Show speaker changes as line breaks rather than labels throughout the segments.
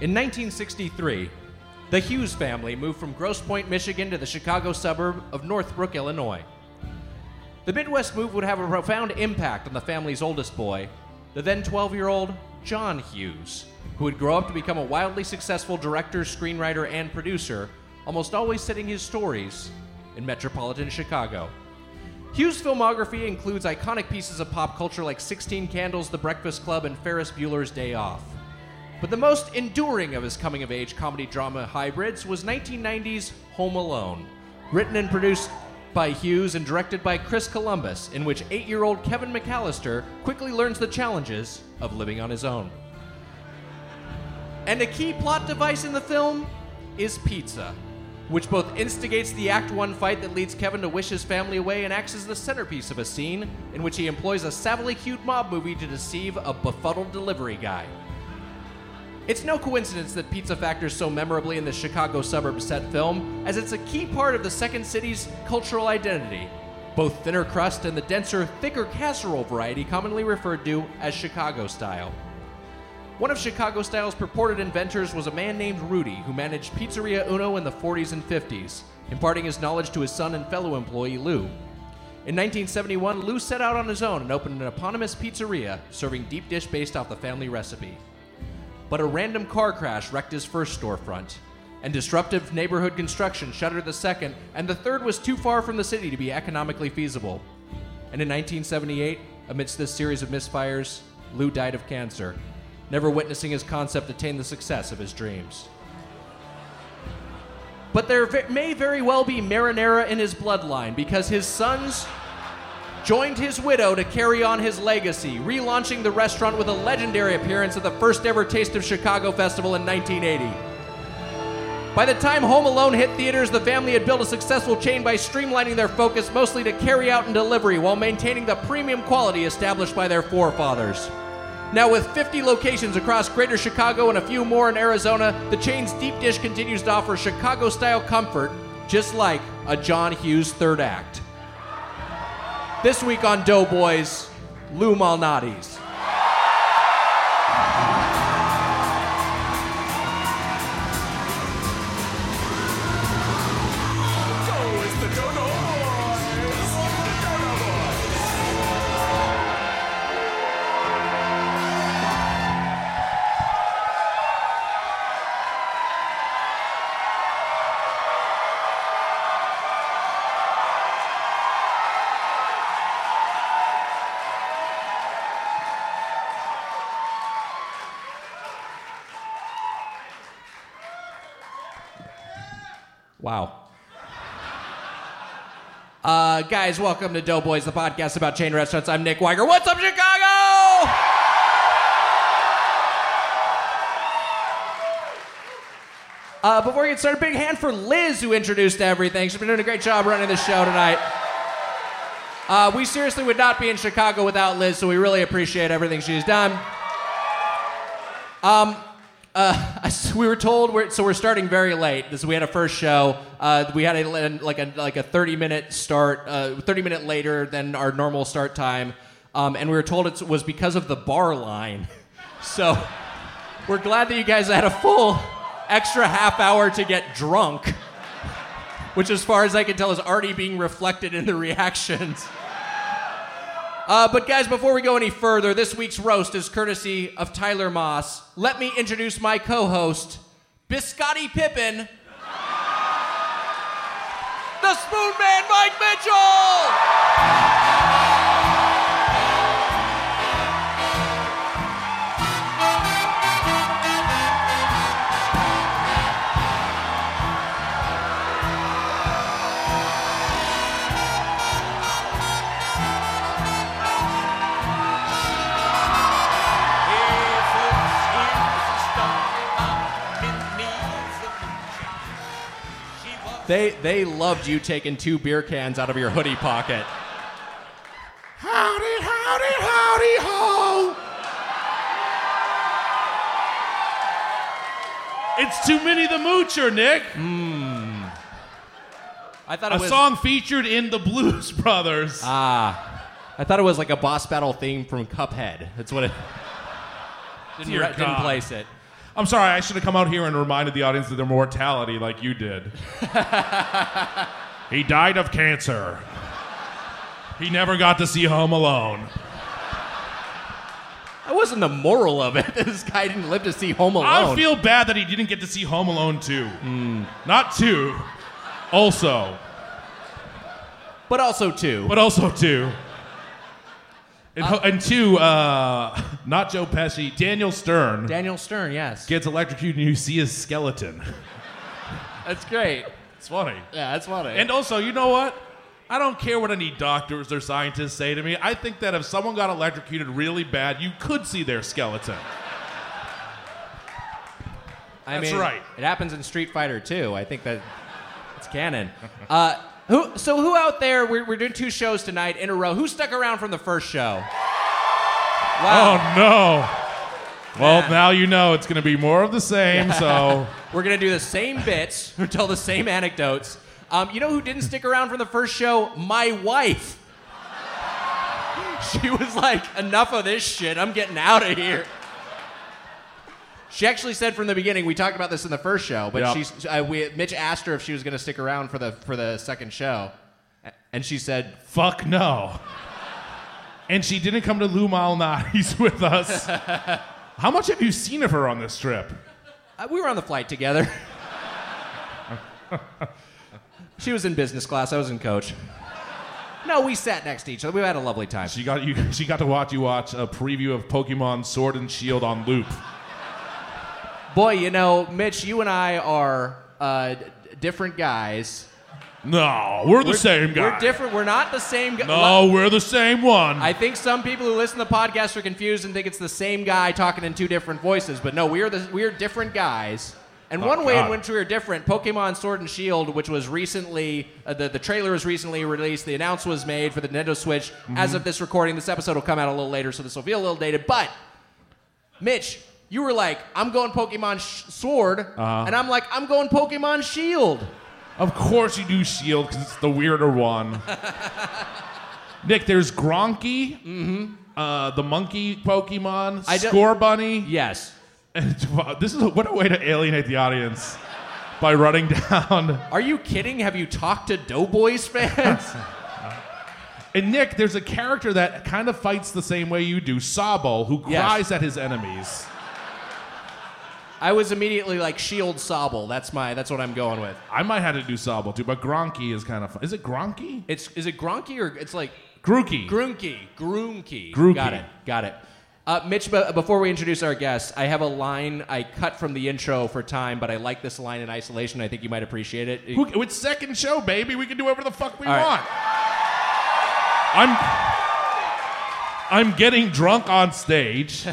In 1963, the Hughes family moved from Grosse Pointe, Michigan to the Chicago suburb of Northbrook, Illinois. The Midwest move would have a profound impact on the family's oldest boy, the then 12 year old John Hughes, who would grow up to become a wildly successful director, screenwriter, and producer, almost always setting his stories in metropolitan Chicago. Hughes' filmography includes iconic pieces of pop culture like 16 Candles, The Breakfast Club, and Ferris Bueller's Day Off. But the most enduring of his coming of age comedy drama hybrids was 1990's Home Alone, written and produced by Hughes and directed by Chris Columbus, in which eight year old Kevin McAllister quickly learns the challenges of living on his own. And a key plot device in the film is pizza, which both instigates the Act 1 fight that leads Kevin to wish his family away and acts as the centerpiece of a scene in which he employs a savvily cute mob movie to deceive a befuddled delivery guy. It's no coincidence that pizza factors so memorably in the Chicago suburb set film, as it's a key part of the second city's cultural identity. Both thinner crust and the denser, thicker casserole variety, commonly referred to as Chicago style. One of Chicago style's purported inventors was a man named Rudy, who managed Pizzeria Uno in the 40s and 50s, imparting his knowledge to his son and fellow employee Lou. In 1971, Lou set out on his own and opened an eponymous pizzeria, serving deep dish based off the family recipe but a random car crash wrecked his first storefront. And disruptive neighborhood construction shuttered the second, and the third was too far from the city to be economically feasible. And in 1978, amidst this series of misfires, Lou died of cancer, never witnessing his concept attain the success of his dreams. But there ve- may very well be marinara in his bloodline because his sons joined his widow to carry on his legacy, relaunching the restaurant with a legendary appearance at the first ever Taste of Chicago Festival in 1980. By the time Home Alone hit theaters, the family had built a successful chain by streamlining their focus mostly to carry out and delivery while maintaining the premium quality established by their forefathers. Now, with 50 locations across greater Chicago and a few more in Arizona, the chain's deep dish continues to offer Chicago style comfort, just like a John Hughes third act. This week on Doughboys, Lou Malnati's. Wow. Uh, guys, welcome to Doughboys, the podcast about chain restaurants. I'm Nick Weiger. What's up, Chicago? Uh, before we get started, big hand for Liz, who introduced everything. She's been doing a great job running the show tonight. Uh, we seriously would not be in Chicago without Liz, so we really appreciate everything she's done. I s- we were told we're, so we're starting very late. This, we had a first show. Uh, we had a, like a like a thirty minute start, uh, thirty minute later than our normal start time, um, and we were told it was because of the bar line. so we're glad that you guys had a full extra half hour to get drunk. which, as far as I can tell, is already being reflected in the reactions. Uh, but, guys, before we go any further, this week's roast is courtesy of Tyler Moss. Let me introduce my co host, Biscotti Pippin, the Spoon Man, Mike Mitchell! They they loved you taking two beer cans out of your hoodie pocket. Howdy, howdy, howdy, ho!
It's too many the Moocher, Nick.
I thought it
A
was
song featured in the Blues Brothers.
I thought it was like a boss battle theme from Cuphead. That's what it didn't,
Dear
re- didn't
God.
place it.
I'm sorry, I should have come out here and reminded the audience of their mortality like you did. he died of cancer. He never got to see Home Alone.
That wasn't the moral of it. This guy didn't live to see Home Alone.
I feel bad that he didn't get to see Home Alone 2. Hmm. Not 2. Also.
but also too.
But also 2. And, ho- and 2, uh, not Joe Pesci, Daniel Stern
Daniel Stern, yes,
gets electrocuted and you see his skeleton.
that's great.
It's funny.
Yeah, that's funny.
And also, you know what? I don't care what any doctors or scientists say to me. I think that if someone got electrocuted really bad, you could see their skeleton.
I
That's
mean,
right.
It happens in Street Fighter too. I think that it's canon. Uh, who? So who out there? We're, we're doing two shows tonight in a row. Who stuck around from the first show?
Oh,
Wow.
no. Well,
Ah. Man.
now you know it's going to be more of the same, so.
We're gonna do the same bits. We'll tell the same anecdotes. Um, you know who didn't stick around from the first show? My wife. She was like, "Enough of this shit. I'm getting out of here." She actually said from the beginning. We talked about this in the first show, but
Yep.
she's uh, we, Mitch asked her if she was gonna stick around for the for the second show, A- and she said,
Fuck no. And she didn't come to Lou Malnati's with us. How much have you seen of her on this trip?
Uh, we were on the flight together. she was in business class. I was in coach. No, we sat next to each other. We had a lovely time.
She got you. She got to watch you watch a preview of Pokemon Sword and Shield on loop.
Boy, you know, Mitch, you and I are uh, d- different guys.
No, we're the same guy.
We're different. We're not the same guy.
No, we're the same one.
I think some people who listen to the podcast are confused and think it's the same guy talking in two different voices, but no, we are the, we are different guys. And
Oh,
one way in
God.
which we are different, Pokemon Sword and Shield, which was recently uh, the the trailer was recently released, the announcement was made for the Nintendo Switch.
Mm-hmm.
As of this recording, this episode will come out a little later, so this will be a little dated. But Mitch, you were like, "I'm going Pokemon sh- Sword,"
Uh-huh.
and I'm like, "I'm going Pokemon Shield."
of course you do Shield because it's the weirder one. Nick, there's Gronky, mm-hmm. uh, the monkey Pokemon,
I don't-
Score Bunny.
Yes.
And wow, this is a, what a way to alienate the audience by running down.
Are you kidding? Have you talked to Doughboys fans?
And Nick, there's a character that kind of fights the same way you do, Sabo, who
Yes.
cries at his enemies.
I was immediately like Shield Sobble. That's my. That's what I'm going with.
I might have to do Sabo too, but Gronky is kind of fun. Is it Gronky?
It's is it Gronky or it's like
Grookey.
Grunky, Groomkey.
Groomkey.
Got it. Got it. Uh, Mitch, b- before we introduce our guests, I have a line I cut from the intro for time, but I like this line in isolation. I think you might appreciate it.
Who, it's second show, baby. We can do whatever the fuck we
All right.
want. I'm I'm getting drunk on stage.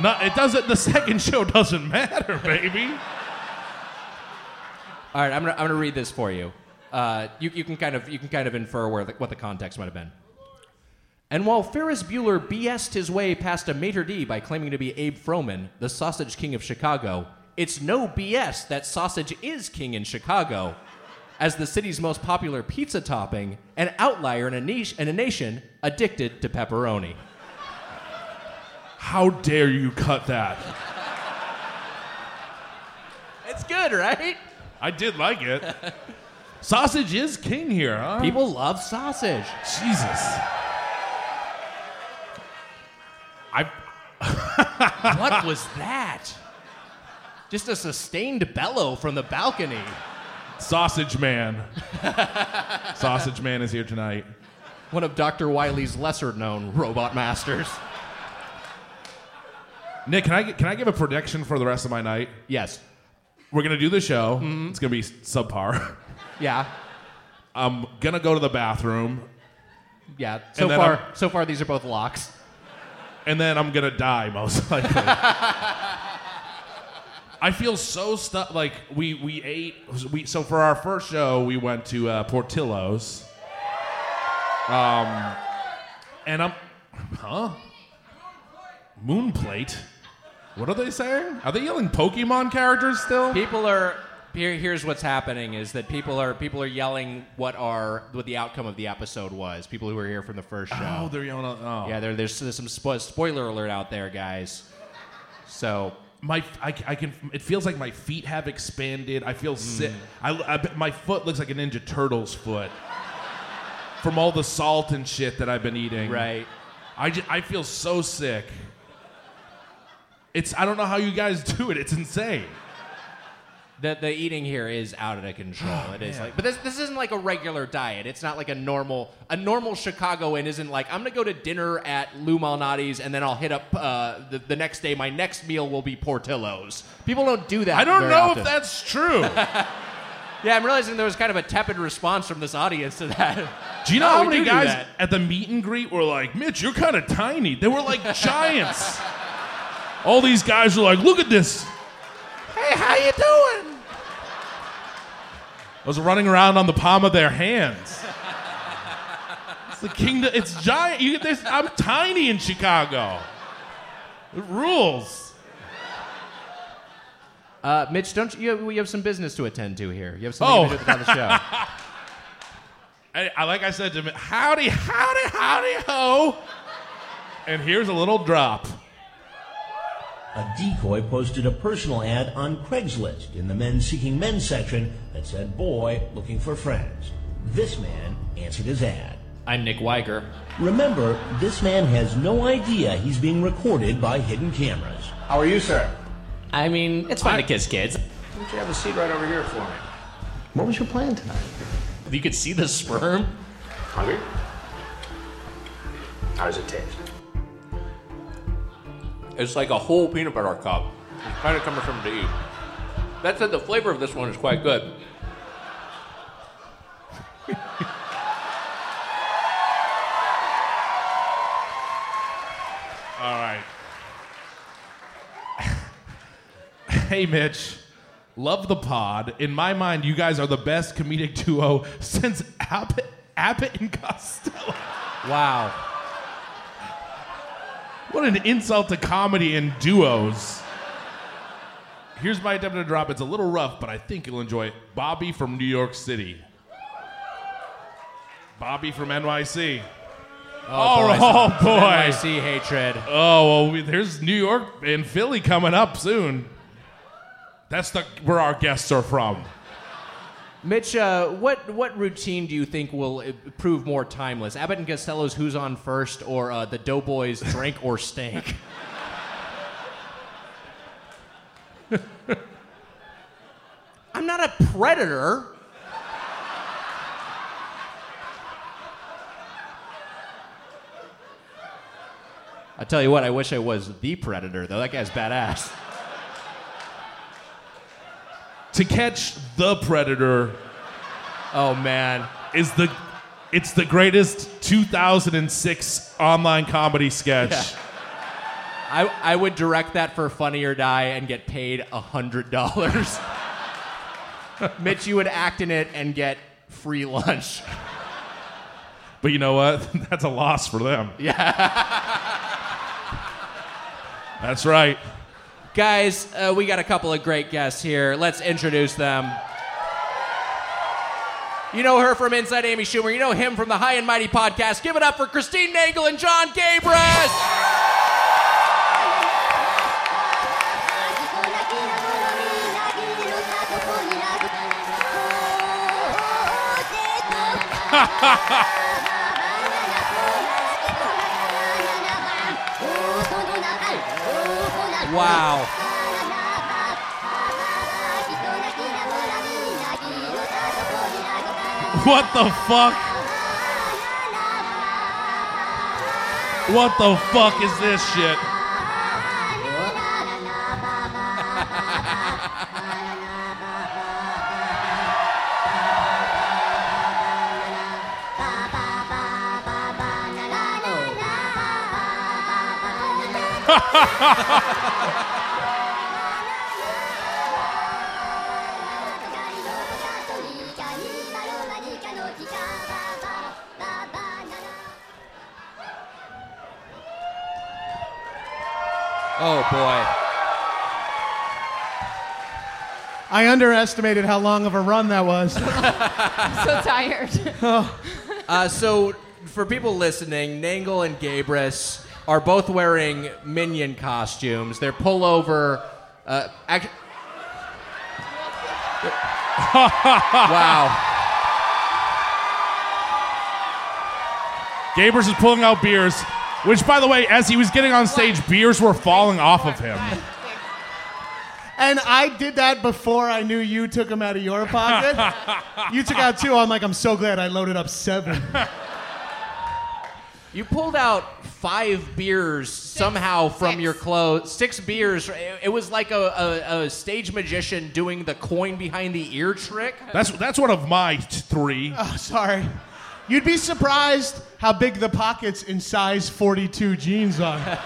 No, it doesn't. The second show doesn't matter, baby.
All right, I'm gonna, I'm gonna read this for you. Uh, you. You can kind of you can kind of infer where the, what the context might have been. And while Ferris Bueller BS'd his way past a maitre d' by claiming to be Abe Froman, the sausage king of Chicago, it's no BS that sausage is king in Chicago, as the city's most popular pizza topping, an outlier in a niche in a nation addicted to pepperoni.
How dare you cut that?
It's good, right?
I did like it. Sausage is king here, huh?
People love sausage.
Jesus.
I. what was that? Just a sustained bellow from the balcony.
Sausage Man. Sausage Man is here tonight.
One of Dr. Wiley's lesser known robot masters.
Nick, can I can I give a prediction for the rest of my night?
Yes.
We're gonna do the show. It's gonna be subpar.
Yeah.
I'm gonna go to the bathroom,
Yeah. So
then
far,
I'm-
so far, these are both locks.
and then I'm gonna die most likely. I feel so stuck. Like we we ate. We so for our first show we went to uh, Portillo's. Um, and I'm, huh? Moonplate. What are they saying? Are they yelling Pokemon characters still?
People are. Here, here's what's happening: is that people are people are yelling what are what the outcome of the episode was. People who were here from the first show.
Oh, they're yelling. Oh,
Yeah, there, there's, there's some spo- spoiler alert out there, guys. So
my I, I can it feels like my feet have expanded i feel sick I, I- my foot looks like a ninja turtle's foot from all the salt and shit that i've been eating
right,
i, ju- I feel so sick it's i don't know how you guys do it it's insane
the the eating here is out of
Oh,
control. It is like, but this this isn't like a regular diet. It's not like a normal a normal Chicagoan isn't like I'm gonna go to dinner at Lou Malnati's and then I'll hit up uh, the the next day. My next meal will be Portillo's. People don't do that.
i don't
very
know
often.
if that's true
Yeah, I'm realizing there was kind of a tepid response from this audience to that.
do you know
No,
how
we
many
do do
guys
that.
at the meet and greet were like mitch you're kind of tiny they were like giants all these guys were like look at this
hey, how you doing?
I was running around on the palm of their hands. It's the kingdom. It's giant. You, there's, I'm tiny in Chicago. It rules.
Uh, Mitch, don't you, you? We have some business to attend to here. You have
Oh.
something to do at the show.
I, I- like I said to him, howdy, howdy, howdy, ho. And here's a little drop.
A decoy posted a personal ad on Craigslist in the men seeking men section that said boy looking for friends. This man answered his ad.
I'm Nick Weiger.
Remember, this man has no idea he's being recorded by hidden cameras.
How are you, sir?
I mean, it's fun to kiss kids.
Why don't you have a seat right over here for me? What was your plan tonight?
You could see the sperm.
Hungry? How does it taste?
It's like a whole peanut butter cup. It's kind of coming from to eat. That said, the flavor of this one is quite good.
All right. hey, Mitch. Love the pod. In my mind, you guys are the best comedic duo since Abbott, Abbott and Costello.
Wow.
What an insult to comedy in duos. Here's my attempt to drop. It's a little rough, but I think you'll enjoy it. Bobby from New York City. Bobby from NYC. Oh,
boy,
oh, boy.
NYC hatred.
Oh, well, we, there's New York and Philly coming up soon. That's the where our guests are from.
Mitch, uh, what what routine do you think will uh, prove more timeless? Abbott and Costello's "Who's on First or uh, the Doughboys "Drink or Stank"? I'm not a predator. I tell you what, I wish I was the predator though. That guy's badass.
To catch the predator
Oh man.
is the it's the greatest 2006 online comedy sketch.
I, I would direct that for Funny or Die and get paid $100. Mitch, you would act in it and get free lunch.
But you know what? That's a loss for them. Yeah. That's right.
Guys, uh, we got a couple of great guests here. Let's introduce them. You know her from Inside Amy Schumer. You know him from the High and Mighty podcast. Give it up for Christine Nagel and John Gabris. Wow.
What the fuck? What the fuck is this shit?
Oh boy.
I underestimated how long of a run that was.
so tired.
Uh, so, for people listening, Nangle and Gabris are both wearing minion costumes. They're pullover. Uh, act- wow.
Gabers is pulling out beers, which, by the way, as he was getting on stage, beers were falling off of him.
And I did that before I knew you took them out of your pocket. you took out two. I'm like, I'm so glad I loaded up seven.
You pulled out five beers somehow from
Six.
your clothes. Six beers. It, it was like a, a, a stage magician doing the coin behind the ear trick.
That's that's one of my t- three.
Oh, sorry. You'd be surprised how big the pockets in size 42 jeans are.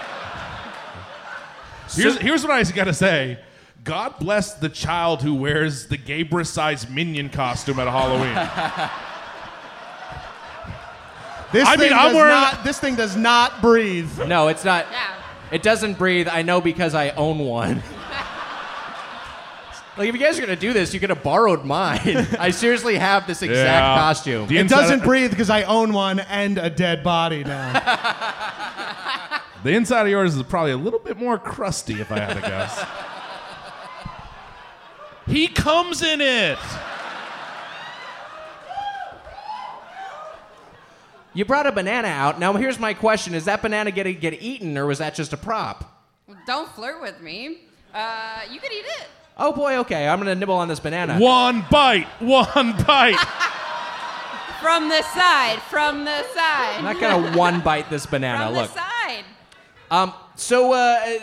Here's here's what I gotta say. God bless the child who wears the Gabrus sized minion costume at Halloween.
This
I mean,
thing
I'm
does
wearing-
not. This thing does not breathe.
No, it's not.
Yeah.
It doesn't breathe. I know because I own one. like, if you guys are going to do this, you could have borrowed mine. I seriously have this exact
Yeah.
costume.
The
It
inside
doesn't
of-
breathe because I own one and a dead body now.
The inside of yours is probably a little bit more crusty, if I had to guess. he comes in it.
You brought a banana out. Now, here's my question Is that banana going to get eaten, or was that just a prop?
Don't flirt with me. Uh, you could eat it.
Oh, boy, okay. I'm going to nibble on this banana.
One bite, one bite.
From the side. From the
I'm
side.
not going to one bite this
From
banana.
the
Look.
side.
Um, so, uh,. uh,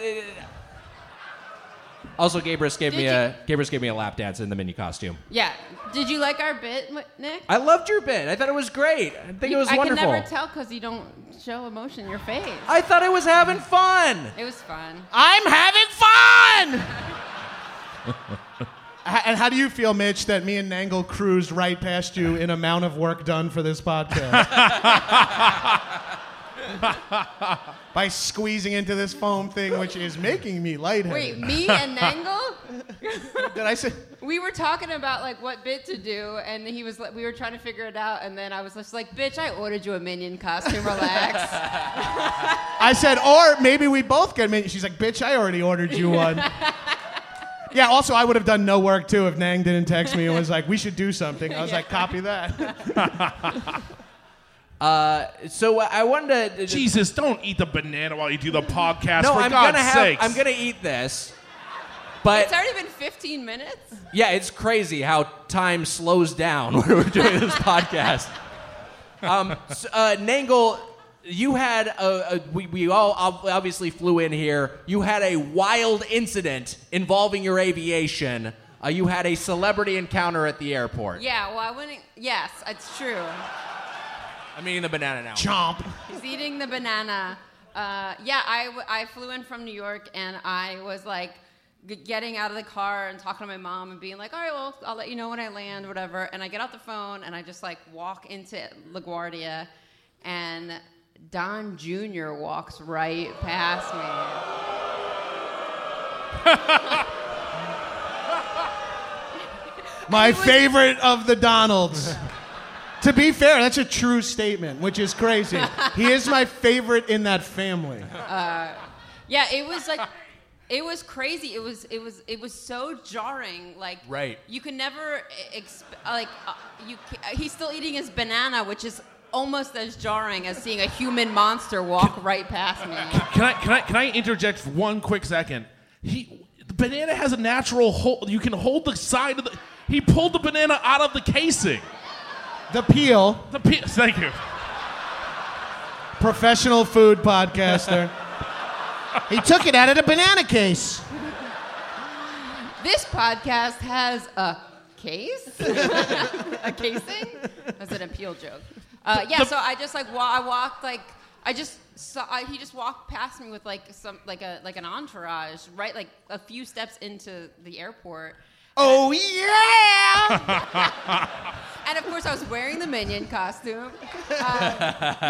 Also, Gabrus gave
Did
me
you-
a Gabrus gave me a lap dance in the mini costume.
Yeah. Did you like our bit, M- Nick?
I loved your bit. I thought it was great. I think
You-
it was
I
wonderful.
can never tell because you don't show emotion in your face.
I thought I was having fun.
It was fun.
I'm having fun. H- and how do you feel, Mitch, that me and Nangle cruised right past you in amount of work done for this podcast? By squeezing into this foam thing, which is making me
Wait,
lightheaded.
me and Nangle?
Did I say?
We were talking about like what bit to do, and he was like, we were trying to figure it out, and then I was just like, "Bitch, I ordered you a minion costume. Relax."
I said, or maybe we both get minions. She's like, bitch, I already ordered you one. yeah, also, I would have done no work too if Nang didn't text me and was like, we should do something. I was like, copy that.
So uh, I wanted to.
Jesus, don't eat the banana while you do the podcast.
no,
for
I'm
God's
gonna have.
sakes.
I'm gonna eat this. But
it's already been 15 minutes.
yeah, it's crazy how time slows down when we're doing this podcast. Um, s uh, Nangle, you had a, a we, we all ob- obviously flew in here. You had a wild incident involving your aviation. Uh, you had a celebrity encounter at the airport.
Yeah, well, I wouldn't. Yes, it's true.
I'm eating the banana now.
Chomp.
He's eating the banana. Uh, yeah, I, w- I flew in from New York, and I was like g- getting out of the car and talking to my mom and being like, "All right, well, I'll let you know when I land, whatever." And I get out the phone and I just like walk into LaGuardia, and Don Jr. walks right past me.
My favorite of the Donalds. to be fair, that's a true statement, which is crazy. He is my favorite in that family.
Yeah, it was like It was crazy. It was it was it was so jarring. Like
Right.
you can never e-, exp- like uh, you. ca he's still eating his banana, which is almost as jarring as seeing a human monster walk right past me.
Can I can I can I interject for one quick second? He the banana has a natural hold. You can hold the side of the. He pulled the banana out of the casing.
The Peel,
The pe- thank you.
professional food podcaster. he took it out of the banana case.
This podcast has a case, a casing. That's an appeal joke. Uh, yeah, so I just like wa- I walked like I just saw I, he just walked past me with like some like a like an entourage, right? Like a few steps into the airport.
Oh yeah!
And of course, I was wearing the minion costume. Um,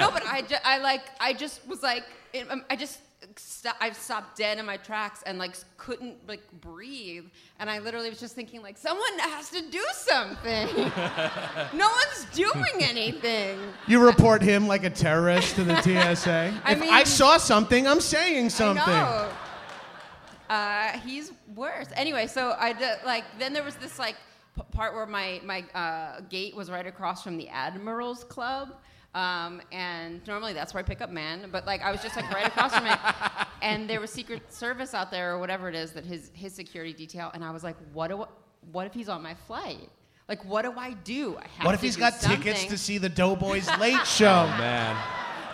no, but I, ju- I like I just was like it- um, I just sto- I stopped dead in my tracks and like couldn't like breathe. And I literally was just thinking like someone has to do something. no one's doing anything.
you report him like a terrorist to the TSA.
I
if
mean-
I saw something, I'm saying something.
I know. Uh, he's worse. Anyway, so I d- like then there was this like p- part where my my uh, gate was right across from the Admirals Club. Um, and normally that's where I pick up man, but like I was just like right across from it, and there was Secret Service out there or whatever it is that his his security detail, and I was like, what do I, what if he's on my flight? Like what do I do? I have
What if
to
he's
do
got tickets
something.
to see the Doughboys Late Show?
Man.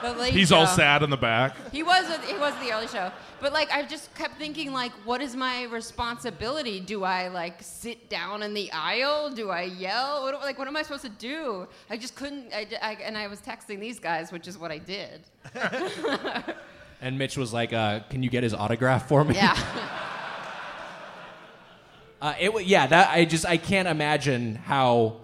The late
He's all
show.
sad in the back.
He was with, he was the early show, but like I just kept thinking like, what is my responsibility? Do I like sit down in the aisle? Do I yell? What, like what am I supposed to do? I just couldn't. I, I- and I was texting these guys, which is what I did.
And Mitch was like, uh, "Can you get his autograph for me?"
Yeah,
Uh, it wa- yeah. That I just I can't imagine how,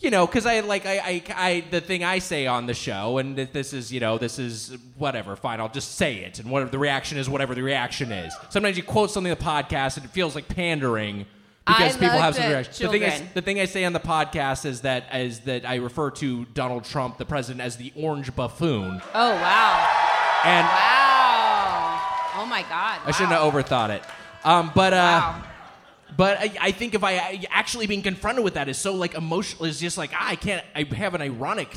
you know, because I like I, I I the thing I say on the show, and that this is you know this is whatever. Fine, I'll just say it, and whatever the reaction is, whatever the reaction is. Sometimes you quote something on the podcast, and it feels like pandering because
I
people have
loved
some
it,
reaction. The thing, I, s-
children.
the thing I say on the podcast is that is that I refer to Donald Trump, the president, as the orange buffoon,
Oh wow,
and
wow. Oh my God.
I shouldn't
wow.
have overthought it. Um, but uh,
Wow.
But I, I think if I, I actually being confronted with that is so like emotional, it's just like ah, I can't. I have an ironic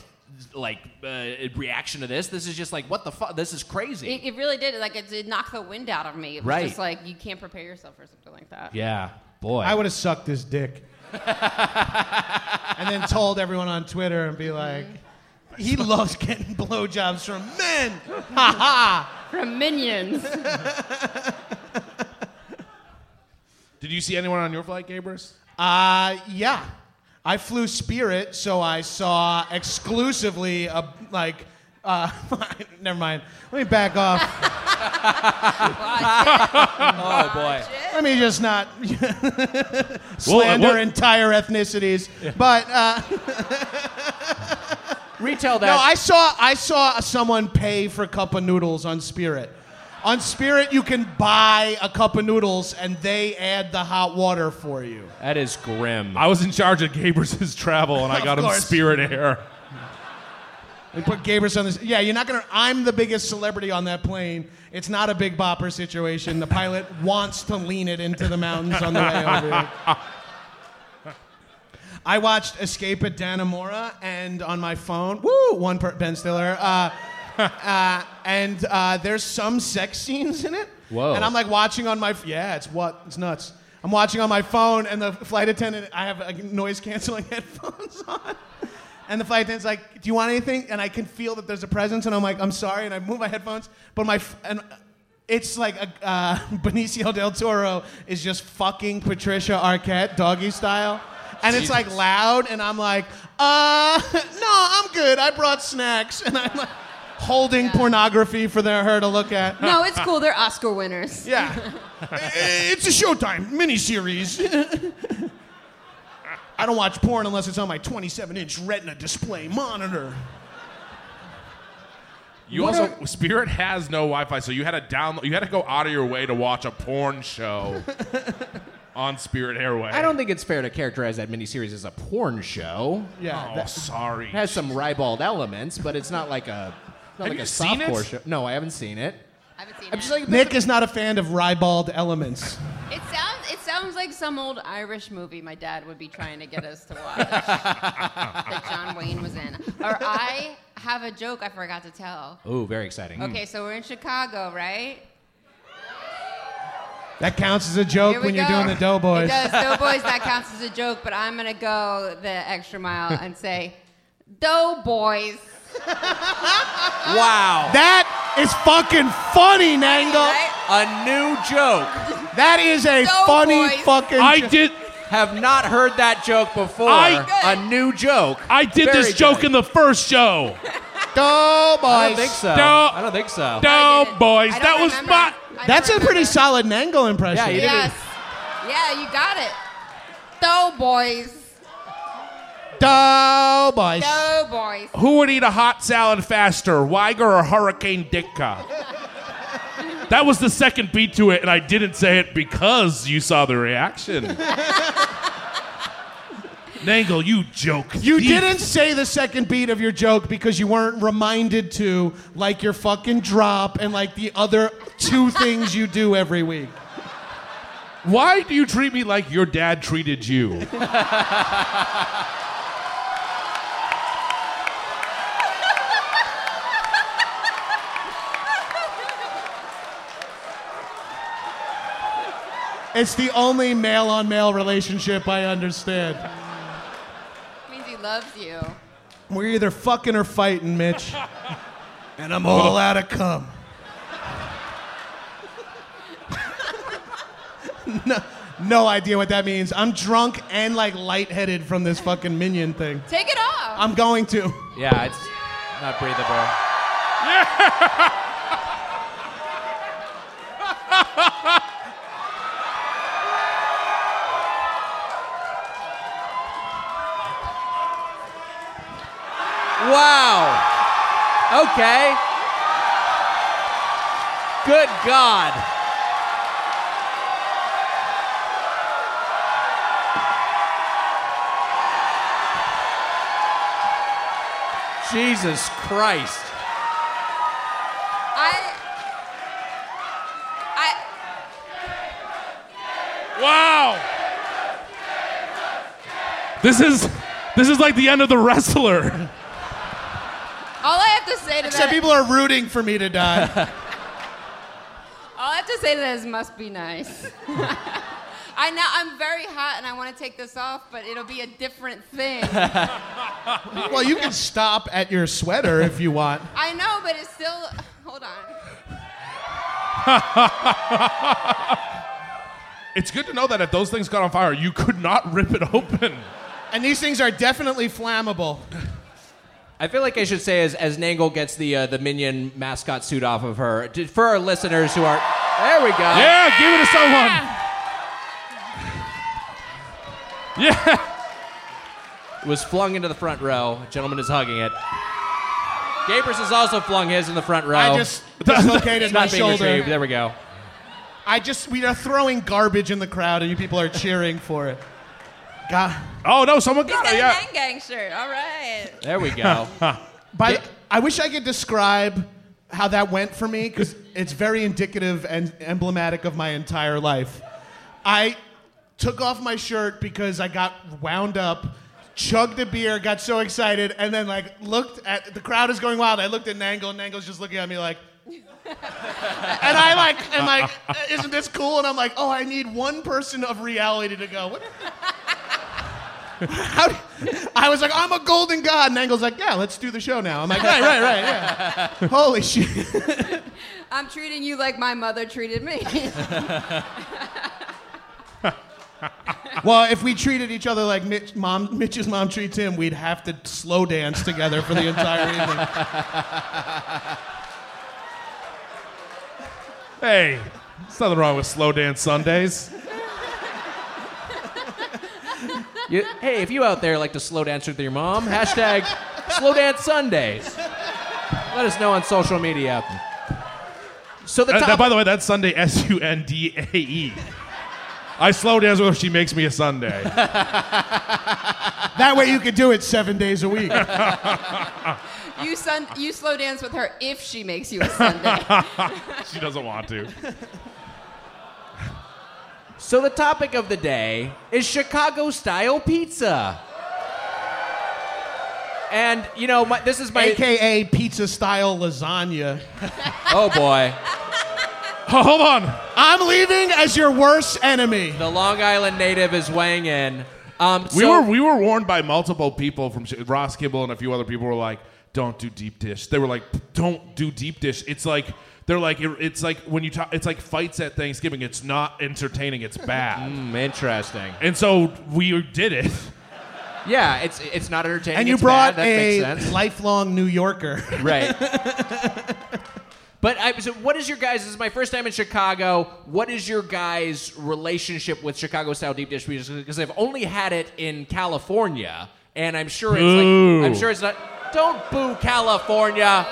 like uh, reaction to this. This is just like what the fuck. This is crazy.
It, it really did. Like it did knock the wind out of me. It was
Right.
Just like you can't prepare yourself for something like that.
yeah, boy.
I would have sucked his dick. and then told everyone on Twitter and be like, he loves getting blowjobs from men. Ha ha.
From minions.
Did you see anyone on your flight, Gabrus?
Uh, yeah. I flew Spirit, so I saw exclusively a, like, uh, never mind. Let me back off.
oh boy.
Let me just not slander
what-
entire ethnicities. But, uh,
Retell that.
No, I saw I saw someone pay for cup of noodles on Spirit. On Spirit, you can buy a cup of noodles and they add the hot water for you.
that is grim.
I was in charge of Gabrus's travel, and I got him
course.
Spirit Air.
They put Gabrus on this. Yeah, you're not gonna. I'm the biggest celebrity on that plane. It's not a big bopper situation. The pilot wants to lean it into the mountains on the way over. I watched Escape at Dannemora and on my phone, woo, one per, Ben Stiller. Uh, uh, and uh, there's some sex scenes in it.
Whoa.
And I'm like watching on my f- yeah, it's what it's nuts. I'm watching on my phone, and the flight attendant. I have like, noise canceling headphones on. And the flight attendant's like, "Do you want anything?" And I can feel that there's a presence, and I'm like, "I'm sorry," and I move my headphones, but my f- and it's like a, uh, Benicio del Toro is just fucking Patricia Arquette doggy style, and it's like loud, and I'm like, "Uh, no, I'm good. I brought snacks," and I'm like holding pornography for their, her to look at.
no, it's cool. They're Oscar winners.
Yeah. it's a Showtime miniseries. I don't watch porn unless it's on my 27 inch retina display monitor.
You also Spirit has no Wi-Fi, so you had to download. You had to go out of your way to watch a porn show on Spirit Airway.
I don't think it's fair to characterize that miniseries as a porn show.
Yeah.
Oh,
that-
sorry.
It has some ribald elements, but it's not like a not
Have
like
you
a
seen
softcore
it?
show. No, I haven't seen it.
I haven't seen
I'm
it.
just like, Nick is not a fan of ribald elements.
it sounds it sounds like some old Irish movie my dad would be trying to get us to watch that John Wayne was in. Or I have a joke I forgot to tell.
Ooh, very exciting.
Hmm.
Okay, so we're in Chicago, right?
That counts as a joke
Here we
when you're
go.
doing the Doughboys.
It does. Doughboys, that counts as a joke, but I'm going to go the extra mile and say, Doughboys.
Wow.
That is fucking funny, Nangle.
Right?
A new joke.
That is a
Doughboys.
funny fucking.
I
jo-
did.
Have not heard that joke before.
I-
a new joke.
I did
Very
this joke
good.
in the first show.
I don't
Doughboys.
think so.
No.
I don't think so.
I
Down
did it.
boys.
I don't
That was
remember.
my.
I don't
That's a pretty
remember.
solid Nangle impression.
Yeah, you did
Yes. Yeah, you got it. Doughboys.
Doughboys.
Doughboys.
Who would eat a hot salad faster, Weiger or Hurricane Ditka? that was the second beat to it, and I didn't say it because you saw the reaction. Nangle, you joke.
You
thief.
didn't say the second beat of your joke because you weren't reminded to, like your fucking drop and like the other two things you do every week.
Why do you treat me like your dad treated you?
It's the only male on male relationship I understand.
means he loves you.
We're either fucking or fighting, Mitch. And I'm all out of cum. no, no idea what that means. I'm drunk and like lightheaded from this fucking minion thing.
Take it off.
I'm going to.
Yeah, it's not breathable. wow. Okay. Good God. Jesus Christ.
I. I.
Wow. This is this is like the end of the wrestler.
All I have to say to
Except
that.
people are rooting for me to die.
All I have to say to that is must be nice. I know I'm very hot and I want to take this off, but it'll be a different thing.
Well, you can stop at your sweater if you want.
I know, but it's still. Hold on.
It's good to know that if those things got on fire, you could not rip it open.
And these things are definitely flammable.
I feel like I should say as as Nangle gets the uh, the minion mascot suit off of her to- for our listeners who are there we go.
Yeah, give it to someone. Yeah.
was flung into the front row. A gentleman is hugging it. Gabers has also flung his in the front row.
I just dislocated
it's
my
not being retrieved.
shoulder.
There we go.
I just we are throwing garbage in the crowd, and you people are cheering for it. God,
Oh no, someone
He's
got
got
it.
a
Yeah.
Gang Gang shirt. All right.
There we go.
by the- I wish I could describe how that went for me because it's very indicative and emblematic of my entire life. I took off my shirt because I got wound up, chugged a beer, got so excited, and then like looked at the crowd is going wild. I looked at Nangle, and Nangle's just looking at me like. and I like am like, isn't this cool? And I'm like, oh, I need one person of reality to go. What? How? do- I was like, I'm a golden god. And Angle's like, yeah, let's do the show now. I'm like, right, right, right, yeah. Holy shit.
I'm treating you like my mother treated me.
Well, if we treated each other like Mitch, mom, Mitch's mom treats him, we'd have to slow dance together for the entire evening.
Hey, there's nothing wrong with slow dance Sundays.
You- hey, if you out there like to slow dance with your mom, hashtag slow dance Sundays. Let us know on social media. So the
Uh,
top.
that- by the way, that's Sunday S U N D A E. I slow dance with her. She makes me a Sunday.
That way you could do it seven days a week.
You sun, you slow dance with her if she makes you a Sunday.
She doesn't want to.
So the topic of the day is Chicago style pizza. And you know, my, this is my
AKA pizza style lasagna.
oh boy,
Oh, hold on.
I'm leaving as your worst enemy.
the Long Island native is weighing in. Um,
We
so-
were we were warned by multiple people from Chi- Ross Kibble and a few other people were like, "Don't do deep dish." They were like, "Don't do deep dish." It's like they're like it- it's like when you talk, it's like fights at Thanksgiving. It's not entertaining. It's bad.
Hmm, interesting.
and so we did it.
Yeah, it's it's not entertaining.
And you
it's bad,
brought
that
a
makes sense.
lifelong New Yorker.
right. but I, so what is your guys? This is my first time in Chicago. What is your guys' relationship with Chicago style deep dish pizza? Because I've only had it in California, and I'm sure it's
Boo.
like I'm sure it's not. Don't boo California.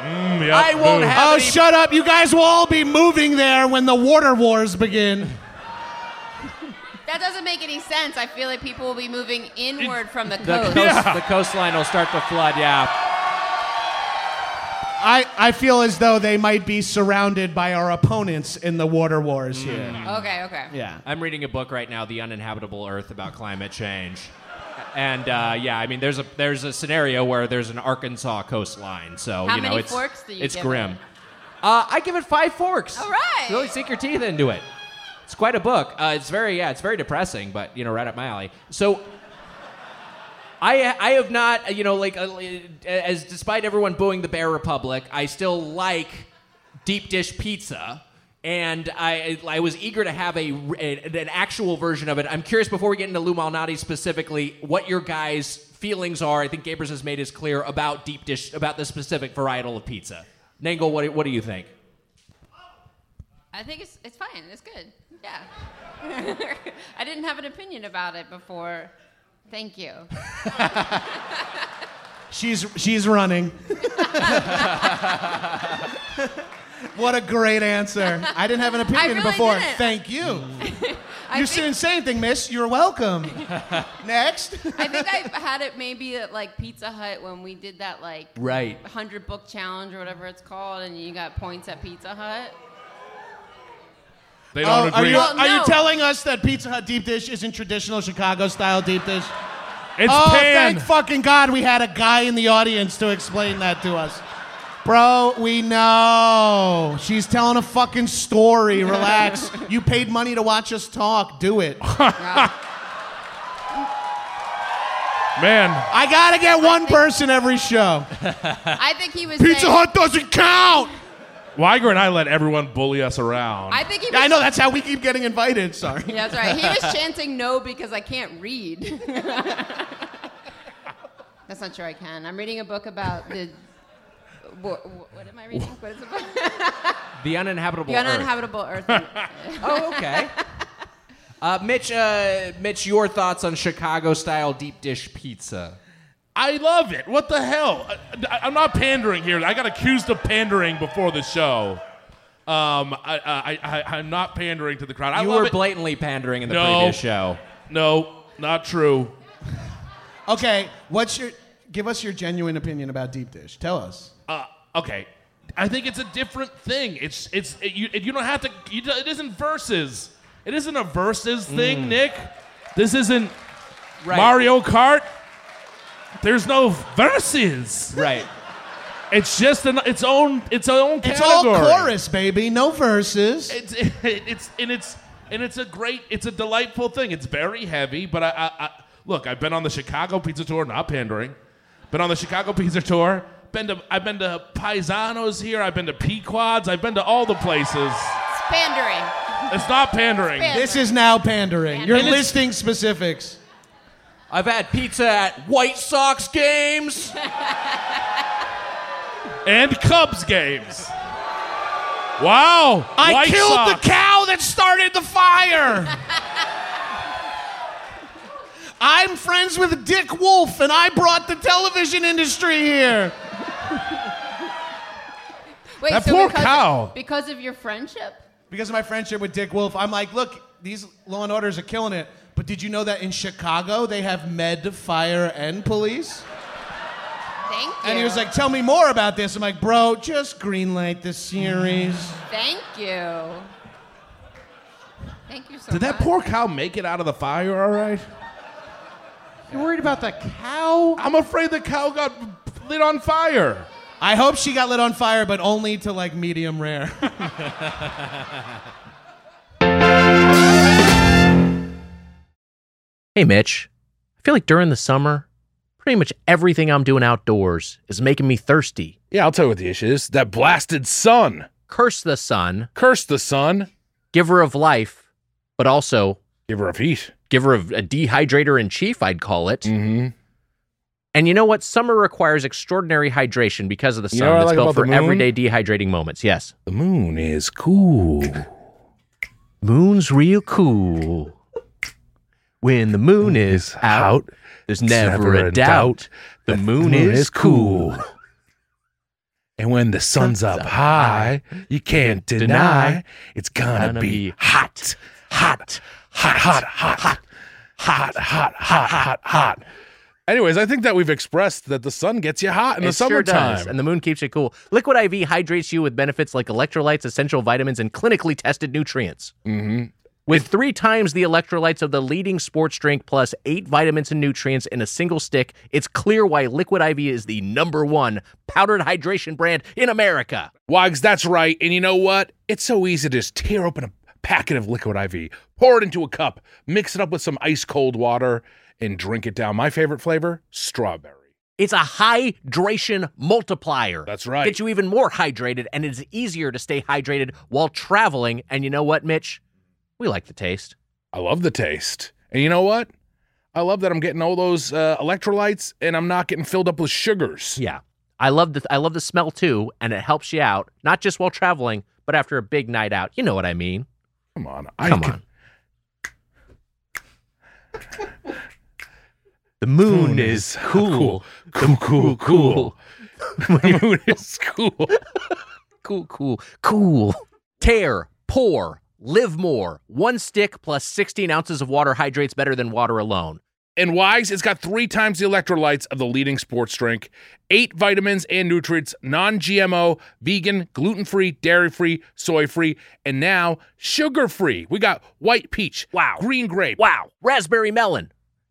Mm, yep,
I won't
boo.
have
Oh,
any-
shut up. You guys will all be moving there when the water wars begin.
that doesn't make any sense. I feel like people will be moving inward from the
the
coast.
coast. The coastline will start to flood. Yeah.
I, I feel as though they might be surrounded by our opponents in the water wars here.
Okay, okay.
Yeah.
I'm reading a book right now, The Uninhabitable Earth, about climate change. And uh, yeah, I mean, there's a there's a scenario where there's an Arkansas coastline, so
How
you know
many
it's
forks do you
it's
give
grim.
it?
Uh, I give it five forks.
All right.
really sink your teeth into it. It's quite a book. Uh, it's very yeah, it's very depressing, but you know, right up my alley. So I I have not you know like uh, as despite everyone booing the Bear Republic, I still like deep dish pizza. And I, I was eager to have a, a- an actual version of it. I'm curious before we get into Lou Malnati specifically, what your guys' feelings are. I think Gabrus has made his clear about deep dish about the specific varietal of pizza. Nangle, what do, what do you think?
I think it's it's fine. It's good. Yeah. I didn't have an opinion about it before. Thank you.
She's she's running. what a great answer. I didn't have an opinion
really
before.
didn't.
Thank you.
I
you
think-
didn't say anything, miss. You're welcome. Next.
I think I had it maybe at like Pizza Hut when we did that like
Right.
hundred book challenge or whatever it's called, and you got points at Pizza Hut.
They don't
Oh, are
agree.
you,
Well,
are you
no.
telling us that Pizza Hut deep dish isn't traditional Chicago style deep dish?
it's
oh,
pan.
thank fucking God we had a guy in the audience to explain that to us. Bro, we know. She's telling a fucking story. Relax. you paid money to watch us talk. Do it.
Man,
I gotta get one person every show.
I think he was
Pizza
saying,
Hut doesn't count.
Weiger and I let everyone bully us around.
I think he was,
I know that's how we keep getting invited. Sorry.
Yeah, that's right. He was chanting no because I can't read. that's not sure I can. I'm reading a book about the. What, what am I reading? What is it about?
The uninhabitable.
The uninhabitable earth.
Earth. Oh, okay. Uh, Mitch, uh, Mitch, your thoughts on Chicago-style deep dish pizza?
I love it. What the hell? I, am not pandering here. I got accused of pandering before the show. Um, I, I, I, I'm not pandering to the crowd. I
you
love
were
it.
blatantly pandering in the
No.
previous show.
no, not true.
Okay, what's your? Give us your genuine opinion about deep dish. Tell us.
Uh, okay, I think it's a different thing. It's it's it, you, it, you don't have to. You, don't- it isn't verses. It isn't a verses thing,
Mm.
Nick. This isn't
Right.
Mario Kart. There's no verses.
Right.
It's just an, its own its own
It's
category.
all chorus, baby. No verses.
it's it's and it's and it's a great it's a delightful thing it's very heavy but I, I, I look i've been on the chicago pizza tour not pandering been on the chicago pizza tour been to i've been to paisanos here i've been to pequods i've been to all the places
It's pandering.
it's not pandering
Pan-
This is now pandering. You're
And it's-
listing specifics.
I've had pizza at White Sox games.
and cubs games wow
I
White
killed
Sox.
the cow that started the fire. I'm friends with Dick Wolf, and I brought the television industry here.
Wait,
That
so
poor
because
cow.
because of your friendship?
because of my friendship with Dick Wolf, I'm like, look, these Law and Orders are killing it, but Did you know that in Chicago they have med, fire, and police?
Thank you.
And he was like, "Tell me more about this." I'm like, "Bro, just greenlight the series."
Thank you. Thank you so
Did that
much.
poor cow make it out of the fire all right?
You worried about the cow?
I'm afraid the cow got lit on fire.
I hope she got lit on fire, but only to like medium rare.
Hey, Mitch. I feel like during the summer, pretty much everything I'm doing outdoors is making me thirsty.
Yeah, I'll tell you what the issue is. That blasted sun.
Curse the sun,
Curse the sun.
giver of life, but also
Give her a heat.
giver of a dehydrator in chief, I'd call it.
Mm-hmm.
And you know what? Summer requires extraordinary hydration because of the sun
You know what I
that's
like
built
about
for
the moon?
everyday dehydrating moments. Yes.
The moon is cool.
Moon's real cool. When the moon is out, there's never, a doubt. The moon is cool.
And when the sun's up high, you can't deny
deny
it's gonna
gonna
be
be
hot, hot, hot, hot, hot, hot, hot, hot, hot, hot, hot. Anyways, I think that we've expressed that the sun gets you hot in the
It sure does,
summertime.
and the moon keeps you cool. Liquid IV hydrates you with benefits like electrolytes, essential vitamins, and clinically tested nutrients.
mm-hmm.
With three times the electrolytes of the leading sports drink plus eight vitamins and nutrients in a single stick, it's clear why Liquid IV is the number one powdered hydration brand in America.
Wags, that's right. And you know what? It's so easy to just tear open a packet of liquid IV, pour it into a cup, mix it up with some ice cold water, and drink it down. My favorite flavor, strawberry.
It's a hydration multiplier.
That's right.
Gets you even more hydrated, and it's easier to stay hydrated while traveling. And you know what, Mitch? We like the taste.
I love the taste. And you know what? I love that I'm getting all those uh, electrolytes and I'm not getting filled up with sugars.
Yeah. I love the I love the smell too, and it helps you out, not just while traveling, but after a big night out. You know what I mean.
Come on. I
Come
can-
on. The moon, is cool.
Cool, cool, cool. The moon is cool.
Cool, cool, cool. Tear, pour, live more. One stick plus 16 ounces of water hydrates better than water alone.
And Wags, it's got three times the electrolytes of the leading sports drink, eight vitamins and nutrients, non GMO, vegan, gluten free, dairy free, soy free, and now sugar free. We got white peach,
Wow.
green grape.
Wow. Raspberry melon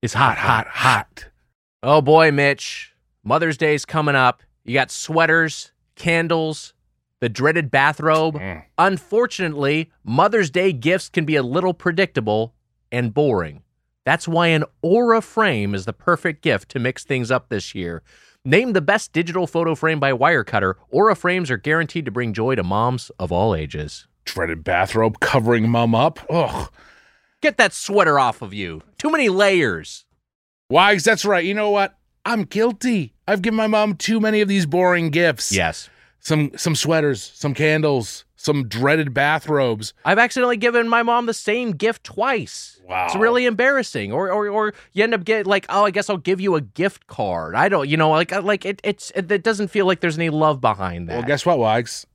is hot, hot, hot.
hot.
Oh boy, Mitch. Mother's Day's coming up. You got sweaters, candles, the dreaded bathrobe.
Mm.
Unfortunately, Mother's Day gifts can be a little predictable and boring. That's why an Aura frame is the perfect gift to mix things up this year. Named the best digital photo frame by Wirecutter, Aura frames are guaranteed to bring joy to moms of all ages.
Dreaded bathrobe covering mum up. Ugh.
Get that sweater off of you. Too many layers.
Wags, that's right. You know what? I'm guilty. I've given my mom too many of these boring gifts.
Yes.
Some some sweaters, some candles, some dreaded bathrobes.
I've accidentally given my mom the same gift twice.
Wow.
It's really embarrassing. Or or or you end up getting like, oh, I guess I'll give you a gift card. I don't, you know, like uh, like it it's it, it doesn't feel like there's any love behind that.
Well, guess what, Wags?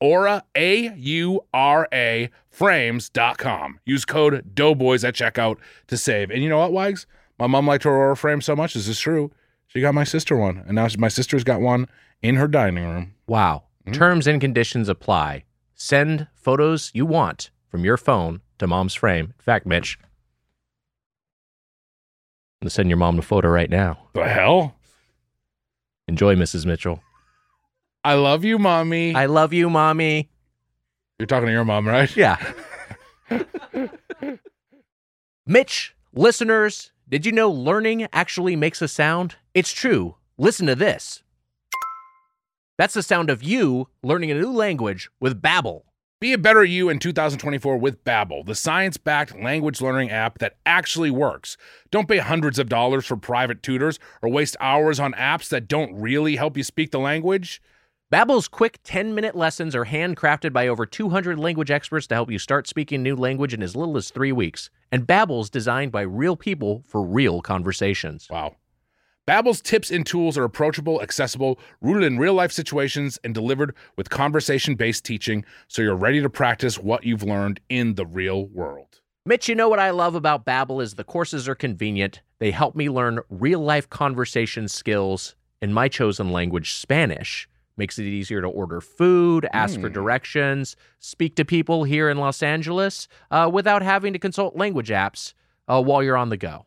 aura a u r a frames.com. Use code doughboys at checkout to save. And you know what, Wags? My mom liked her aura frame so much, this is true. She got my sister one, and now my sister's got one in her dining room.
Wow.
Mm.
Terms and conditions apply. Send photos you want from your phone to mom's frame. In fact, Mitch, I'm gonna send your mom the photo right now.
The hell?
Enjoy, Mrs. Mitchell.
I love you, mommy.
I love you, mommy.
You're talking to your mom, right?
Yeah. Mitch, listeners, did you know learning actually makes a sound? It's true. Listen to this. That's the sound of you learning a new language with Babbel.
Be a better you in 2024 with Babbel, the science-backed language learning app that actually works. Don't pay hundreds of dollars for private tutors or waste hours on apps that don't really help you speak the language.
Babbel's quick 10-minute lessons are handcrafted by over 200 language experts to help you start speaking a new language in as little as 3 weeks. And Babbel's designed by real people for real conversations.
Wow. Babbel's tips and tools are approachable, accessible, rooted in real-life situations and delivered with conversation-based teaching so you're ready to practice what you've learned in the real world.
Mitch, you know what I love about Babbel is the courses are convenient. They help me learn real-life conversation skills in my chosen language, Spanish. Makes it easier to order food, ask for directions, speak to people here in Los Angeles uh, without having to consult language apps uh, while you're on the go.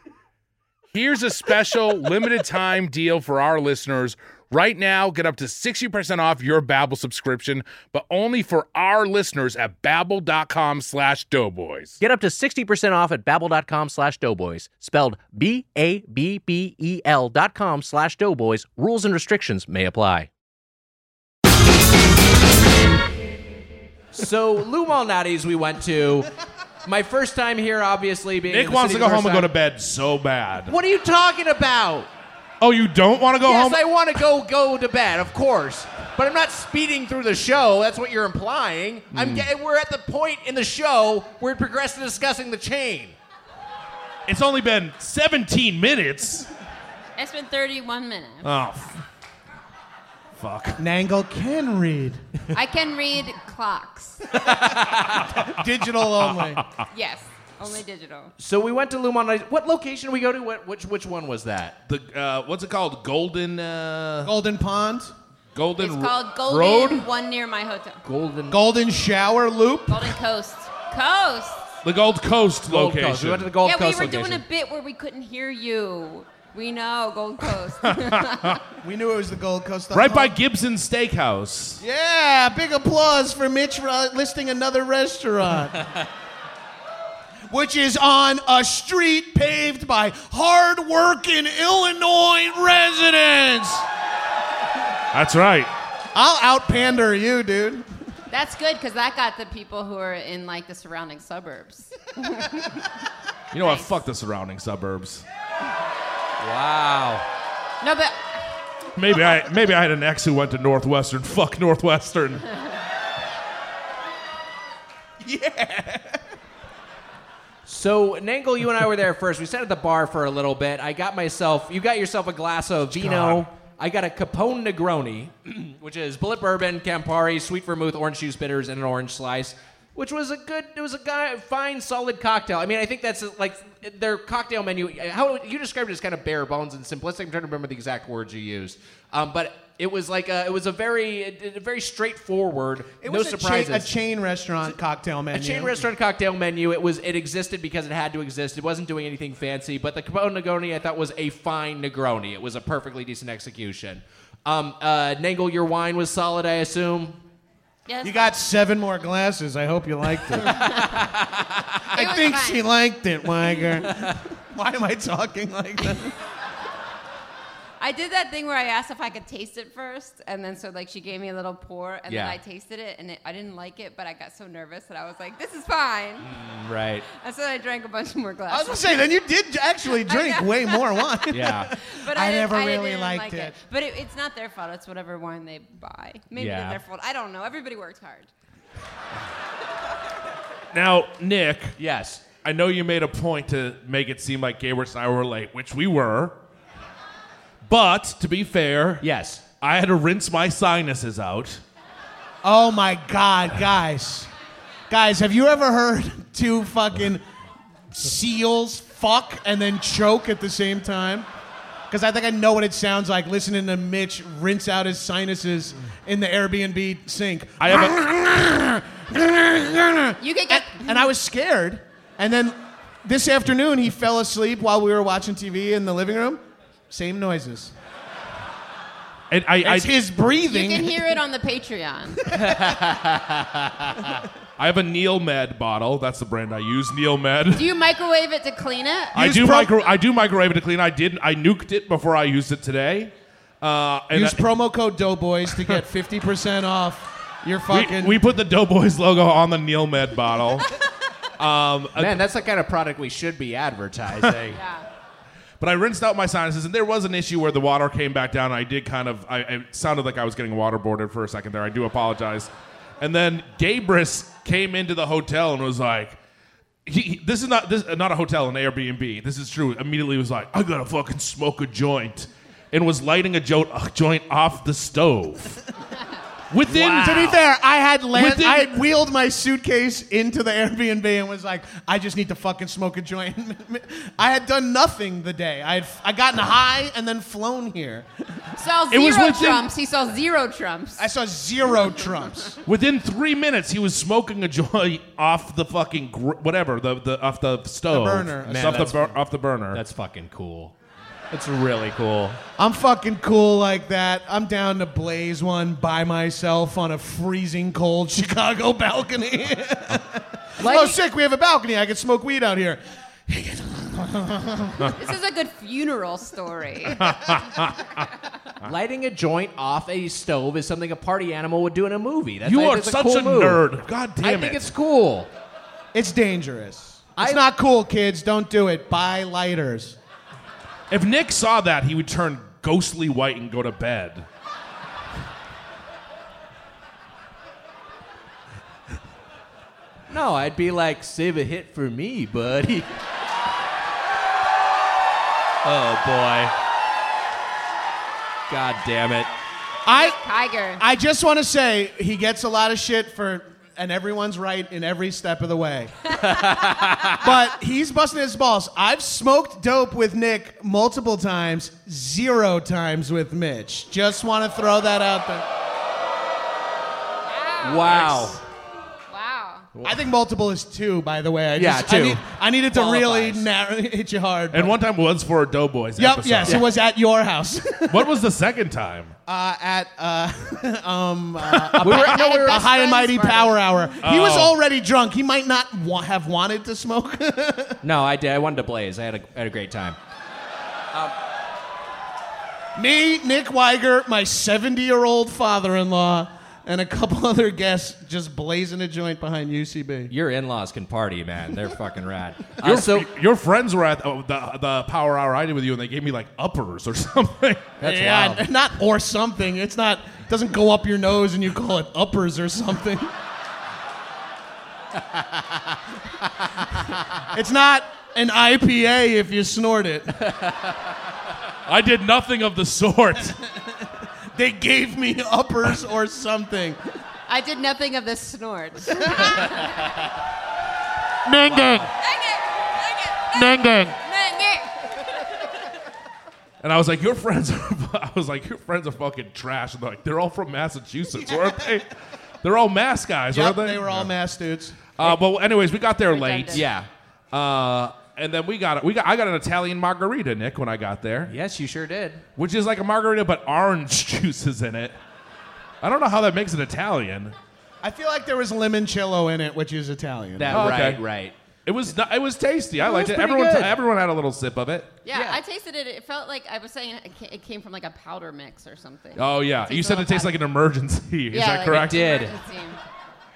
here's a special limited time deal for our listeners. Right now, get up to 60% off your Babbel subscription, but only for our listeners at babbel.com slash doughboys.
Get up to 60% off at babbel.com slash doughboys, spelled B-A-B-B-E-L E dot com slash doughboys. Rules and restrictions may apply.
So Lou Malnati's we went to. My first time here, obviously being. in
Nick
the
wants to
city
go
the
home
first
and go to
time.
bed so bad.
What are you talking about?
Oh, you don't want to go
yes,
home?
I want to go go to bed, of course. But I'm not speeding through the show. That's what you're implying.
Hmm.
I'm ge- we're at the point in the show where it progressed to discussing the chain.
it's only been 17 minutes.
It's been 31 minutes.
Uh.
Oh, f- fuck.
Nangle can read.
I can read clocks.
Digital only.
Yes, only digital.
So we went to Lumon. What location did we go to? What, which which one was that?
The uh, What's it called? Golden... Uh,
Golden Pond.
golden
It's
Ro-
called
Road?
Golden One near my hotel.
Golden
Golden Shower Loop.
Golden Coast. Coast.
The Gold Coast
Gold
location.
Coast. We went to the Gold
yeah,
Coast
we were
location.
doing a bit where we couldn't hear you. We know Gold Coast.
We knew it was the Gold Coast. the
right by
whole-
Gibson Steakhouse.
Yeah, big applause for Mitch uh, listing another restaurant. Which is on a street paved by hard-working Illinois residents.
That's right.
I'll outpander you, dude.
That's good because that got the people who are in like the surrounding suburbs.
You know what? Fuck the surrounding suburbs.
wow.
No, but
Maybe I maybe I had an ex who went to Northwestern. Fuck Northwestern.
So Nangle, you and I were there first. We sat at the bar for a little bit. I got myself. You got yourself a glass of vino. I got a Capone Negroni, which is bullet bourbon, Campari, sweet vermouth, orange juice bitters, and an orange slice, which was a good. It was a guy, fine, solid cocktail. I mean, I think that's like their cocktail menu. How you described it as kind of bare bones and simplistic. I'm trying to remember the exact words you used, um, but it was like a, it was a very a very straightforward.
It
no
was a,
surprises.
Chain, a chain restaurant cocktail menu.
A chain restaurant cocktail menu. It was it existed because it had to exist. It wasn't doing anything fancy, but the Capone Negroni I thought was a fine Negroni. It was a perfectly decent execution. Um, uh, Nangle, your wine was solid, I assume.
yes,
You got seven more glasses. I hope you liked it.
it
I
was
think
fun.
she liked it, Weiger. Why am I talking like that?
I did that thing where I asked if I could taste it first, and then so like she gave me a little pour, and
Yeah.
then I tasted it, and it, I didn't like it, but I got so nervous that I was like, "This is fine."
Right.
And so I drank a bunch more
Mm. I was
glasses.
gonna say, then you did actually drink
know.
way more wine.
Yeah.
but
I
didn't-
never
didn't
really liked
like
it.
But it, it's not their fault. It's whatever wine they buy. Maybe
Yeah.
it's their fault. I don't know. Everybody worked hard.
Now, Nick,
yes.
I know you made a point to make it seem like Gabriel and I were late, which we were.
But to be fair,
yes,
I had to rinse my sinuses out.
Oh my God, guys. Guys, have you ever heard two fucking seals fuck and then choke at the same time? Because I think I know what it sounds like listening to Mitch rinse out his sinuses in the Airbnb sink.
I have
a.
You could get.
And I was scared. And then this afternoon, he fell asleep while we were watching TV in the living room. Same noises.
And I,
That's
I,
his breathing.
You can hear it on the Patreon.
I have a Neil Med bottle. That's the brand I use. Neil Med.
Do you microwave it to clean it?
Uh,
I do micro. I do microwave it to clean. I did. I nuked it before I used it today. Uh, and
Use
I-
promo code Doughboys to get 50% off your fucking.
we, we put the Doughboys logo on the Neil Med bottle. um, uh,
Man, that's the kind of product we should be advertising.
But I rinsed out my sinuses, and there was an issue where the water came back down. I did kind of, I, it sounded like I was getting waterboarded for a second there. I do apologize. And then Gabris came into the hotel and was like, he, he- this is not this uh, not a hotel, an Airbnb. This is true. Immediately was like, I gotta fucking smoke a joint, and was lighting a, jo- a joint off the stove. Within
To be fair, I had land,
Within-
I had wheeled my suitcase into the Airbnb and was like, I just need to fucking smoke a joint. I had done nothing the day. I had I gotten high and then flown here.
Saw
It
zero
was within-
trumps. He saw zero trumps.
I saw zero trumps.
Within three minutes, he was smoking a joint off the fucking gr- whatever the, the off the stove,
burner.
It's
Man,
off the
that's
bur- off the burner.
That's fucking cool. That's really cool.
I'm fucking cool like that. I'm down to blaze one by myself on a freezing cold Chicago balcony. oh, sick! We have a balcony. I can smoke weed out here.
This is a good funeral story.
Uh,
Lighting a joint off a stove is something a party animal would do in a movie. That's
You
I think
are
it's
such
cool
a
move.
nerd. God damn
I
it.
think it's cool.
It's dangerous. It's not cool, kids. Don't do it. Buy lighters.
If Nick saw that, he would turn ghostly white and go to bed.
No, I'd be like, save a hit for me, buddy. oh boy. God damn it.
I
Tiger.
I just want to say he gets a lot of shit for, and everyone's right in every step of the way. but he's busting his balls. I've smoked dope with Nick multiple times, zero times with Mitch. Just want to throw that out there.
Wow.
Wow.
I think multiple is two, by the way. I
Yeah,
just, I,
two.
need, I needed to really
Qualifies.
narrow, hit you hard.
And one time was for a Doughboys
yep,
episode.
yes, it was at your house.
What was the second time?
uh, at uh, um, uh, a,
We were-
pa-
no, we were-
a high and mighty
friends
power hour. He was
Oh.
already drunk. He might not wa- have wanted to smoke.
No, I did. I wanted to blaze. I had a, had a great time.
Me, Nick Weiger, my 70 year old father in law, and a couple other guests just blazing a joint behind UCB.
Your in laws can party, man. They're fucking rad. Uh,
Your,
so,
your friends were at oh, the, the power hour I did with you, and they gave me like uppers or something.
that's
yeah,
wild.
n- not or something. It's not doesn't go up your nose and you call it uppers or something. it's not an IPA if you snort it.
I did nothing of the sort.
They gave me uppers or something.
I did nothing of this snort.
Dang, dang.
Dang it.
And I was like, "Your friends are," I was like, "Your friends are fucking trash." And they're like, "They're all from Massachusetts, weren't they? They're all mass guys,
Yep,
aren't they?"
they were all mass dudes.
Uh, but anyways, we got there late.
Redundant.
yeah.
Uh, and then we got we got I got an Italian margarita, Nick, when I got there,
Yes, you sure did.
which is like a margarita but orange juice is in it. I don't know how that makes it Italian.
I feel like there was limoncello in it, which is Italian.
That,
Oh, okay.
right, right.
It was not, it was tasty. I liked
was
it.
pretty
Everyone
good.
everyone had a little sip of it.
Yeah,
Yeah.
I tasted it. It felt like I was saying it ca- it came from like a powder mix or something.
Oh yeah,
tastes
you
a
said
little
it tastes
bad.
like an emergency. Is
yeah,
that
like
correct?
an
Did.
emergency.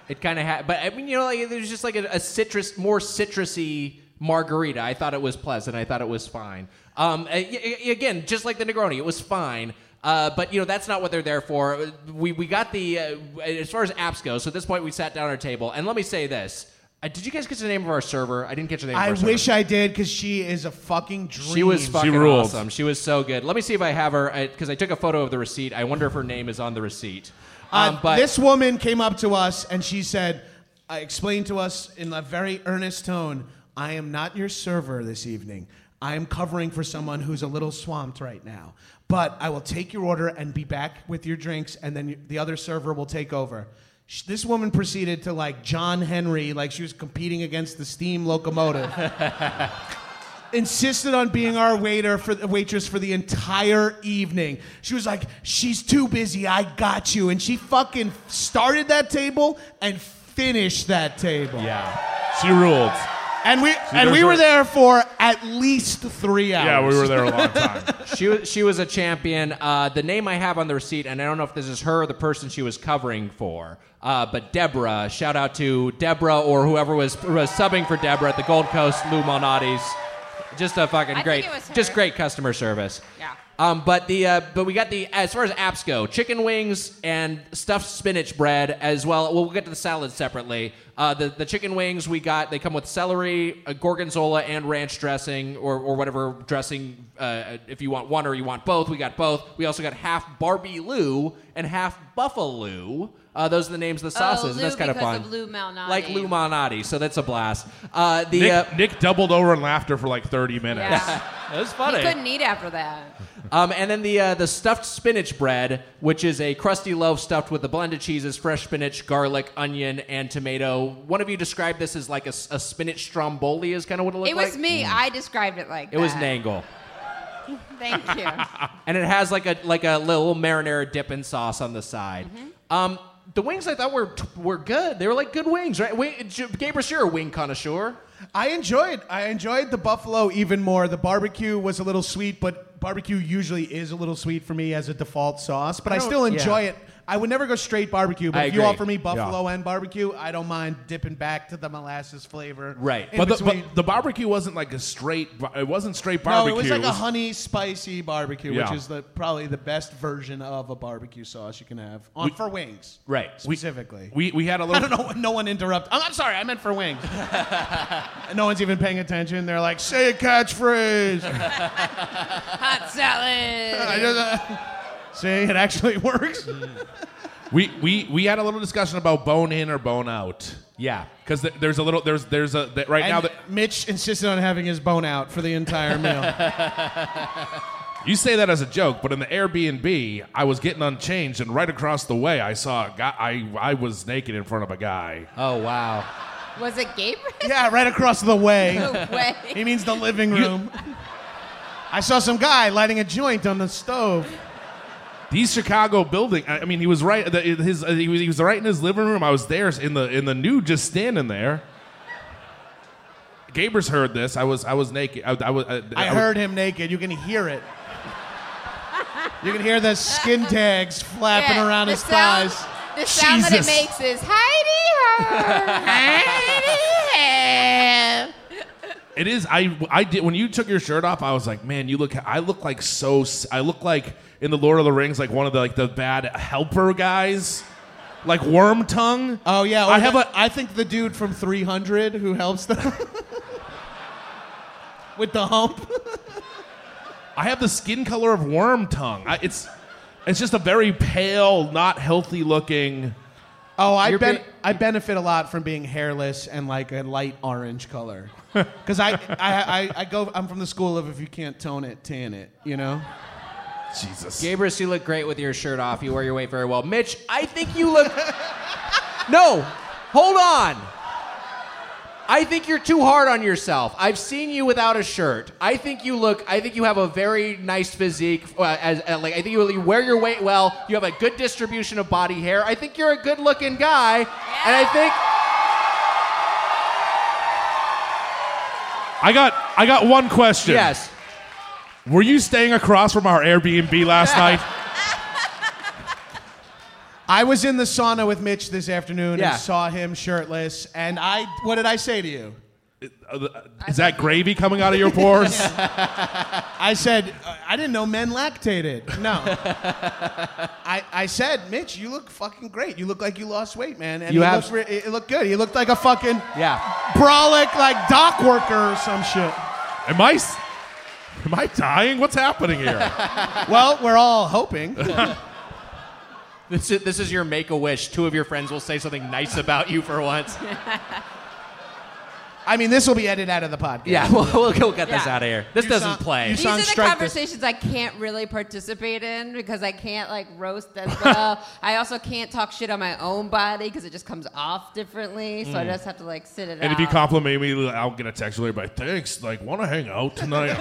It kind of had, but I mean, you know, like there's just like a, a citrus, more citrusy margarita. I thought it was pleasant. I thought it was fine. Um, a- y- y- again, just like the Negroni, it was fine. Uh, but you know, that's not what they're there for. We we got the uh, as far as apps go. So at this point, we sat down at our table, and let me say this. Uh, did you guys get the name of our server? I didn't get the name.
I
of our
wish
server.
I did because she is a fucking dream.
She was fucking awesome. She was so good. Let me see if I have her because I, took a photo of the receipt. I wonder if her name is on the receipt.
Uh,
Um, but
this woman came up to us and she said, uh, explained to us in a very earnest tone, I am not your server this evening. I am covering for someone who's a little swamped right now. But I will take your order and be back with your drinks, and then the other server will take over. Sh- This woman proceeded to like John Henry, like she was competing against the steam locomotive. insisted on being our waiter for the waitress for the entire evening. She was like, "She's too busy. I got you." And she fucking started that table and finished that table. Yeah.
She ruled.
And we and
there's
we
a-
were there for at least 3 hours.
time.
she was she was a champion. Uh, the name I have on the receipt, and I don't know if this is her or the person she was covering for, uh, but Deborah. Shout out to Deborah or whoever was, was subbing for Deborah at the Gold Coast, Lou Malnati's. Just a fucking
I think
great,
it was her.
just great customer service.
Yeah.
Um, but the uh, but we got the as far as apps go, chicken wings and stuffed spinach bread as well. We'll get to the salad separately. Uh, the the chicken wings we got they come with celery, uh, gorgonzola, and ranch dressing or or whatever dressing uh, if you want one or you want both. We got both. We also got half Barbie Lou and half Buffalo. Uh, those are the names of the sauces. and
Oh, Lou
that's kind of
because
fun.
of Lou Malnati.
like Lou Malnati, so that's a blast. Uh, the
Nick,
uh,
Nick doubled over in laughter for like 30 minutes.
Yeah.
that was
He
funny.
couldn't eat after that.
Um, and then the uh, the stuffed spinach bread, which is a crusty loaf stuffed with the blended cheeses, fresh spinach, garlic, onion, and tomato. One of you described this as like a, s- a spinach stromboli, is kind of what it looked
It
like.
was me. I described it like
It was
that.
nangle,
Thank you.
and it has like a like a little marinara dipping sauce on the side.
Mm-hmm.
Um, the wings I thought were were good. They were like good wings, right? Wing, J- Gabrus, you're a wing connoisseur.
I enjoyed I enjoyed the buffalo even more. The barbecue was a little sweet, but barbecue usually is a little sweet for me as a default sauce, but
I
I,
don't-
still
yeah.
enjoy it. I would never go straight barbecue, but
I
if you
agree.
offer me
Yeah.
buffalo and barbecue, I don't mind dipping back to the molasses flavor. in
But the,
between.
but the barbecue wasn't like a straight, bar- it wasn't straight
no,
barbecue.
it was like a honey spicy barbecue,
Yeah.
which is the probably the best version of a barbecue sauce you can have on
We-
for wings.
Right. We-
Specifically.
We, we had a
I
little.
don't know. No one interrupt. I'm, I'm sorry. I meant for wings. And no one's even paying attention. They're like, say a catchphrase.
Hot salad.
I just, uh, see, it actually works.
We, we, we had a little discussion about bone in or bone out.
Yeah.
Because th- there's a little, there's, there's a, th- right
And
now, that
Mitch insisted on having his bone out for the entire meal.
You say that as a joke, but in the Airbnb, I was getting unchanged, and right across the way, I saw a guy. I, I was naked in front of a guy.
Oh wow.
Was it Gabriel?
yeah, right across the way.
No way.
He means the living room. I saw some guy lighting a joint on the stove.
These Chicago building. I, I mean, he was right. The, his uh, he, was, he was right in his living room. I was there in the in the nude, just standing there. Gaber's heard this. I was I was naked. I, I was. I,
I heard him naked. You can hear it. You can hear the skin tags flapping
Yeah,
around
the
his
sound-
thighs.
The sound that it
Jesus.
makes is Heidi ho, Heidi ho."
It is. I I did when you took your shirt off. I was like, man, you look. I look like so. s- I look like in the Lord of the Rings, like one of the like the bad helper guys, like Worm Tongue.
Oh yeah,
I have a.
I think the dude from 300 who helps them with the hump.
I have the skin color of Worm Tongue. I, it's. It's just a very pale, not healthy looking.
Oh, I
You're
ben-
being-
I benefit a lot from being hairless and like a light orange color, because I, I I I go I'm from the school of if you can't tone it, tan it. You know.
Jesus.
Gabrus, you look great with your shirt off. You wear your weight very well. Mitch, I think you look. no, hold on. I think you're too hard on yourself. I've seen you without a shirt. I think you look. I think you have a very nice physique. Uh, as uh, like, I think you, you wear your weight well. You have a good distribution of body hair. I think you're a good-looking guy, and I think
I got. I got one question.
yes.
Were you staying across from our Airbnb last night?
I was in the sauna with Mitch this afternoon
Yeah.
and saw him shirtless, and I what did I say to you?
Is that gravy coming out of your pores?
I said, uh, I didn't know men lactated. No. I, I said, Mitch, you look fucking great. You look like you lost weight, man. And
You
he
have-
looked re- it looked good. He looked like a fucking
yeah,
brolic, like dock worker or some shit.
Am I, s- am I dying? What's happening here?
well, we're all hoping.
This is, this is your make a wish. Two of your friends will say something nice about you for once.
I mean, this will be edited out of the podcast.
Yeah, we'll, we'll, we'll get this
Yeah.
out of here. This
You
doesn't
sound-
play.
These are the conversations I can't really participate in because I can't like roast as well. I also can't talk shit on my own body because it just comes off differently. So I
Mm.
just have to like sit it out.
And if you compliment me, I'll get a text later. By thanks, like want to hang out tonight?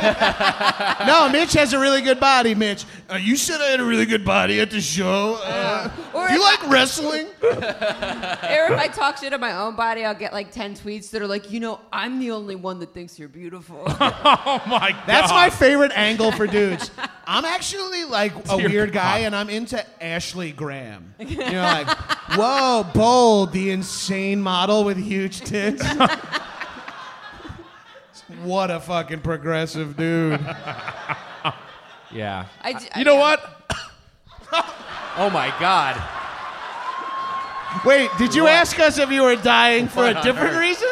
no, Mitch has a really good body, Mitch. Uh, you said I had a really good body at the show. Uh,
Or
do you
if
like
I-
wrestling?
or if I talk shit on my own body, I'll get like 10 tweets that are like, you know, I'm the only one that thinks you're beautiful.
oh my god,
That's my favorite angle for dudes. I'm actually like a
Dear
weird guy,
God.
and I'm into Ashley Graham. You know, like, whoa, bold, the insane model with huge tits. what a fucking progressive dude.
Yeah.
I d-
You know what?
Oh my God.
Wait, did you ask us if you were dying for a
What on
different
earth?
reason?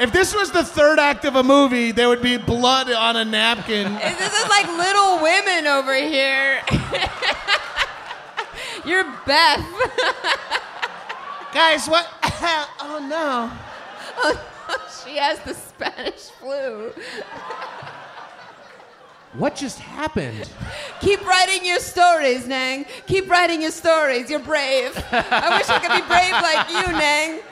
If this was the third act of a movie, there would be blood on a napkin.
this is like little women over here. you're Beth.
Guys, what? oh no.
she has the Spanish flu.
What just happened?
Keep writing your stories, Nang. Keep writing your stories. You're brave. I wish I could be brave like you, Nang.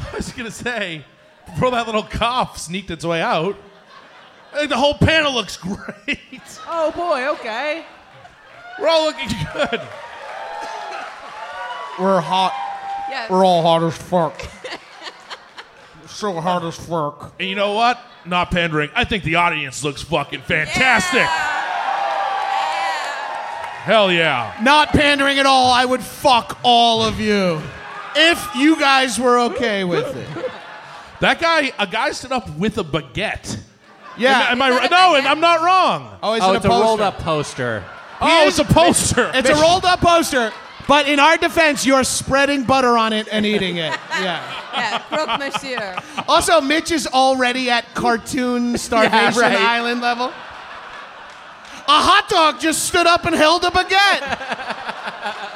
I was gonna say before that little cough sneaked its way out. I think the whole panel looks great.
Oh boy, okay.
We're all looking good.
We're hot.
Yes.
We're all hard as fuck. so hard as fuck.
And you know what? Not pandering. I think the audience looks fucking fantastic. Hell yeah.
Not pandering at all. I would fuck all of you if you guys were okay with it.
That guy, a guy stood up with a baguette.
Yeah.
Am, I am I no? I'm not wrong.
oh, it's,
oh,
in
it's
a
a
poster.
rolled up poster.
Oh, it's a poster.
It's a rolled up poster. But in our defense, you're spreading butter on it and eating it. Yeah.
Yeah, croque monsieur.
Also, Mitch is already at cartoon starvation
right.
island level. A hot dog just stood up and held a baguette.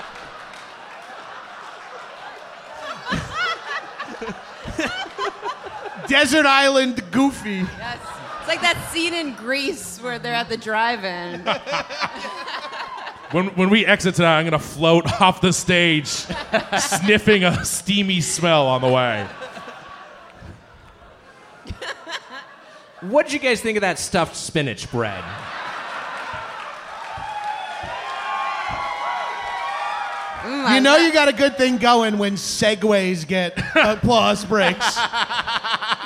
Desert Island Goofy.
Yes. It's like that scene in Greece where they're at the drive-in.
When, when we exit tonight, I'm gonna float off the stage, sniffing a steamy smell on the way.
What'd you guys think of that stuffed spinach bread?
You know you got a good thing going when segues get applause breaks.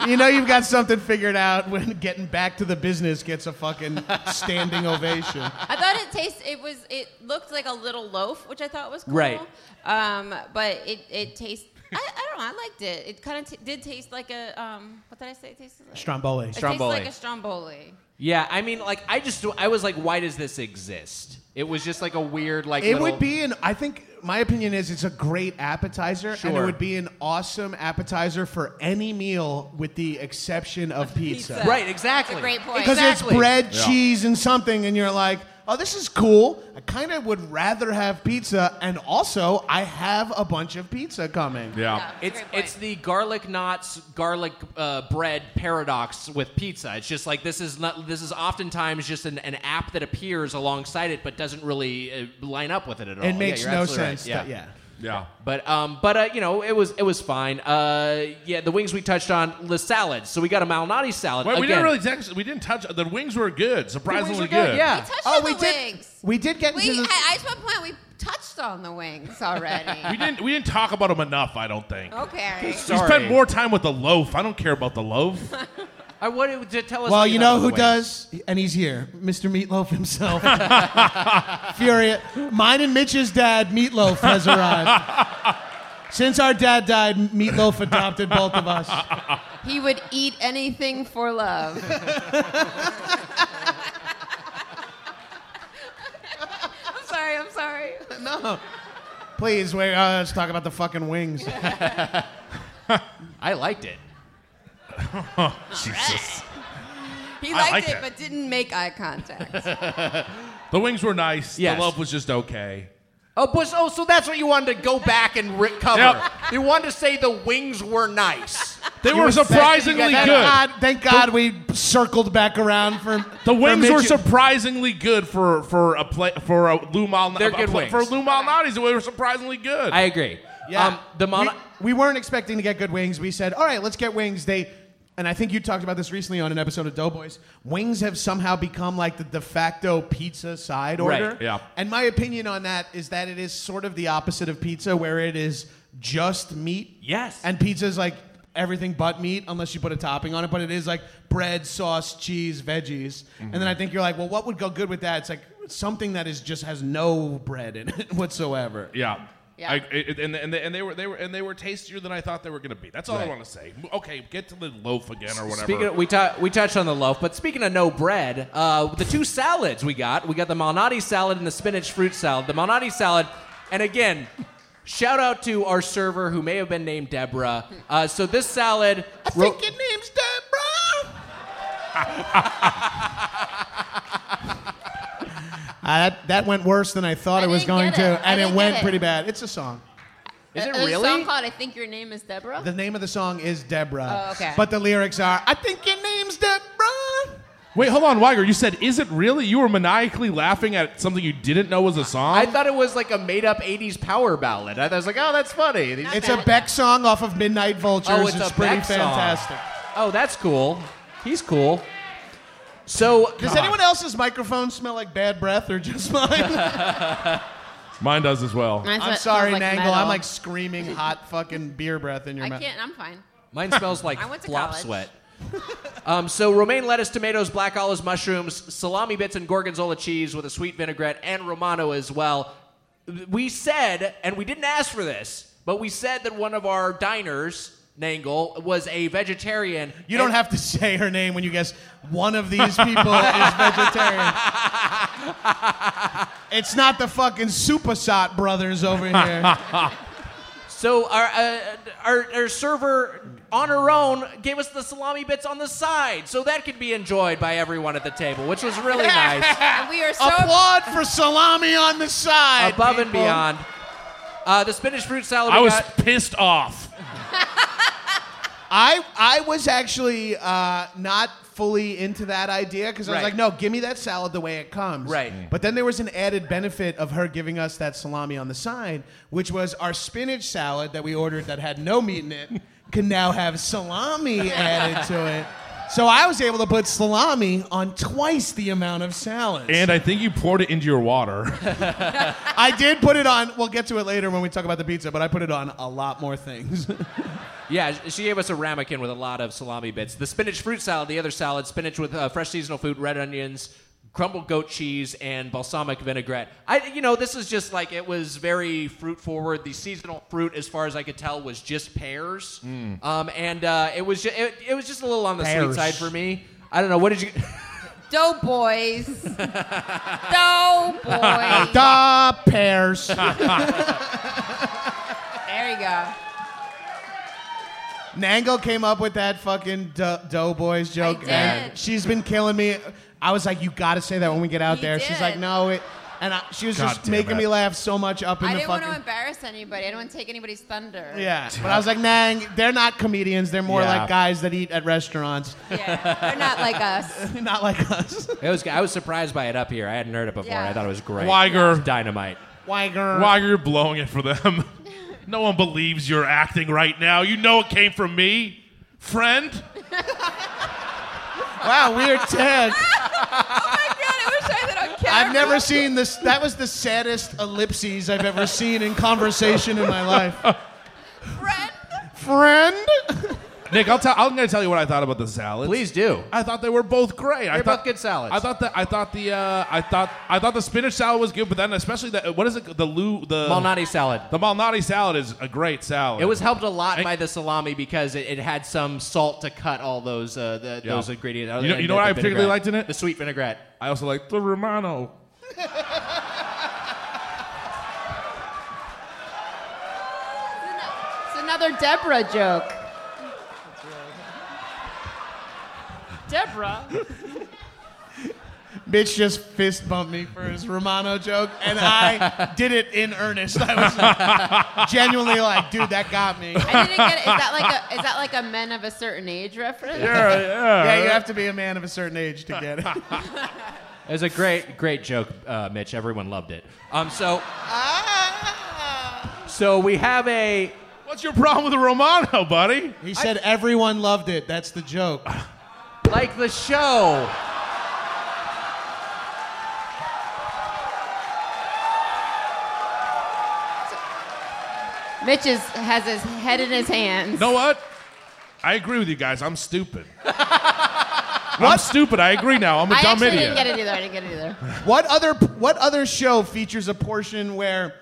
you know you've got something figured out when getting back to the business gets a fucking standing ovation.
I thought it tasted. It was. It looked like a little loaf, which I thought was cool.
Right.
Um, but it it tastes. I, I don't know. I liked it. It kind of t- did taste like a. Um, what did I say? It tasted like.
Stromboli.
It
Stromboli.
tastes like a stromboli.
Yeah, I mean, like, I just, I was like, why does this exist? It was just like a weird, like,
It
little-
would be an. I think my opinion is it's a great appetizer, and it
Sure.
would be an awesome appetizer for any meal, with the exception of pizza.
Pizza.
Right, exactly.
That's a great point.
Because
Exactly.
it's bread, cheese, and something, and you're like, oh, this is cool. I kind of would rather have pizza, and also I have a bunch of pizza coming.
Yeah.
It's
Great point.
it's the garlic knots garlic uh, bread paradox with pizza. It's just like this is not this is oftentimes just an, an app that appears alongside it but doesn't really uh, line up with it at all.
It
Yeah,
makes
you're
no
absolutely right.
sense. that- yeah.
Yeah.
But um, but uh, you know, it was it was fine. Uh, yeah, the wings we touched on the salads. So we got a Malnati salad.
Wait, we
Again,
didn't really text, we didn't touch the wings were good, surprisingly
were good, yeah.
We touched
Oh,
on
we
the
did.
wings.
We did get
We.
into
I,
the.
I just want to point. We touched on the wings already.
We didn't we didn't talk
Oh,
about them enough, I don't think.
okay.
We
Sorry.
spent more time with the loaf. I don't care about the loaf.
I wanted to tell us.
Well,
the
you know
other
who
way.
does, and he's here, Mr. Meatloaf himself. Furious. Mine and Mitch's dad, Meatloaf, has arrived. Since our dad died, Meatloaf adopted both of us.
He would eat anything for love. I'm sorry. I'm sorry.
No. Please wait. Uh, let's talk about the fucking wings.
I liked it.
Jesus.
He
I
liked
like
it,
that.
but didn't make eye contact.
the wings were nice.
Yes.
The love was just okay.
Oh, but, oh, so that's what you wanted to go back and recover.
Yep.
You wanted to say the wings were nice.
They
You
were
expected
surprisingly
to get that-
Thank
good.
God, thank God we circled back around for
The wings
for
were
Mitch-
surprisingly good for for a play for a Lou Malnati.
They're good wings.
for Lou Malnati's. They were surprisingly good.
I agree.
Yeah.
Um, the mono-
we, we weren't expecting to get good wings. We said, all right, let's get wings. They, and I think you talked about this recently on an episode of Doughboys. Wings have somehow become like the de facto pizza side
Right,
order.
yeah.
And my opinion on that is that it is sort of the opposite of pizza, where it is just meat.
Yes.
And pizza is like everything but meat, unless you put a topping on it. But it is like bread, sauce, cheese, veggies. And then I think you're like, well, what would go good with that? It's like something that is just has no bread in it whatsoever.
yeah.
Yeah.
I, it- and, and, and they were they were and they were tastier than I thought they were going to be. That's all I want to say. Okay, get to the loaf again or whatever.
Speaking of, we, ta- we touched on the loaf, but speaking of no bread, uh, the two salads we got, we got the Malnati salad and the spinach fruit salad. The Malnati salad, and again, shout out to our server who may have been named Deborah. Uh, so this salad, ro-
your name's Deborah. that, that went worse than I thought
I
it was
didn't
going
get
to,
it. I
and it
didn't
went
get it.
pretty bad. It's a song.
is it
There's
really?
a song called "I Think Your Name Is Deborah."
The name of the song is Deborah.
Oh, okay.
But the lyrics are, I think your name's Deborah.
Wait, hold on, Weiger. You said, "Is it really?" You were maniacally laughing at something you didn't know was a song.
I thought it was like a made up 80s power ballad. I was like, oh, that's funny. These-
It's a Beck song off of Midnight Vultures.
Oh, it's a
pretty
Beck song.
fantastic.
oh, that's cool. He's cool. So, uh,
Does anyone else's microphone smell like bad breath or just mine?
Mine does as well.
I thought
I'm
it
sorry,
sounds like
Nangle.
metal.
I'm like screaming hot fucking beer breath in your
I
mouth.
can't. I'm fine.
Mine smells like
I went to
flop
college.
sweat. um, so romaine lettuce, tomatoes, black olives, mushrooms, salami bits, and gorgonzola cheese with a sweet vinaigrette and romano as well. We said, and we didn't ask for this, but we said that one of our diners, Nangle, was a vegetarian.
You don't have to say her name when you guess one of these people is vegetarian. It's not the fucking Supersot brothers over here.
So our, uh, our our server on her own gave us the salami bits on the side, so that could be enjoyed by everyone at the table, which was really nice.
And we are so
Applaud for salami on the side.
Above and
people.
beyond. Uh, the spinach fruit salad.
I
we
was
got-
pissed off.
I I was actually uh, not fully into that idea because I was
Right.
like, no, give me that salad the way it comes.
Right. Mm.
But then there was an added benefit of her giving us that salami on the side, which was our spinach salad that we ordered that had no meat in it can now have salami added to it. So I was able to put salami on twice the amount of salads.
And I think you poured it into your water.
I did put it on. We'll get to it later when we talk about the pizza, but I put it on a lot more things.
Yeah, sh- she gave us a ramekin with a lot of salami bits. The spinach fruit salad, the other salad, spinach with uh, fresh seasonal food, red onions, crumbled goat cheese, and balsamic vinaigrette. I, you know, this is just like it was very fruit forward. The seasonal fruit, as far as I could tell, was just pears, um, and uh, it was ju- it, it was just a little on the sweet
Pears.
side for me. I don't know. What did you?
dough boys. dough boys.
Duh, pears.
There you go.
Nangle came up with that fucking do- Doughboys joke,
did.
and she's been killing me. I was like, "You got to say that when we get out
You
there." She's
did.
like, "No," it, and I, she was
God
just
damn
making
it.
me laugh so much up in
I
the
didn't
fucking.
want to embarrass anybody. I didn't want to take anybody's thunder.
yeah, but I was like, "Nang, they're not comedians. They're more
Yeah.
like guys that eat at restaurants,
Yeah. They're not like us.
not like us."
It was. I was surprised by it up here. I hadn't heard it before.
Yeah.
I thought it was great.
Weiger,
Dynamite.
Weiger.
Weiger, you're blowing it for them. no one believes you're acting right now. You know it came from me, friend.
Wow, weird tag.
God, I wish I had that on camera.
I've never seen this. That was the saddest ellipses I've ever seen in conversation in my life.
friend.
Friend.
Nick, I'll tell. I'm going to tell you what I thought about the salads. Please
do.
I thought they were both great. I
They're
thought
both good salads.
I thought that. I thought the. Uh, I thought. I thought the spinach salad was good, but then especially the. What is it? The lou. The
Malnati salad.
The malnati salad is a great salad.
It was helped a lot by the salami because it, it had some salt to cut all those uh, the,
Yeah.
those ingredients.
You know-
and
you know
the-
what
the
I
vinaigrette.
particularly liked in it?
The sweet vinaigrette.
I also like the Romano.
It's another Deborah joke. Deborah.
Bitch just fist bumped me for his Romano joke, and I did it in earnest. I was genuinely like, dude, that got me.
I didn't get it. Is that like a is that like a men of a certain age reference?
Yeah, you have to be a man of a certain age to get it.
It was a great great joke, uh, Mitch. Everyone loved it. Um, so so we have a.
What's your problem with the Romano, buddy?
He said everyone loved it. That's the joke.
Like the show.
Mitch is, has his head in his hands.
know what? I agree with you guys. I'm stupid. I'm stupid. I agree now. I'm a
I
dumb
actually
idiot.
didn't get it either. I didn't get it either.
What other what other show features a portion where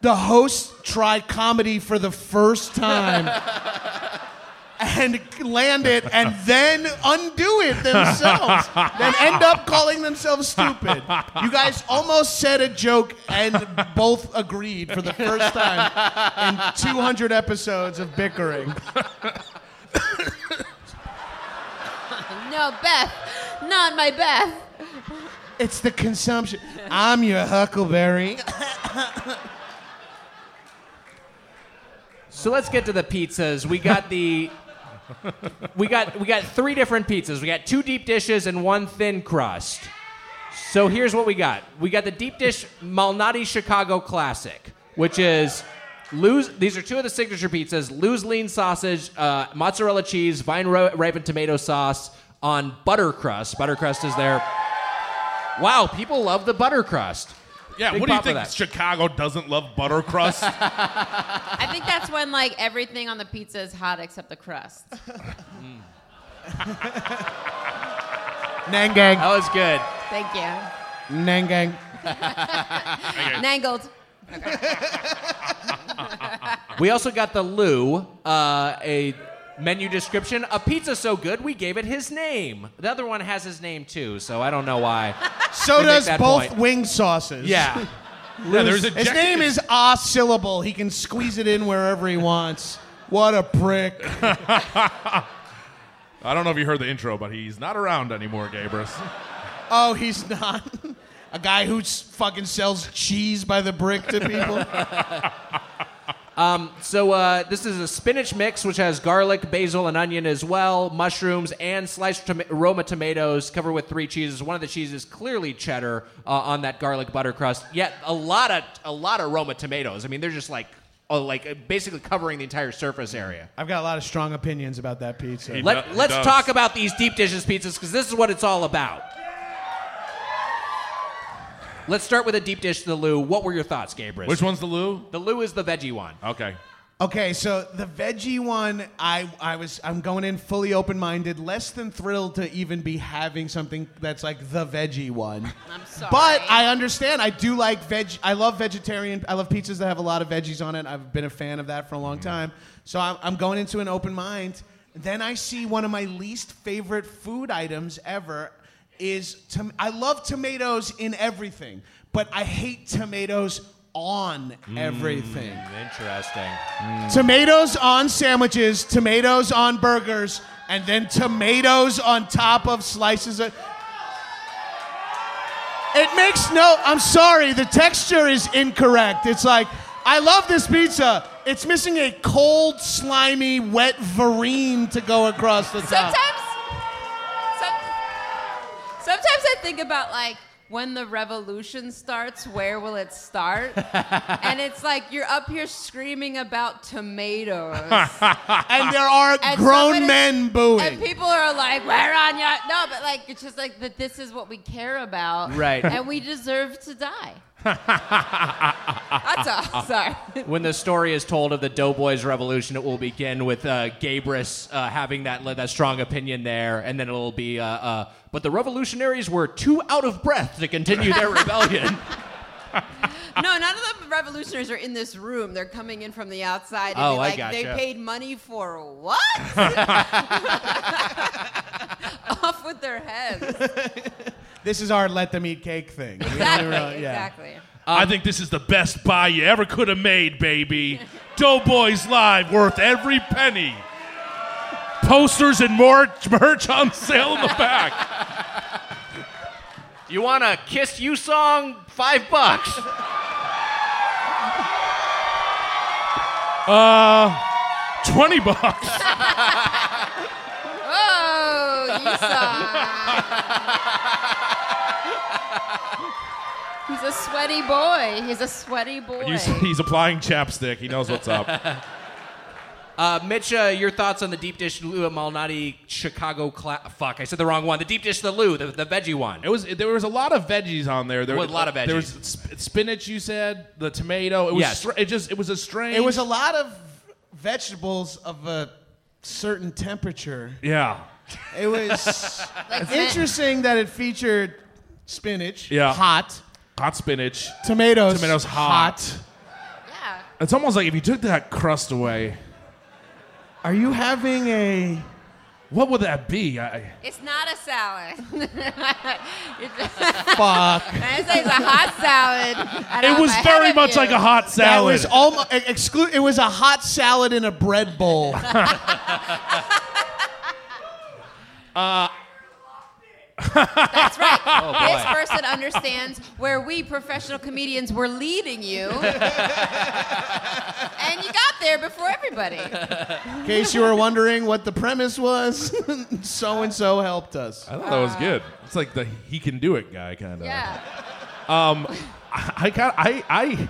the hosts try comedy for the first time and land it and then undo it themselves? then end up calling themselves stupid. You guys almost said a joke and both agreed for the first time in 200 episodes of bickering.
No, Beth. Not my Beth.
It's the consumption. I'm your huckleberry.
So let's get to the pizzas. We got the we got we got three different pizzas. We got two deep dishes and one thin crust. So here's what we got. We got the deep dish Malnati Chicago Classic, which is lose. These are two of the signature pizzas: lose lean sausage, uh, mozzarella cheese, vine ro- ripened tomato sauce on butter crust. Butter crust is there. Wow, people love the butter crust.
Yeah,
Big
what do you
pop for
think?
that.
Chicago doesn't love butter crust.
I think that's when like everything on the pizza is hot except the crust.
Nangang.
That was good.
Thank you.
Nangang.
Nangled. Okay.
We also got the Lou, uh, a menu description. A pizza so good, we gave it his name. The other one has his name too, so I don't know why.
So
They make
does
that
both
point.
wing sauces.
Yeah.
Yeah, there's a
His
jack-
name is ah syllable. He can squeeze it in wherever he wants. What a prick.
I don't know if you heard the intro, but he's not around anymore, Gabrus.
oh, he's not. A guy who s- fucking sells cheese by the brick to people.
Um, so uh, this is a spinach mix, which has garlic, basil, and onion as well, mushrooms, and sliced toma- Roma tomatoes covered with three cheeses. One of the cheeses clearly cheddar uh, on that garlic butter crust. Yet a lot of a lot of Roma tomatoes. I mean, they're just like oh, like basically covering the entire surface area.
I've got a lot of strong opinions about that pizza.
Let, us talk about these deep dishes pizzas because this is what it's all about. Let's start with a deep dish, the Lou. What were your thoughts, Gabriel?
Which one's the Lou?
The Lou is the veggie one.
Okay.
Okay, so the veggie one, I, I was I'm going in fully open minded, less than thrilled to even be having something that's like the veggie one. I'm sorry. But I understand. I do like veg. I love vegetarian. I love pizzas that have a lot of veggies on it. I've been a fan of that for a long time. So I'm, I'm going into an open mind. Then I see one of my least favorite food items ever is tom- I love tomatoes in everything, but I hate tomatoes on everything.
Interesting.
Tomatoes on sandwiches, tomatoes on burgers, and then tomatoes on top of slices of. It makes no. I'm sorry, the texture is incorrect. It's like, I love this pizza. It's missing a cold, slimy, wet vereen to go across the top.
Sometimes, some, sometimes I think about like when the revolution starts, where will it start? and it's like you're up here screaming about tomatoes.
and there are
And
grown
somebody-
men booing.
And people are like, we're on your. No, but like, it's just like that this is what we care about.
Right.
And we deserve to die.
That's all. Sorry.
when the story is told of the Doughboys Revolution, it will begin with uh, Gabrus uh, having that that strong opinion there, and then it'll be. Uh, uh, but the revolutionaries were too out of breath to continue their rebellion.
no, none of the revolutionaries are in this room. They're coming in from the outside. And
Oh,
they're
I
like, They
gotcha.
paid money for what? Off with their heads.
This is our let them eat cake thing. We don't
Exactly.
really- yeah.
Exactly.
I think this is the best buy you ever could have made, baby. Doughboys Live, worth every penny. Posters and more merch on sale in the back.
you want a kiss you song? Five bucks.
Uh, 20 bucks.
Oh, you He's a sweaty boy. He's a sweaty boy.
He's, he's applying chapstick. He knows what's up.
Uh, Mitch, uh, your thoughts on the deep dish Lou Malnati Chicago cla- fuck? I said the wrong one. The deep dish, the Lou, the, the veggie one.
It was there was a lot of veggies on there. There
With a lot of
There was sp- spinach. You said the tomato. It was.
Yes.
str- it just. It was a strange.
It was a lot of vegetables of a certain temperature.
Yeah.
It was
Like
interesting that it featured spinach.
Yeah.
Hot.
Hot spinach.
Tomatoes.
Tomatoes hot. It's almost like if you took that crust away.
Are you having a?
What would that be?
Um,
I,
It's not a salad.
Fuck.
I say it's a hot salad. I don't
It was
know if I
very
have it
much
here.
like a
hot
That was almost exclu- It was a hot salad in a bread bowl.
uh,
That's right.
Oh, boy.
this person understands where we professional comedians were leading you, and you got there before everybody.
In case you were wondering what the premise was, so and so helped us.
I thought that was good. It's like the he can do it guy kind of.
Yeah.
Um, I, I got I I.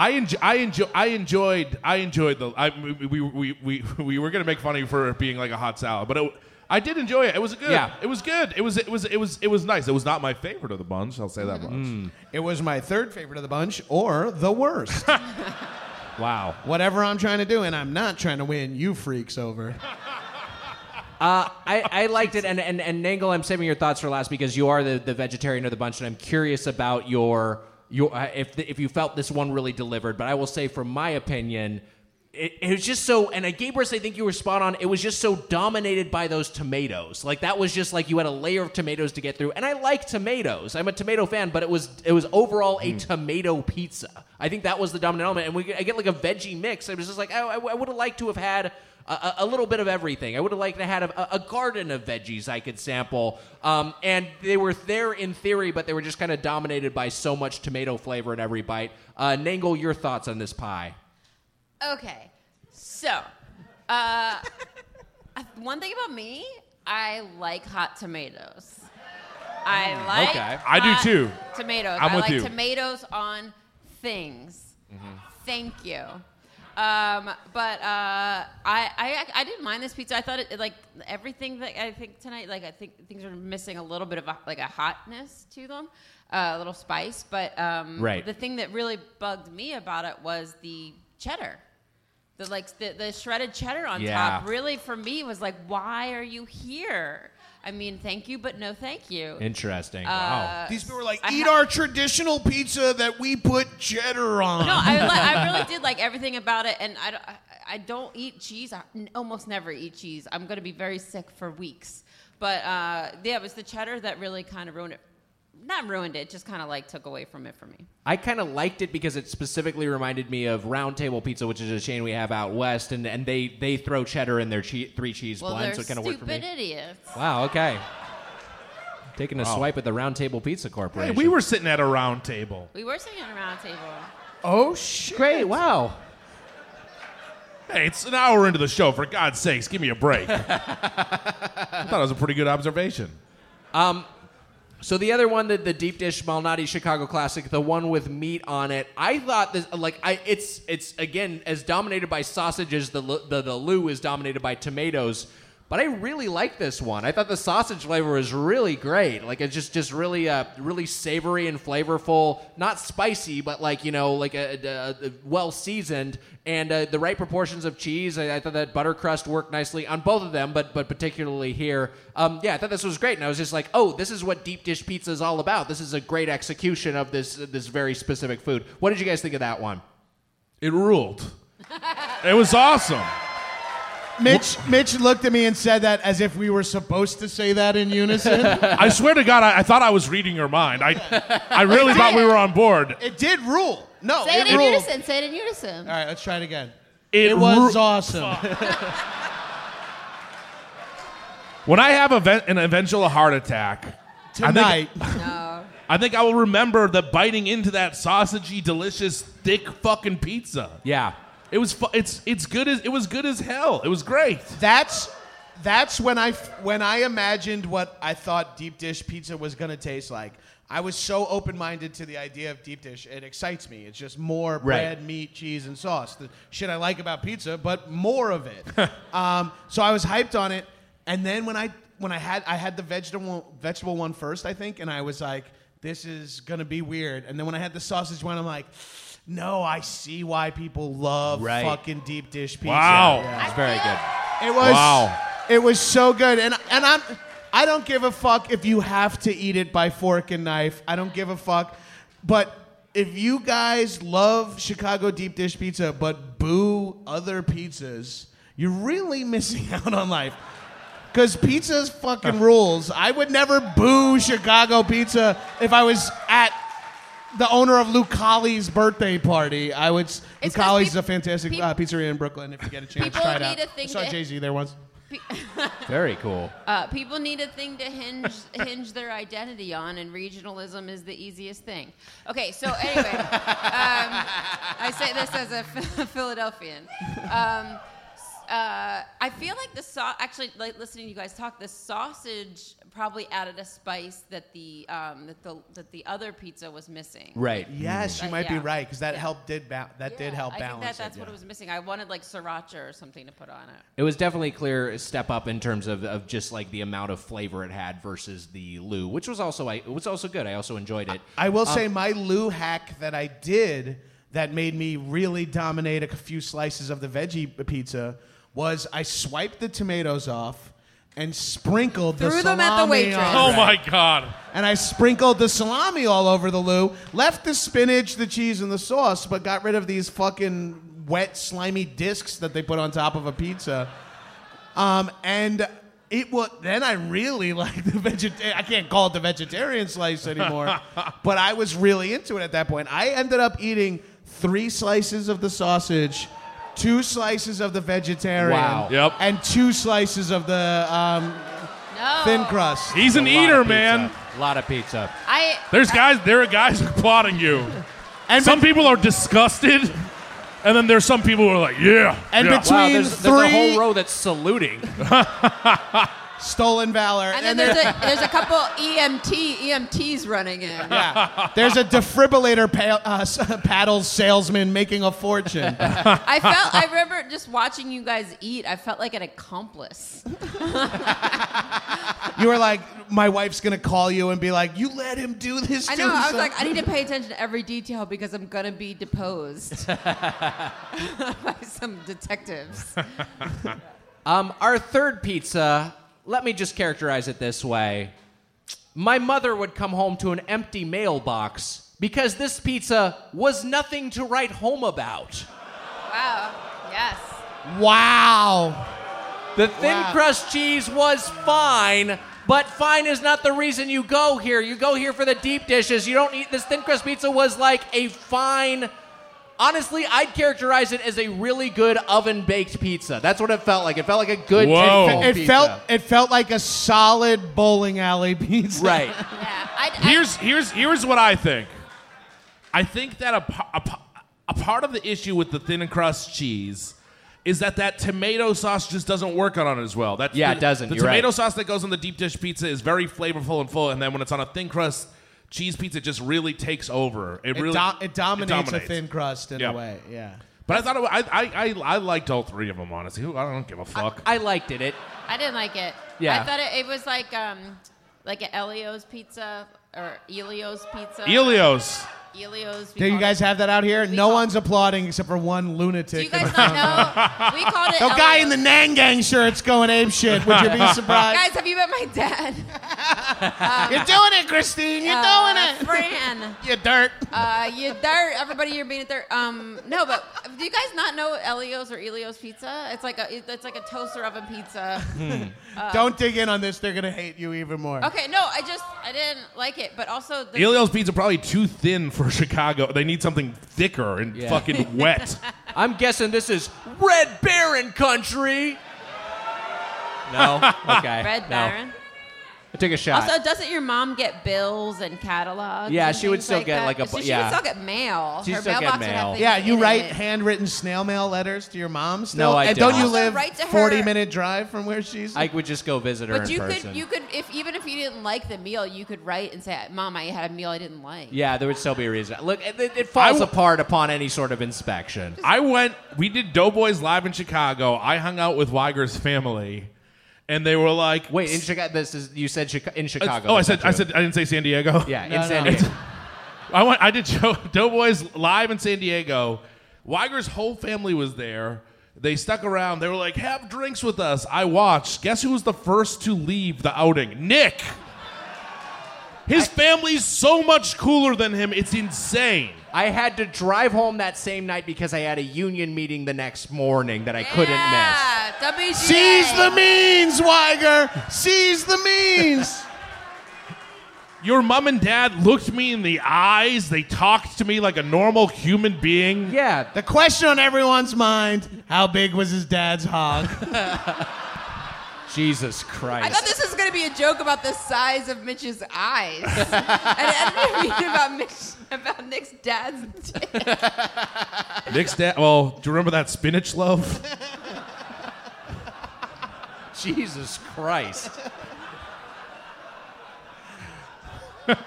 I enjoy, I enjoy, I enjoyed, I enjoyed the. I, we, we, we, we were gonna make fun of you for it being like a hot salad, but it, I did enjoy it. It was good.
Yeah.
It was good. It was, it was, it was, it was nice. It was not my favorite of the bunch. I'll say that much.
It was my third favorite of the bunch, or the worst.
wow.
Whatever I'm trying to do, and I'm not trying to win you freaks over.
Uh, I, I liked it, and, and, and Nangle, I'm saving your thoughts for last because you are the, the vegetarian of the bunch, and I'm curious about your your uh, if the, if you felt this one really delivered. But I will say, from my opinion, it, it was just so. And I gave us, I think you were spot on. It was just so dominated by those tomatoes. Like that was just like you had a layer of tomatoes to get through. And I like tomatoes. I'm a tomato fan, but it was it was overall a tomato pizza. I think that was the dominant element. And we I get like a veggie mix. I was just like I, I would have liked to have had a, a- a little bit of everything. I would have liked to had a, a garden of veggies I could sample. Um, and they were there in theory, but they were just kind of dominated by so much tomato flavor in every bite. Uh, Nangle, your thoughts on this pie?
Okay, so uh, one thing about me, I like hot tomatoes. I like.
Mm, Okay. I do
hot
too.
Tomatoes.
I'm
I
with
like
you. Mm-hmm.
tomatoes on things. Thank you. Um, but uh, I, I I didn't mind this pizza. I thought it like everything that I think tonight. Like I think things are missing a little bit of a, like a hotness to them, uh, a little spice. But um,
Right.
the thing that really bugged me about it was the cheddar. The like the, the shredded cheddar on
Yeah.
top really for me was like, why are you here? I mean, thank you, but no, thank you.
Interesting.
Wow. Uh,
These people were like,
I
eat
ha-
our traditional pizza that we put cheddar on.
No, I, li- I really did like everything about it, and I don't, I- I don't eat cheese. I n- almost never eat cheese. I'm gonna be very sick for weeks. But uh, yeah, it was the cheddar that really kind of ruined it. Not ruined it, just kind of like took away from it for me.
I kind of liked it because it specifically reminded me of Round Table Pizza, which is a chain we have out west, and, and they, they throw cheddar in their che- three cheese
Well,
blend,
they're
so it kind of worked for
stupid
me.
idiots.
Wow, okay. Taking a
Wow.
swipe at the Round Table Pizza
Hey,
Corporation.
we were sitting at a round table.
We were sitting on a round table.
Oh shit!
Great! Wow.
Hey, it's an hour into the show. For God's sakes, give me a break. I thought it was a pretty good observation.
Um, so the other one, the, the deep dish Malnati Chicago classic, the one with meat on it. I thought this like I it's it's again as dominated by sausage as the lu- the, the Lou is dominated by tomatoes. But I really like this one. I thought the sausage flavor was really great. Like it's just just really uh, really savory and flavorful, not spicy, but like you know like a, a, a well seasoned and uh, the right proportions of cheese. I, I thought that butter crust worked nicely on both of them, but but particularly here. Um, yeah, I thought this was great, and I was just like, oh, this is what deep dish pizza is all about. This is a great execution of this this very specific food. What did you guys think of that one?
It ruled. it was awesome.
Mitch, Mitch looked at me and said that as if we were supposed to say that in unison.
I swear to God, I, I thought I was reading your mind. I, I really thought we were on board.
It did rule.
Oh,
No,
Say it, in
ruled.
unison. Say it in unison.
All right, let's try it again.
It
It, was
ru-
awesome.
When I have event, an eventual heart attack
Tonight.
I think, I think I will remember the biting into that sausagey, delicious, thick fucking pizza.
Yeah,
it was. Fu- it's it's good as it was good as hell. It was great.
That's that's when I f- when I imagined what I thought deep dish pizza was gonna taste like. I was so open minded to the idea of deep dish. It excites me. It's just more bread, meat, cheese, and sauce. The shit I like about pizza, but more of it. um, so I was hyped on it. And then when I when I had I had the vegetable vegetable one first, I think, and I was like, this is gonna be weird. And then when I had the sausage one, I'm like. No, I see why people love
Right.
fucking deep dish pizza.
Wow.
Yeah.
It's very good.
It was.
Wow.
It was so good, and and I'm. I don't give a fuck if you have to eat it by fork and knife. I don't give a fuck. But if you guys love Chicago deep dish pizza but boo other pizzas, you're really missing out on life. Cause pizza's fucking rules. I would never boo Chicago pizza if I was at the owner of Luke Colley's birthday party. I would. s- Luke
It's 'cause
Colley's
peop-
a fantastic
peop-
uh, pizzeria in Brooklyn. If you get a chance,
People
try it
need
out.
to think
I saw
that-
Jay Z there once.
Very cool.
Uh, people need a thing to hinge hinge their identity on, and regionalism is the easiest thing. Okay, so anyway, um, I say this as a Philadelphian. Um, s- uh, I feel like the sauce. Actually, like listening to you guys talk, the sausage probably added a spice that the um, that the that the other pizza was missing.
Right.
Yes, you
But
might be
yeah.
right because that helped did ba- that did help
I think
balance.
that that's
it,
what it was missing. I wanted like sriracha or something to put on it.
It was definitely clear a step up in terms of, of just like the amount of flavor it had versus the Lou, which was also I it was also good. I also enjoyed it.
I will
Um,
say my Lou hack that I did that made me really dominate a few slices of the veggie p- pizza was I swiped the tomatoes off and sprinkled the
Threw
salami
them at the waitress.
on
Oh
it.
my god.
And I sprinkled the salami all over the Lou, left the spinach, the cheese, and the sauce, but got rid of these fucking wet, slimy discs that they put on top of a pizza. Um, and it was then I really liked the vegetarian. I can't call it the vegetarian slice anymore, but I was really into it at that point. I ended up eating three slices of the sausage, two slices of the vegetarian,
Wow. Yep.
and two slices of the um,
No,
thin crust.
He's an
a lot of
eater,
pizza.
man.
A lot of pizza.
I
There's guys. There are guys applauding you. And some people are disgusted, and then there's some people who are like, "Yeah."
And
yeah.
between
Wow, there's,
three
there's a whole row that's saluting.
stolen valor,
And then there's a there's a couple E EMT EMTs running in.
Yeah. There's a defibrillator pa- uh, s- paddle salesman making a fortune.
I felt I remember just watching you guys eat. I felt like an accomplice.
You were like, my wife's gonna call you and be like, you let him do this.
I
to
know. I was
himself."
like, I need to pay attention to every detail because I'm gonna be deposed by some detectives.
Um, our third pizza, let me just characterize it this way. My mother would come home to an empty mailbox because this pizza was nothing to write home about.
Wow. Yes.
wow.
The thin
Wow.
crust cheese was fine, but fine is not the reason you go here. You go here for the deep dishes. You don't eat this thin crust pizza was like a fine Honestly, I'd characterize it as a really good oven baked pizza. That's what it felt like. It felt like a good
Whoa.
tin
It
Oh, pizza.
felt it felt like a solid bowling alley pizza.
right.
Yeah. I, I-
Here's here's here's what I think. I think that a, pa- a, pa- a part of the issue with the thin crust cheese is that that tomato sauce just doesn't work on it as well. That
Yeah,
the,
it doesn't.
The
You're right.
tomato sauce that goes on the deep dish pizza is very flavorful and full, and then when it's on a thin crust cheese pizza, it just really takes over. It,
It,
really
do- it dominates a
dominates.
thin crust in
Yeah.
a way. Yeah.
But I thought it, wa- I, I I I liked all three of them honestly. Who- I don't give a fuck.
I, liked it. It
I didn't like it.
Yeah.
I thought it, it was like um, like an Elio's pizza or Elio's pizza.
Elio's.
Elio's.
Do you guys have that out here? No one's applauding except for one lunatic.
You guys not know? We called it.
The guy
Elio's-
in the Nang Gang shirt's going ape shit. Would you be surprised?
Guys, have you met my dad?
You're doing it, Christine. You're
Uh,
doing it.
Fran.
you dirt.
Uh, you dirt. Everybody, you're being a dirt. Um, no, but do you guys not know Elio's or Elio's pizza? It's like a it's like a toaster oven pizza. Uh,
Don't dig in on this. They're gonna hate you even more.
Okay, no, I just I didn't like it, but also the
Elio's pizza probably too thin for Chicago. They need something thicker and fucking wet.
I'm guessing this is Red Baron country. No. Okay.
Red
no.
Baron.
I took a shot.
Also, doesn't your mom get bills and catalogs?
Yeah,
and
she would
things
still
like
get,
that?
like, a
So
bu-
She
yeah.
would still get mail.
She'd
Her
still get
mailbox would have
mail.
things
Yeah, you
in
write
it.
handwritten snail mail letters to your mom still.
I
and don't
don't.
you
Also
live
write to her.
forty minute drive from where she's?
I would just go visit her
But
in
you
person.
could you could if even if you didn't like the meal, you could write and say, "Mom, I had a meal I didn't like."
yeah, there would still be a reason. Look, it, it- it falls apart upon any sort of inspection.
I went. We did Doughboys live in Chicago. I hung out with Weiger's family, and they were like,
"Wait, in Chicago, this is you said Chica- in Chicago."
Oh, I
that's
said
not
I
true.
said I didn't say San Diego.
Yeah, in No, San no. Diego.
I went. I did show, Doughboys live in San Diego. Weiger's whole family was there. They stuck around. They were like, "Have drinks with us." I watched. Guess who was the first to leave the outing? Nick. His family's so much cooler than him. It's insane.
I had to drive home that same night because I had a union meeting the next morning that I couldn't miss.
Ah, WGA.
Seize the means, Weiger. Seize the means.
Your mom and dad looked me in the eyes. They talked to me like a normal human being.
Yeah.
The question on everyone's mind: How big was his dad's hog?
Jesus
I
Christ.
thought this was gonna be a joke about the size of Mitch's eyes. and I didn't mean about Mitch about Nick's dad's dick.
Nick's dad. Well, do you remember that spinach loaf?
Jesus Christ.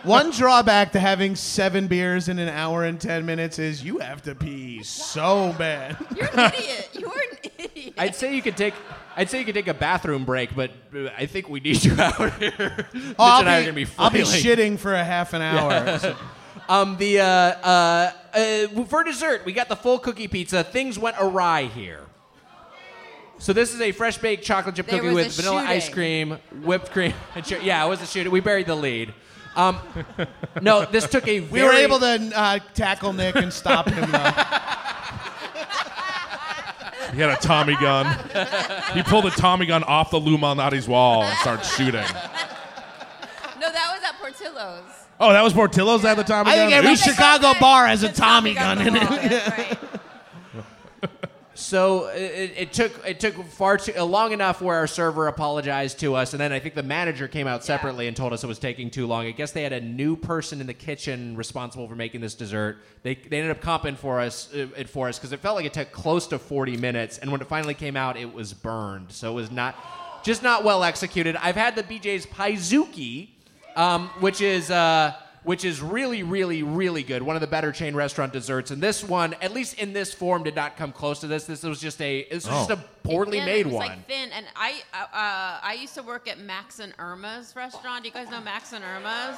One drawback to having seven beers in an hour and ten minutes is you have to pee so bad.
You're an idiot. You are an idiot.
I'd say you could take. I'd say you could take a bathroom break, but uh, I think we need you out here. Mitch
Oh, I'll,
and I are
be,
gonna be.
I'll be
flailing.
shitting for a half an hour.
Yeah. um, the uh, uh, uh, for dessert, we got the full cookie pizza. Things went awry here. So this is a fresh baked chocolate chip
There
cookie with
was a
vanilla ice
shooting.
cream, whipped cream. and ch- yeah, it was a shooting. We buried the lead. Um, no, this took a.
We were
very-
able to uh, tackle Nick and stop him, uh, though.
He had a Tommy gun. he pulled a Tommy gun off the Lou Malnati's wall and started shooting.
No, that was at Portillo's.
Oh, that was Portillo's at the Tommy
I
gun.
think every Chicago bar has a Tommy
gun
gun in it.
So it, it- it took it took far too uh, long enough where our server apologized to us, and then I think the manager came out separately and told us it was taking too long. I guess they had a new person in the kitchen responsible for making this dessert. They, they ended up comping for us uh, it for us because it felt like it took close to forty minutes, and when it finally came out, it was burned. So it was not just not well executed. I've had the BJ's Paizuki, um, which is. Uh, which is really, really, really good. One of the better chain restaurant desserts. And this one, at least in this form, did not come close to this. This was just a this was just
Oh.
a poorly
Thin,
made
it was
one.
Like thin, and I uh, I used to work at Max and Irma's restaurant. Do you guys know Max and Irma's?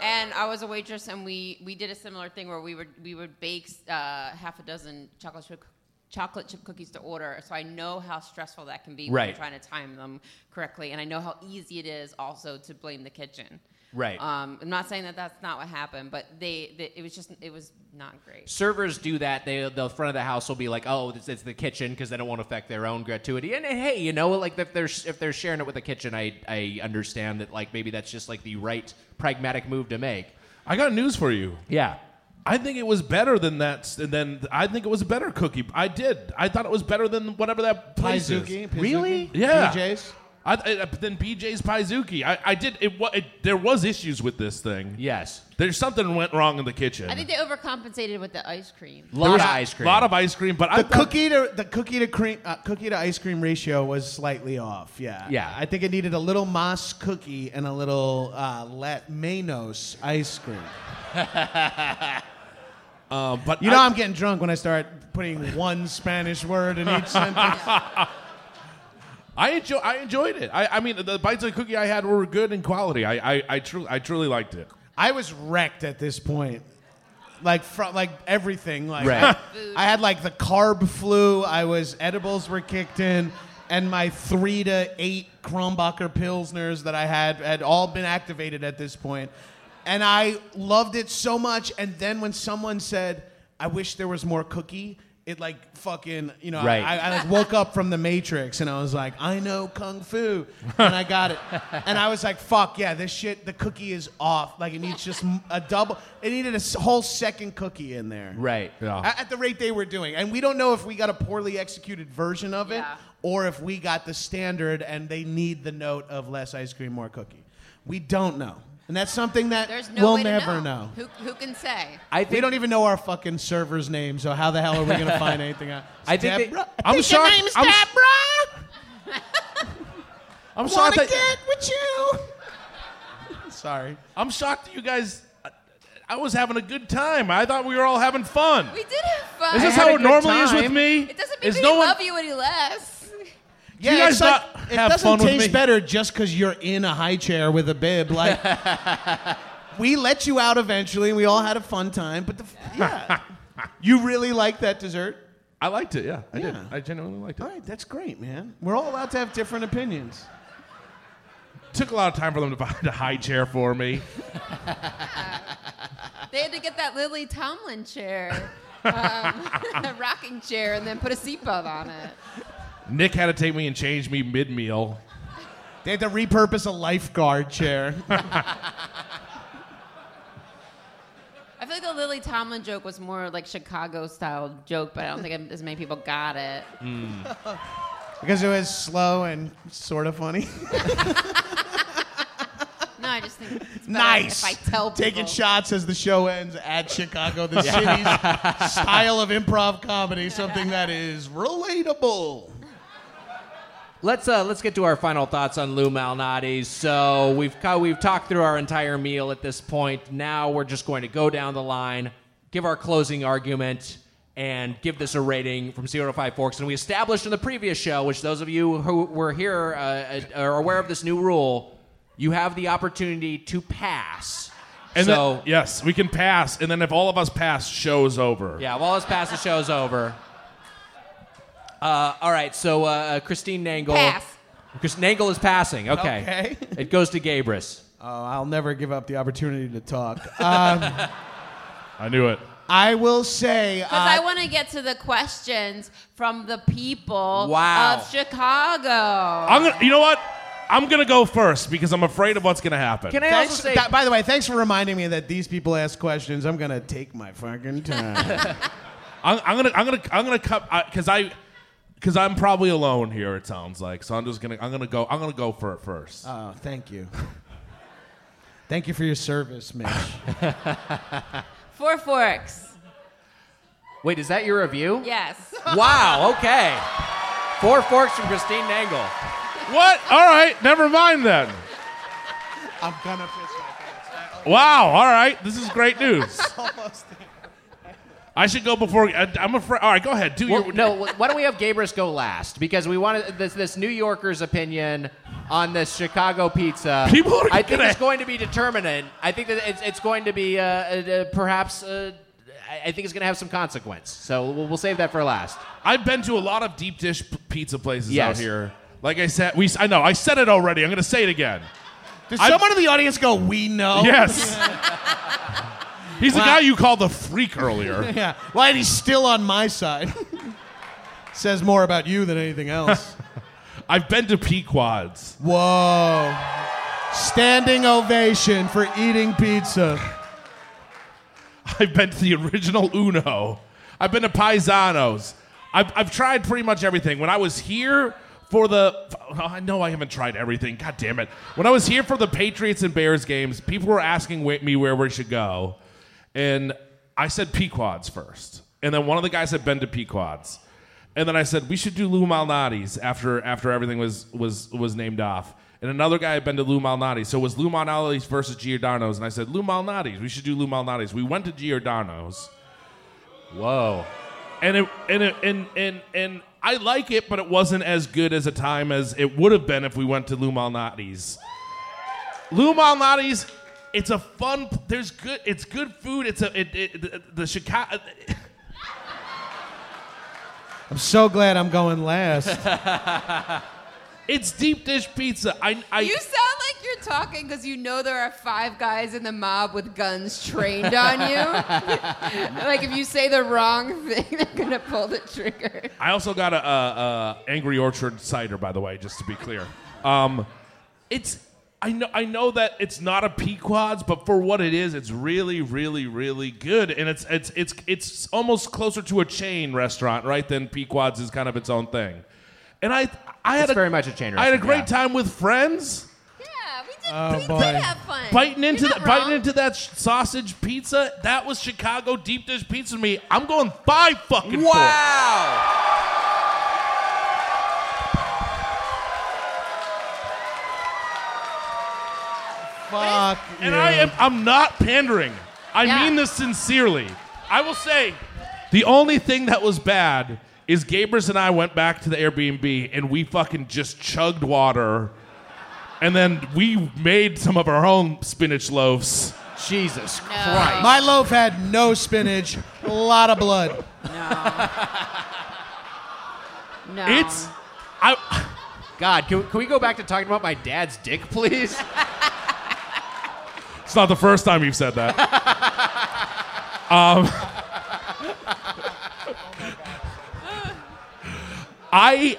And I was a waitress, and we we did a similar thing where we would we would bake uh, half a dozen chocolate chip chocolate chip cookies to order. So I know how stressful that can be when
Right.
you're trying to time them correctly, and I know how easy it is also to blame the kitchen.
Right.
Um, I'm not saying that that's not what happened, but they, they it was just it was not great.
Servers do that. They the front of the house will be like, oh, it's, it's the kitchen because then it won't affect their own gratuity. And, and hey, you know, like if they're if they're sharing it with the kitchen, I I understand that like maybe that's just like the right pragmatic move to make.
I got news for you.
Yeah.
I think it was better than that. Than I think it was a better cookie. I did. I thought it was better than whatever that place is.
Paizuki? Paizuki?
Really?
Yeah.
BJ's?
I, I, then BJ's Paizuki. I, I did. It, wa- it, there was issues with this thing.
Yes.
There's something went wrong in the kitchen.
I think they overcompensated with the ice cream.
Lot
There
of
was
ice cream.
A lot of ice cream, but I
The
thought-
cookie to the cookie to cream uh, cookie to ice cream ratio was slightly off. Yeah,
Yeah.
I think it needed a little Moss cookie and a little uh, Lat Manos ice cream.
Uh, but
You know,
I-
I'm getting drunk when I start putting one Spanish word in each sentence.
I enjoy. I enjoyed it. I, I mean, the bites of the cookie I had were good in quality. I, I, I truly, I truly liked it.
I was wrecked at this point. Like from like everything. Like
Right.
I had like the carb flu. I was edibles were kicked in, and my three to eight Kronbacher pilsners that I had had all been activated at this point, and I loved it so much. And then when someone said, "I wish there was more cookie." It like fucking you know
Right.
I, I like woke up from the Matrix and I was like I know kung fu and I got it and I was like fuck yeah this shit the cookie is off like it needs just a double it needed a s- whole second cookie in there
Right.
a- At the rate they were doing. And we don't know if we got a poorly executed version of it or if we got the standard and they need the note of less ice cream, more cookie. We don't know. And that's something that
There's no
we'll
way to
never know.
know. Who, who can say?
we don't even know our fucking server's name, so how the hell are we going to find anything out?
I think
Debra?
they- I'm shocked-
Your name's
I'm-
Debra?
I'm
Wanna
shocked. That,
get with you? Sorry.
I'm shocked that you guys. I, I was having a good time. I thought we were all having fun.
We did have fun.
Is this how it normally is with me?
It doesn't mean
Is
we
no
didn't
one-
love you any less.
Yeah,
you guys
it's like,
not
it
have
doesn't
fun with
taste
me?
better just because you're in a high chair with a bib. Like, we let you out eventually, and we all had a fun time. But the, f- yeah, you really liked that dessert.
I liked it. Yeah, I did. I genuinely liked it.
All right, that's great, man. We're all allowed to have different opinions.
Took a lot of time for them to find a high chair for me.
They had to get that Lily Tomlin chair, um, a rocking chair, and then put a seatbelt on it.
Nick had to take me and change me mid meal.
They had to repurpose a lifeguard chair.
I feel like the Lily Tomlin joke was more like Chicago style joke, but I don't think as many people got it.
Because it was slow and sort of funny.
No, I just think it's better
nice.
if I tell people.
Taking shots as the show ends at Chicago, the city's style of improv comedy, something that is relatable.
Let's uh, let's get to our final thoughts on Lou Malnati. So we've co- we've talked through our entire meal at this point. Now we're just going to go down the line, give our closing argument, and give this a rating from zero to five forks. And we established in the previous show, which those of you who were here uh, uh, are aware of this new rule, you have the opportunity to pass.
And
so
then, yes, we can pass. And then if all of us pass, show's over.
yeah, well, let's pass the show's over. Uh, all right, so uh, Christine Nangle.
Pass.
Chris Nangle is passing. Okay.
Okay.
it goes to Gabris.
Oh, I'll never give up the opportunity to talk. Um,
I knew it.
I will say, uh,
Because I want to get to the questions from the people
Wow.
of Chicago.
I'm gonna. You know what? I'm gonna go first because I'm afraid of what's gonna happen.
thanks- that- by the way, thanks for reminding me that these people ask questions. I'm gonna take my fucking time.
I'm, I'm gonna. I'm gonna. I'm gonna cut because I. Because I'm probably alone here. It sounds like. So I'm just gonna. I'm gonna go. I'm gonna go for it first.
Uh.
oh, thank you. Thank you for your service, Mitch.
Four forks.
Wait, is that your review?
Yes.
Wow, okay. Four forks from Christine Nangle.
What? All right. Never mind then.
I'm gonna piss my
Wow. All right. This is great news.
almost.
I should go before. I, I'm afraid. All right. Go ahead. Do
Well,
your.
no, why don't we have Gabris go last? Because we wanted this, this New Yorker's opinion on this Chicago pizza.
People are
I think
gonna-
it's going to be determinant. I think that it's, it's going to be uh, uh, perhaps. Uh, I- I think it's going to have some consequence. So we'll, we'll save that for last.
I've been to a lot of deep dish p- pizza places
Yes.
out here. Like I said, we. I know. I said it already. I'm gonna say it again.
Did
I-
someone in the audience go? We know.
Yes. He's the guy you called the freak earlier.
yeah. Why he's still on my side? Says more about you than anything else.
I've been to Pequods.
Whoa. Standing ovation for eating pizza.
I've been to the original Uno. I've been to Paisanos. I've, I've tried pretty much everything. When I was here for the, oh, I know I haven't tried everything. God damn it. When I was here for the Patriots and Bears games, people were asking wa- me where we should go, and I said Pequods first, and then one of the guys had been to Pequods, and then I said we should do Lou Malnati's after after everything was was was named off. And another guy had been to Lou Malnati. So it was Lou Malnati's versus Giordano's. And I said, Lou Malnati's. We should do Lou Malnati's. We went to Giordano's.
Whoa.
And it and it, and and and I like it, but it wasn't as good as a time as it would have been if we went to Lou Malnati's. Lou Malnati's, it's a fun. There's good. It's good food. It's a it, it, the, the Chicago.
I'm so glad I'm going last.
it's deep dish pizza. I, I
you sound like you're talking because you know there are five guys in the mob with guns trained on you. like if you say the wrong thing, they're gonna pull the trigger.
I also got a, a, a Angry Orchard cider, by the way, just to be clear. Um, it's I know I know that it's not a Pequod's, but for what it is, it's really, really, really good, and it's it's it's it's almost closer to a chain restaurant, right? Than Pequod's is kind of its own thing. And I I
It's
had a,
very much a chain
I had a
restaurant,
great
yeah.
time with friends.
Oh
boy.
have fun.
Biting
You're
into
not
that, biting
wrong.
into that sh- sausage pizza. That was Chicago deep dish pizza to me. I'm going five fucking.
Wow.
Fuck.
And
you.
I am. I'm not pandering. I
Yeah.
mean this sincerely. I will say, the only thing that was bad is Gabrus and I went back to the Airbnb and we fucking just chugged water, and then we made some of our own spinach loaves.
Jesus
Right. My loaf had no spinach, a lot of blood.
No.
It's. I.
God, can, can we go back to talking about my dad's dick, please?
It's not the first time you've said that. um, I, I,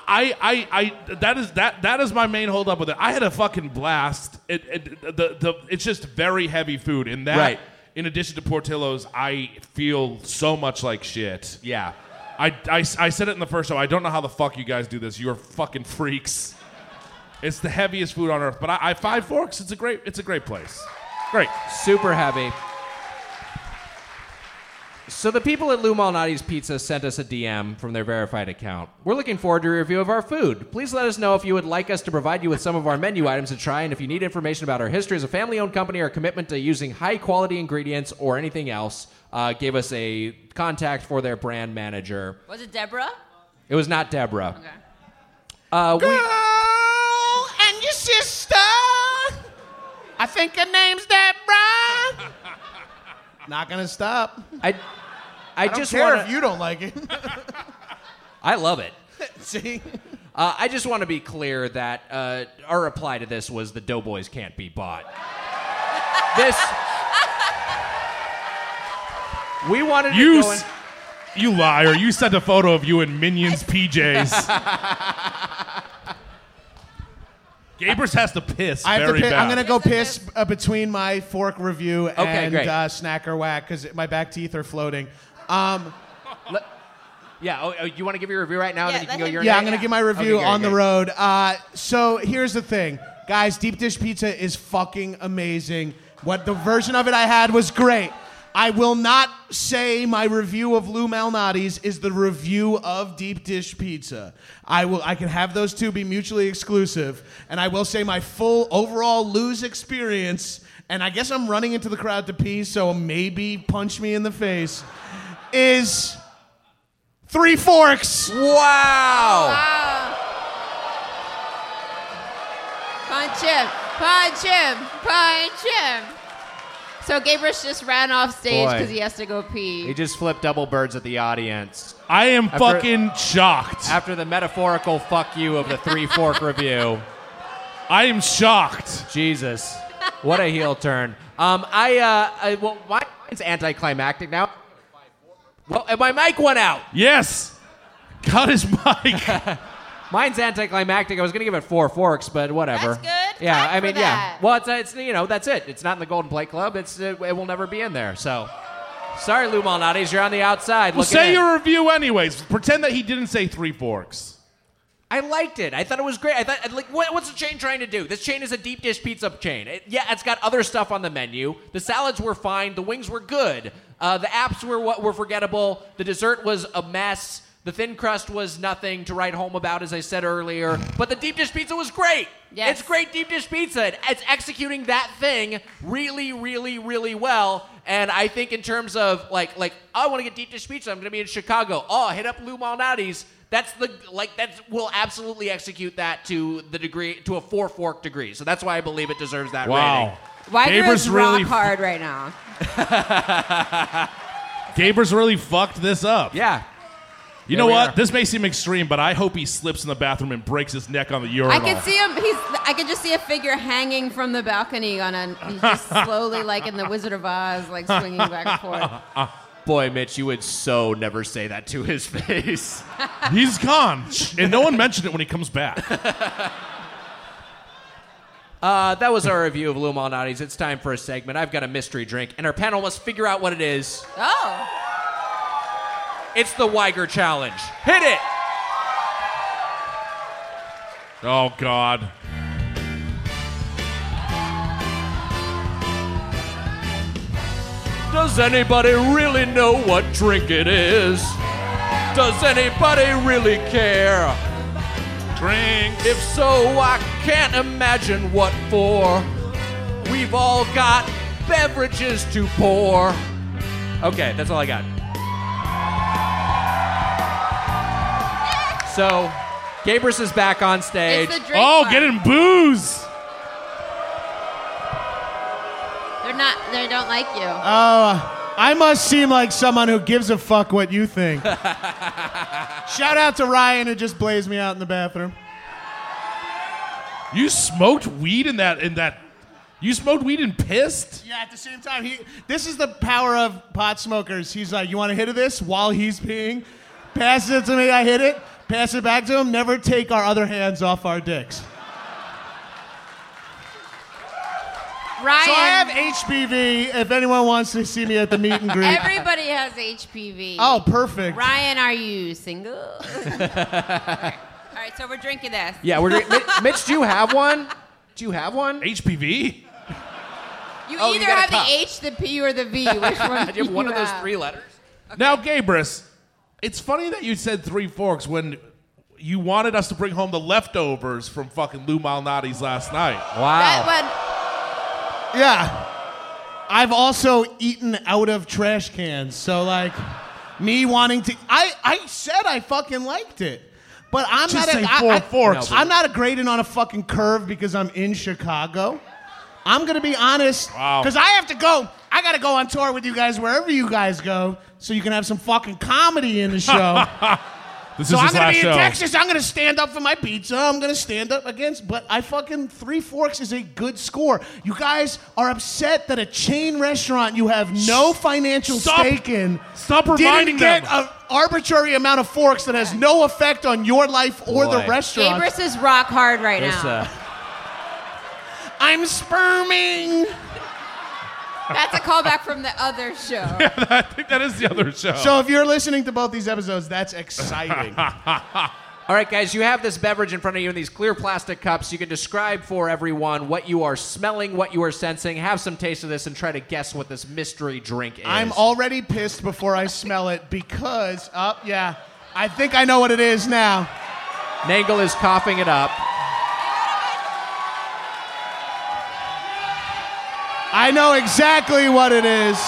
I, I, that is that that is my main hold up with it. I had a fucking blast. It, it the, the it's just very heavy food, and that
Right.
in addition to Portillo's, I feel so much like shit.
yeah.
I, I, I said it in the first show. I don't know how the fuck you guys do this. You're fucking freaks. It's the heaviest food on earth, but I, I Five Forks. It's a great. It's a great place. Great.
Super heavy. So the people at Lou Malnati's Pizza sent us a DM from their verified account. We're looking forward to a review of our food. Please let us know if you would like us to provide you with some of our menu items to try, and if you need information about our history as a family-owned company, our commitment to using high-quality ingredients, or anything else. Uh, give us a contact for their brand manager.
Was it Deborah?
It was not Deborah.
Okay.
Uh, we, Oh,
Girl and your sister. I think her name's Deborah.
Not gonna stop.
I, I,
don't
just
care
wanna-
if you don't like it.
I love it.
See,
Uh, I just want to be clear that uh, our reply to this was the Doughboys can't be bought. this we wanted to
You,
go
s- you liar. You sent a photo of you in Minions PJs. Gabrus has to piss.
I have to
very
piss,
bad.
I'm gonna go piss uh, between my fork review and
Okay, great.
uh, snack or whack because my back teeth are floating. Um,
Yeah. Oh, oh, you want to give your review right now, and then you can go urinate.
Yeah, I'm going to give my review
Okay, good,
on the
good.
road. Uh, so here's the thing. Guys, deep dish pizza is fucking amazing. What the version of it I had was great. I will not say my review of Lou Malnati's is the review of deep dish pizza. I will I can have those two be mutually exclusive and I will say my full overall Lou's experience and I guess I'm running into the crowd to pee so maybe punch me in the face is Three forks. Oh,
Wow.
Ah. Punch him! Punch him! Punch him! So Gabrish just ran off stage
Boy.
because he has to go pee.
He just flipped double birds at the audience.
I am
fucking
shocked.
After the metaphorical fuck you of the three fork review.
I am shocked.
Jesus. What a heel turn. Um, I, uh, I, well, my, mine's anticlimactic now. Well, and my mic went out.
Yes. Cut his mic.
Mine's anticlimactic. I was going to give it four forks, but whatever. That's good. Yeah, I mean, yeah. Well, it's, it's, you know, that's it. It's not in the Golden Plate Club. It's, uh, it, it will never be in there. So, sorry, Lou Malnati's. You're on the outside.
Well,
looking
say
in.
your review anyways. Pretend that he didn't say three forks.
I liked it. I thought it was great. I thought I'd like, what, what's the chain trying to do? This chain is a deep dish pizza chain. It- yeah, it's got other stuff on the menu. The salads were fine. The wings were good. Uh, the apps were what were forgettable. The dessert was a mess. The The thin crust was nothing to write home about, as I said earlier, but the deep dish pizza was great.
Yes.
It's great deep dish pizza. and It's executing that thing really, really, really well. And I think in terms of like, like I want to get deep dish pizza. I'm going to be in Chicago. Oh, hit up Lou Malnati's. That's the like that's we'll absolutely execute that to the degree to a four fork degree. So that's why I believe it deserves that rating.
Wagner
Gaber's
is
really
rock hard right now.
Gaber's really fucked this up.
Yeah.
You
Yeah,
know
we
what?
are.
This may seem extreme, but I hope he slips in the bathroom and breaks his neck on the urinal.
I could see him. He's. I could just see a figure hanging from the balcony on a he's just slowly, like in the Wizard of Oz, like swinging back and forth.
Boy, Mitch, you would so never say that to his face.
He's gone, and no one mentioned it when he comes back.
Uh, that was our review of Lou Malnati's. It's time for a segment. I've got a mystery drink, and our panel must figure out what it is.
Oh,
It's the Weiger Challenge. Hit it!
Oh God.
Does anybody really know what drink it is? Does anybody really care?
Drinks.
If so, I can't imagine what for. We've all got beverages to pour. Okay, that's all I got. So, Gabrus is back on stage.
It's the drink Oh, bar. get
him booze!
they're not. They don't like you.
Uh, I must seem like someone who gives a fuck what you think. Shout out to Ryan who just blazed me out in the bathroom.
You smoked weed in that in that. You smoked weed and pissed.
Yeah, at the same time, he. This is the power of pot smokers. He's like, you want a hit of this while he's peeing? Passes it to me, I hit it. Pass it back to him. Never take our other hands off our dicks.
Ryan.
So I have HPV. If anyone wants to see me at the meet and greet.
Everybody has HPV.
Oh, perfect.
Ryan, are you single? All right, so we're drinking this.
yeah, we're. drink- Mi- Mitch, do you have one? Do you have one?
HPV.
You
Oh, you
either
got a
have
cup.
the H, the P, or the V. Which one?
Do you have one of those
have?
three letters?
Now, Gabrus, it's funny that you said Three Forks when you wanted us to bring home the leftovers from fucking Lou Malnati's last night.
Wow.
Yeah. I've also eaten out of trash cans. So like me wanting to I, I said I fucking liked it. But I'm
Just
not
say
a, I-
four
I-
forks. No, but-
I'm not a grading on a fucking curve because I'm in Chicago. I'm gonna be honest.
Wow.
Cause I have to go. I gotta go on tour with you guys wherever you guys go, so you can have some fucking comedy in the show.
This
so
is
I'm
his
gonna
last
be
show.
in Texas. I'm gonna stand up for my pizza. I'm gonna stand up against. But I fucking three forks is a good score. You guys are upset that a chain restaurant you have no financial
Stop-
stake in
stop reminding
didn't get
them.
an arbitrary amount of forks that has no effect on your life or
Boy.
the restaurant.
Gabrus is rock hard right
It's,
now.
uh,
I'm sperming.
uh,
That's a callback from the other show.
I think that is the other show.
So if you're listening to both these episodes, that's exciting.
All right, guys, you have this beverage in front of you in these clear plastic cups. You can describe for everyone what you are smelling, what you are sensing. Have some taste of this and try to guess what this mystery drink is.
I'm already pissed before I smell it because, oh, yeah, I think I know what it is now.
Nangle is coughing it up.
I know exactly what it is.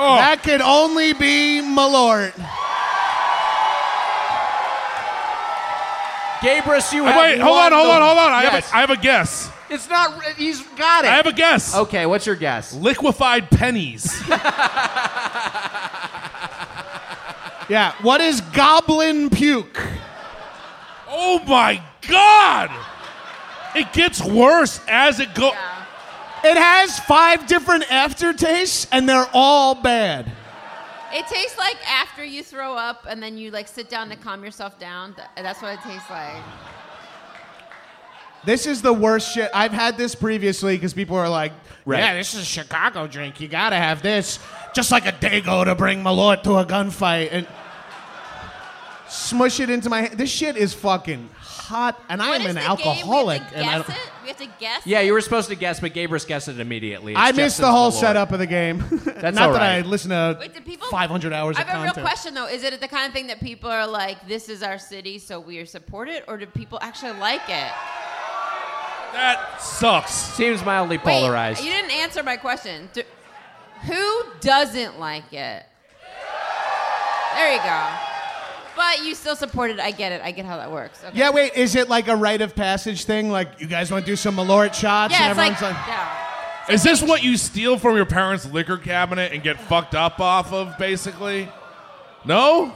Oh, that could only be Malort.
Gabrus, you have.
Wait, hold
won
on, hold
the-
on, hold on. I,
Yes.
have a, I have a guess.
It's not. He's got it.
I have a guess.
Okay, what's your guess?
Liquefied pennies.
Yeah, what is goblin puke?
oh my god! It gets worse as it goes.
It has five different aftertastes, and they're all bad.
It tastes like after you throw up and then you like sit down to calm yourself down. Th- That's what it tastes like.
This is the worst shit. I've had this previously because people are like,
Right.
yeah, this is a Chicago drink. You gotta have this. Just like a Dago to bring Malort to a gunfight. And smush it into my hand. This shit is fucking hot, and I
What
am
is
an
the game? We have to
alcoholic.
guess
and I don't-
it? We have to guess.
Yeah, you were supposed to guess, but Gabrus guessed it immediately. It's
I
Jepsen's
missed the whole
Lord.
setup of the game.
That's
Not
all
that I
right.
listened to
Wait, did people?
500 hours
I
of
have a
content.
real question though. Is it the kind of thing that people are like, "This is our city, so we are supported," or do people actually like it?
That sucks.
Seems mildly
Wait,
polarized.
you didn't answer my question. Do- who doesn't like it? There you go. But you still support it. I get it. I get how that works. Okay.
Yeah, wait, is it like a rite of passage thing? Like, you guys want to do some Malort shots?
Yeah,
and
it's like,
everyone's like,
yeah.
Is this what you steal from your parents' liquor cabinet and get fucked up off of, basically? No?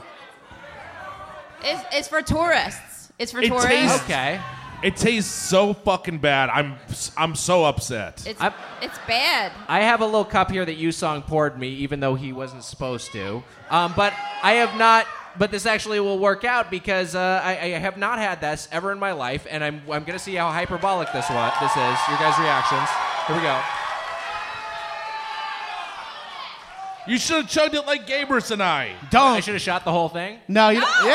It's, it's for tourists. It's for
It
tourists.
tastes It tastes so fucking bad. I'm I'm so upset.
It's,
I-
it's bad.
I have a little cup here that Yusong poured me, even though he wasn't supposed to. Um, but I have not. But this actually will work out because uh, I, I have not had this ever in my life, and I'm I'm gonna see how hyperbolic this one this is. Your guys' reactions. Here we go.
You should have chugged it like Gabrus and I.
Don't. I
should have shot the whole thing.
no, you don't.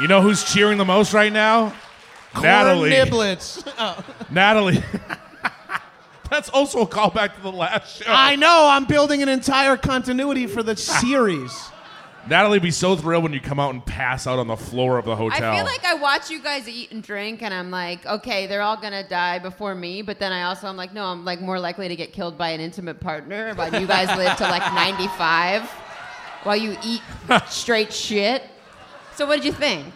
You know who's cheering the most right now?
Corn
Natalie.
niblets. Oh.
Natalie. That's also a callback to the last show.
I know, I'm building an entire continuity for the series.
Natalie would be so thrilled when you come out and pass out on the floor of the hotel.
I feel like I watch you guys eat and drink, and I'm like, okay, they're all gonna die before me. But then I also I'm like, no, I'm like more likely to get killed by an intimate partner. But you guys live to like 95 while you eat straight shit. So what did you think?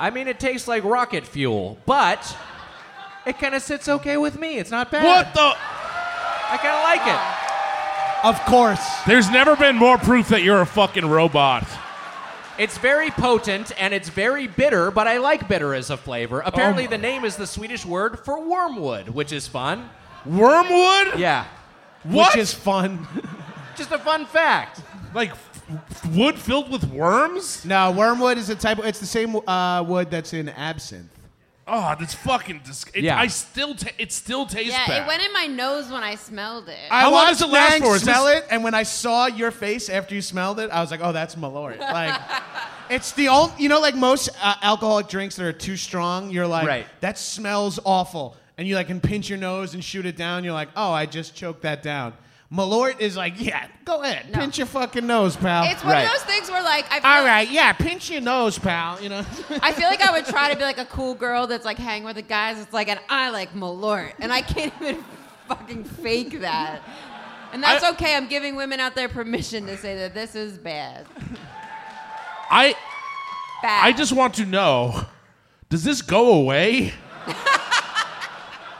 I mean, it tastes like rocket fuel, but it kind of sits okay with me. It's not bad.
What the?
I kind of like it.
Of course.
There's never been more proof that you're a fucking robot.
It's very potent and it's very bitter, but I like bitter as a flavor. Apparently, the name is the Swedish word for wormwood, which is fun.
Wormwood?
Yeah.
What?
Which is fun.
Just a fun fact.
Like wood filled with worms?
No, wormwood is a type. It's the same uh, wood that's in absinthe.
Oh, that's fucking disgusting.
Yeah.
I still, ta- it still tastes
yeah,
bad.
it went in my nose when I smelled it.
I
How long
watched
does it last
Nang
for? Is
smell
this-
it, and when I saw your face after you smelled it, I was like, "Oh, that's Malort." Like, it's the only, you know, like most uh, alcoholic drinks that are too strong. You're like,
Right.
"That smells awful," and you like can pinch your nose and shoot it down. You're like, "Oh, I just choked that down." Malort is like, "Yeah, go ahead, pinch your fucking nose, pal."
It's one of those things where like I feel,
All right, yeah, pinch your nose, pal. You know.
I feel like I would try to be like a cool girl that's like hanging with the guys. It's like, and I like Malort, and I can't even fucking fake that. And that's okay. I'm giving women out there permission to say that this is bad.
I,
Bad.
I just want to know, does this go away?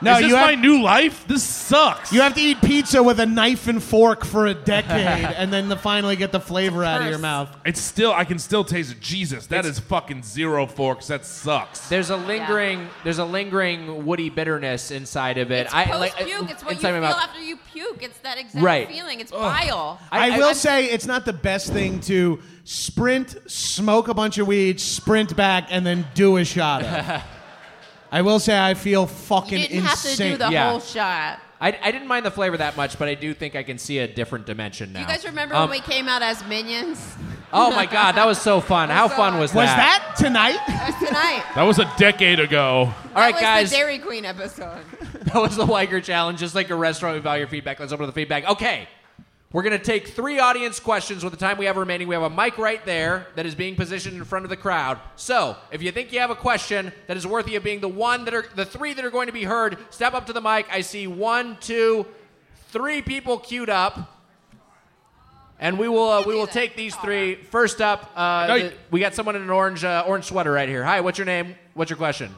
No,
is this
you have-
my new life? This sucks.
You have to eat pizza with a knife and fork for a decade, and then to finally get the flavor out of your mouth.
It's still, I can still taste it. Jesus, that is fucking zero forks. That sucks.
There's a lingering, there's a lingering woody bitterness inside of it. I
Post
like I-
puke. It's what you
inside my
feel
mouth.
after you puke. It's that exact
Right.
feeling. It's
Ugh.
bile.
I, will say it's not the best thing to sprint, smoke a bunch of weed, sprint back, and then do a shot. of. I will say I feel fucking
You didn't have to
insane.
do the
Yeah.
whole shot.
I, I didn't mind the flavor that much, but I do think I can see a different dimension now.
You guys remember
Um,
when we came out as minions?
Oh my god, that was so fun! How fun was that?
Was that tonight?
That's tonight.
That was a decade ago.
All right,
that was
guys.
the Dairy Queen episode.
That was the Weiger challenge. Just like a restaurant, we value your feedback. Let's open the feedback. Okay. We're going to take three audience questions with the time we have remaining. We have a mic right there that is being positioned in front of the crowd. So, if you think you have a question that is worthy of being the one that are the three that are going to be heard, step up to the mic. I see one, two, three people queued up, and we will uh, we will take these three. First up, uh,
No,
the-
you-
we got someone in an orange uh, orange sweater right here. Hi, what's your name? What's your question?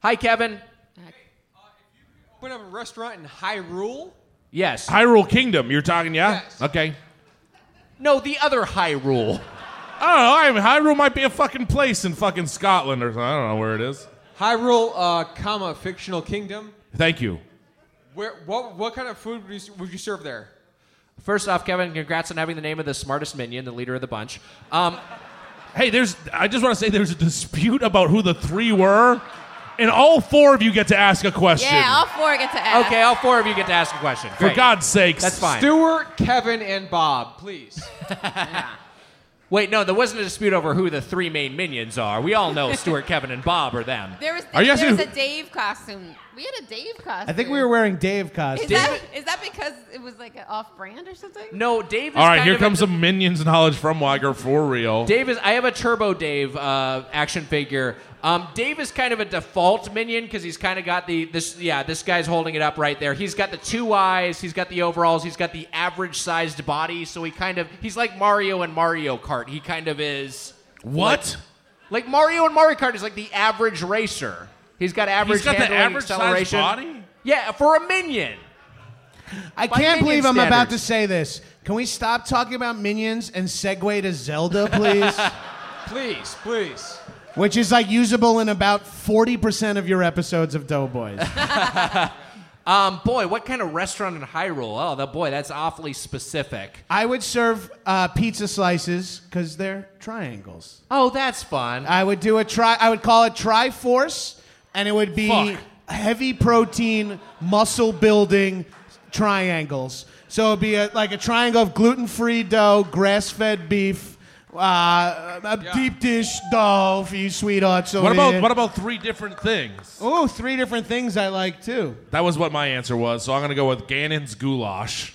Hi, Kevin.
Put up a restaurant in Hyrule.
Yes.
Hyrule Kingdom. You're talking, yeah? Okay.
No, the other Hyrule.
I don't know. I Hyrule might be a fucking place in fucking Scotland or something. I don't know where it is.
Hyrule, uh, comma, fictional kingdom.
Thank you.
Where, what, what kind of food would you, would you serve there?
First off, Kevin, congrats on having the name of the smartest minion, the leader of the bunch. Um,
Hey, there's. I just want to say there's a dispute about who the three were, And all four of you get to ask a question.
Yeah, all four get to ask.
Okay, all four of you get to ask a question.
For
Great.
God's sakes.
That's fine.
Stuart, Kevin, and Bob, please.
Wait, no, there wasn't a dispute over who the three main minions are. We all know Stuart, Kevin, and Bob are them.
There was,
Are you
there was
asking
a Dave costume. We had a Dave costume.
I think we were wearing Dave
Is
costume.
that, is that because it was like an off-brand or something?
No, Dave. Is
All right,
kind
here
of a-
comes some minions knowledge from Weiger for real.
Dave is. I have a Turbo Dave uh, action figure. Um, Dave is kind of a default minion because he's kind of got the this. Yeah, this guy's holding it up right there. He's got the two eyes. He's got the overalls. He's got the average sized body. So he kind of he's like Mario and Mario Kart. He kind of is.
What?
Like, like Mario and Mario Kart is like the average racer. He's got average.
got the
handling,
average-sized
acceleration.
body?
Yeah, for a minion.
I
By
can't
minion
believe I'm about to
standards.
say this. Can we stop talking about minions and segue to Zelda, please?
please, please.
Which is like usable in about 40% of your episodes of Doughboys.
Um, boy, what kind of restaurant in Hyrule? Oh, that boy, that's awfully specific.
I would serve uh, pizza slices because they're triangles.
Oh, that's fun.
I would do a tri. I would call it Triforce, and it would be
Fuck.
heavy protein, muscle building triangles. So it'd be a, like a triangle of gluten free dough, grass fed beef, uh, a deep dish dough for you sweethearts.
What about what about three different things?
Oh, three different things I like too.
That was what my answer was, so I'm gonna go with Ganon's goulash.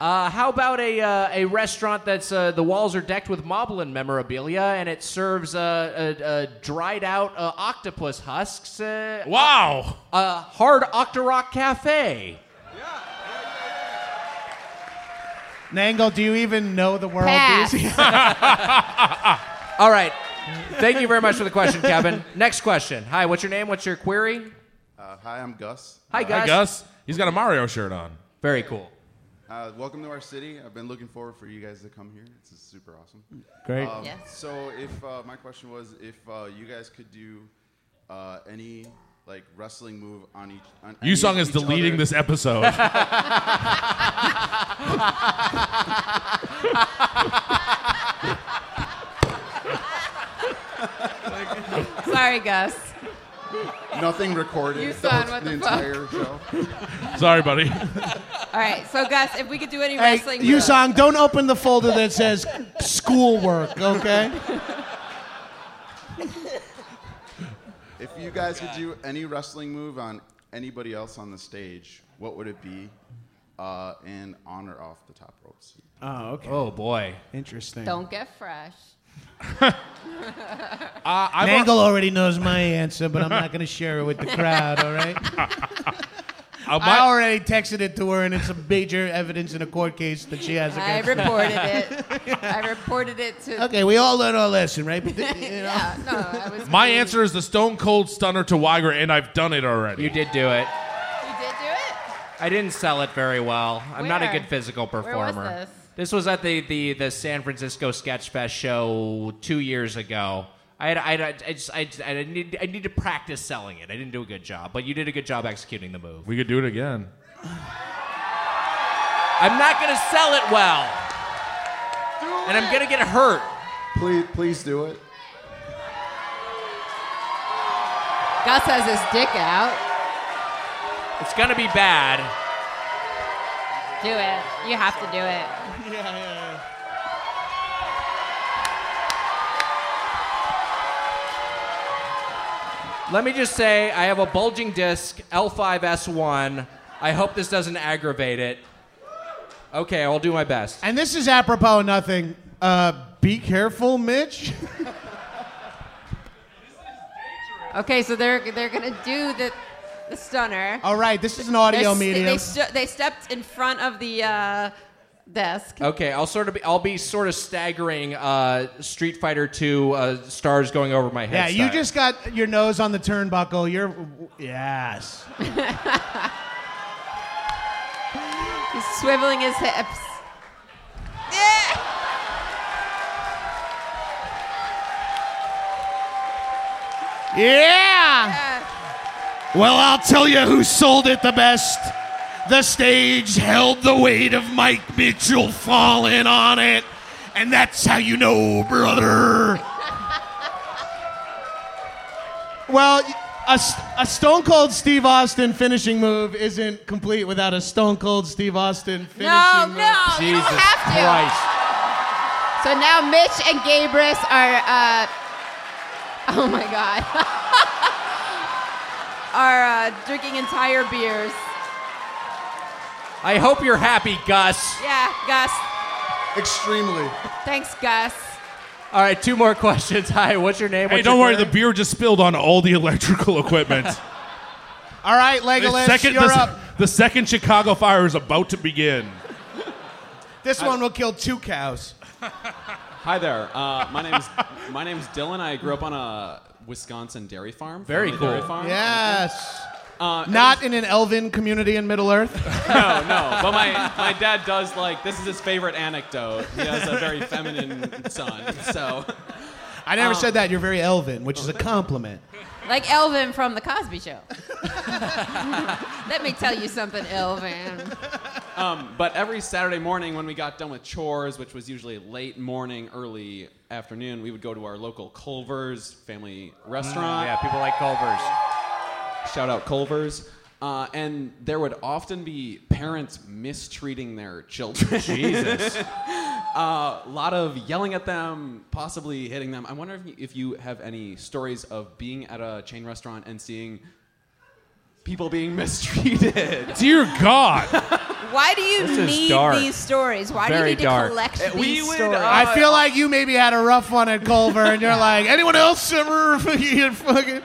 Uh, how about a uh, a restaurant that's uh, the walls are decked with Moblin memorabilia and it serves uh, a, a dried out uh, octopus husks? Uh,
wow!
A, hard Octorok cafe.
Nangle, do you even know the world?
Pass.
Disney?
All right. Thank you very much for the question, Kevin. Next question. Hi, what's your name? What's your query?
Uh, hi, I'm Gus.
Hi,
Uh,
Gus.
He's got a Mario shirt on.
Very cool.
Uh, welcome to our city. I've been looking forward for you guys to come here. This is super awesome.
Great.
Um,
Yeah.
So, if uh, my question was, if uh, you guys could do uh, any like wrestling move on each. On any
You song
of
is
each
deleting
other-
this episode.
Sorry, Gus.
Nothing recorded.
You
That
son,
was
what
the
the fuck?
entire show.
Sorry, buddy.
All right, so Gus, if we could do any
Hey,
wrestling,
you
moves-
song, don't open the folder that says schoolwork, okay?
If you guys could do any wrestling move on anybody else on the stage, what would it be? Uh, and on or off the top ropes?
Oh, okay.
Oh boy.
Interesting.
don't get fresh.
i Mangle already knows my answer, but I'm not going to share it with the crowd, all right?
uh,
I already texted it to her, and it's a major evidence in a court case that she has
I
against
reported
me.
it. I reported it to.
Okay, we all learn our lesson, right? But th-
yeah, no, I was.
My answer is the Stone Cold Stunner to Weiger, and I've done it already.
You did do it.
You did do it.
I didn't sell it very well. I'm not a
Where?
good physical
Where was
performer.
this?
was at the, the, the San Francisco Sketch Fest show two years ago. I had, I, had, I just I, just- I need I need to practice selling it. I didn't do a good job, but you did a good job executing the move.
We could do it again.
I'm not gonna sell it well, and I'm gonna get hurt.
Please, please do it.
Gus has his dick out.
It's gonna be bad.
Do it. You have to do it.
Yeah, yeah,
Let me just say I have a bulging disc L5S1. I hope this doesn't aggravate it. Okay, I'll do my best.
And this is apropos of nothing. Uh, be careful, Mitch.
Okay, so they're they're gonna do the the stunner.
All right, this is an audio
They're st-
medium.
They, stu- they stepped in front of the uh, desk.
Okay, I'll sort of be, I'll be sort of staggering uh, Street Fighter Two uh, stars going over my
yeah,
head.
you
style.
just got your nose on the turnbuckle. You're yes.
He's swiveling his hips.
Yeah.
Well, I'll tell you who sold it the best. The stage held the weight of Mike Mitchell falling on it. And that's how you know, brother.
Well, a, a Stone Cold Steve Austin finishing move isn't complete without a Stone Cold Steve Austin finishing
No,
move.
no, Oh, you don't Jesus have to. Christ. So now Mitch and Gabris are, uh, oh my God, are uh, drinking entire beers.
I hope you're happy, Gus.
Yeah, Gus.
Extremely.
Thanks, Gus.
All right, two more questions. Hi, what's your name?
Hey,
What's
don't
your
worry.
query?
The beer just spilled on all the electrical equipment.
All right, Legolas, you're
the,
up.
the second Chicago fire is about to begin.
This one will kill two cows.
Hi there. Uh, my name's my name's Dylan. I grew up on a Wisconsin dairy farm.
Very
family Dairy
cool.
farm.
Yes.
Uh,
Not in an elven community in Middle Earth.
no, no. But my, my dad does like this is his favorite anecdote. He has a very feminine son. So
I
Um,
never said that. You're very elven, which is a compliment.
Like Elvin from The Cosby Show. Let me tell you something, Elvin.
Um, but every Saturday morning when we got done with chores, which was usually late morning, early afternoon, we would go to our local Culver's family
Mm,
restaurant.
yeah, people like Culver's.
Shout out Culver's. Uh, and there would often be parents mistreating their children.
Jesus.
A lot of yelling at them, possibly hitting them. I wonder if you, if you have any stories of being at a chain restaurant and seeing people being mistreated.
Dear God.
Why do you
This is
need
dark.
these stories? Why do
Very
you need
dark.
to collect
Uh,
these
we would,
stories?
uh,
I feel like you maybe had a rough one at Culver, and you're like, anyone else ever fucking, fucking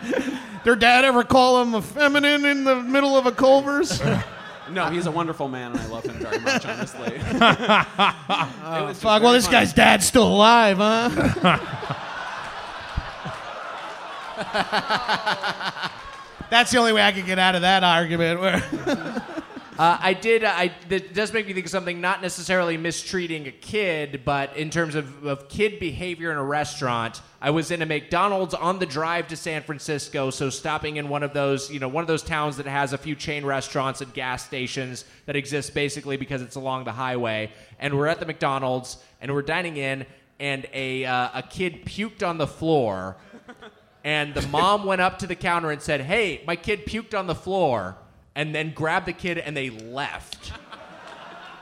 their dad ever call him a feminine in the middle of a Culver's?
No, he's a wonderful man, and I love him very much, honestly.
Oh, fuck. Well, this guy's dad's still alive, huh? That's the only way I could get out of that argument. Where
Uh, I did. uh, I that does make me think of something not necessarily mistreating a kid, but in terms of, of kid behavior in a restaurant. I was in a McDonald's on the drive to San Francisco, so stopping in one of those, you know, one of those towns that has a few chain restaurants and gas stations that exist basically because it's along the highway. And we're at the McDonald's and we're dining in, and a uh, a kid puked on the floor. And the mom went up to the counter and said, Hey, my kid puked on the floor. And then grabbed the kid and they left.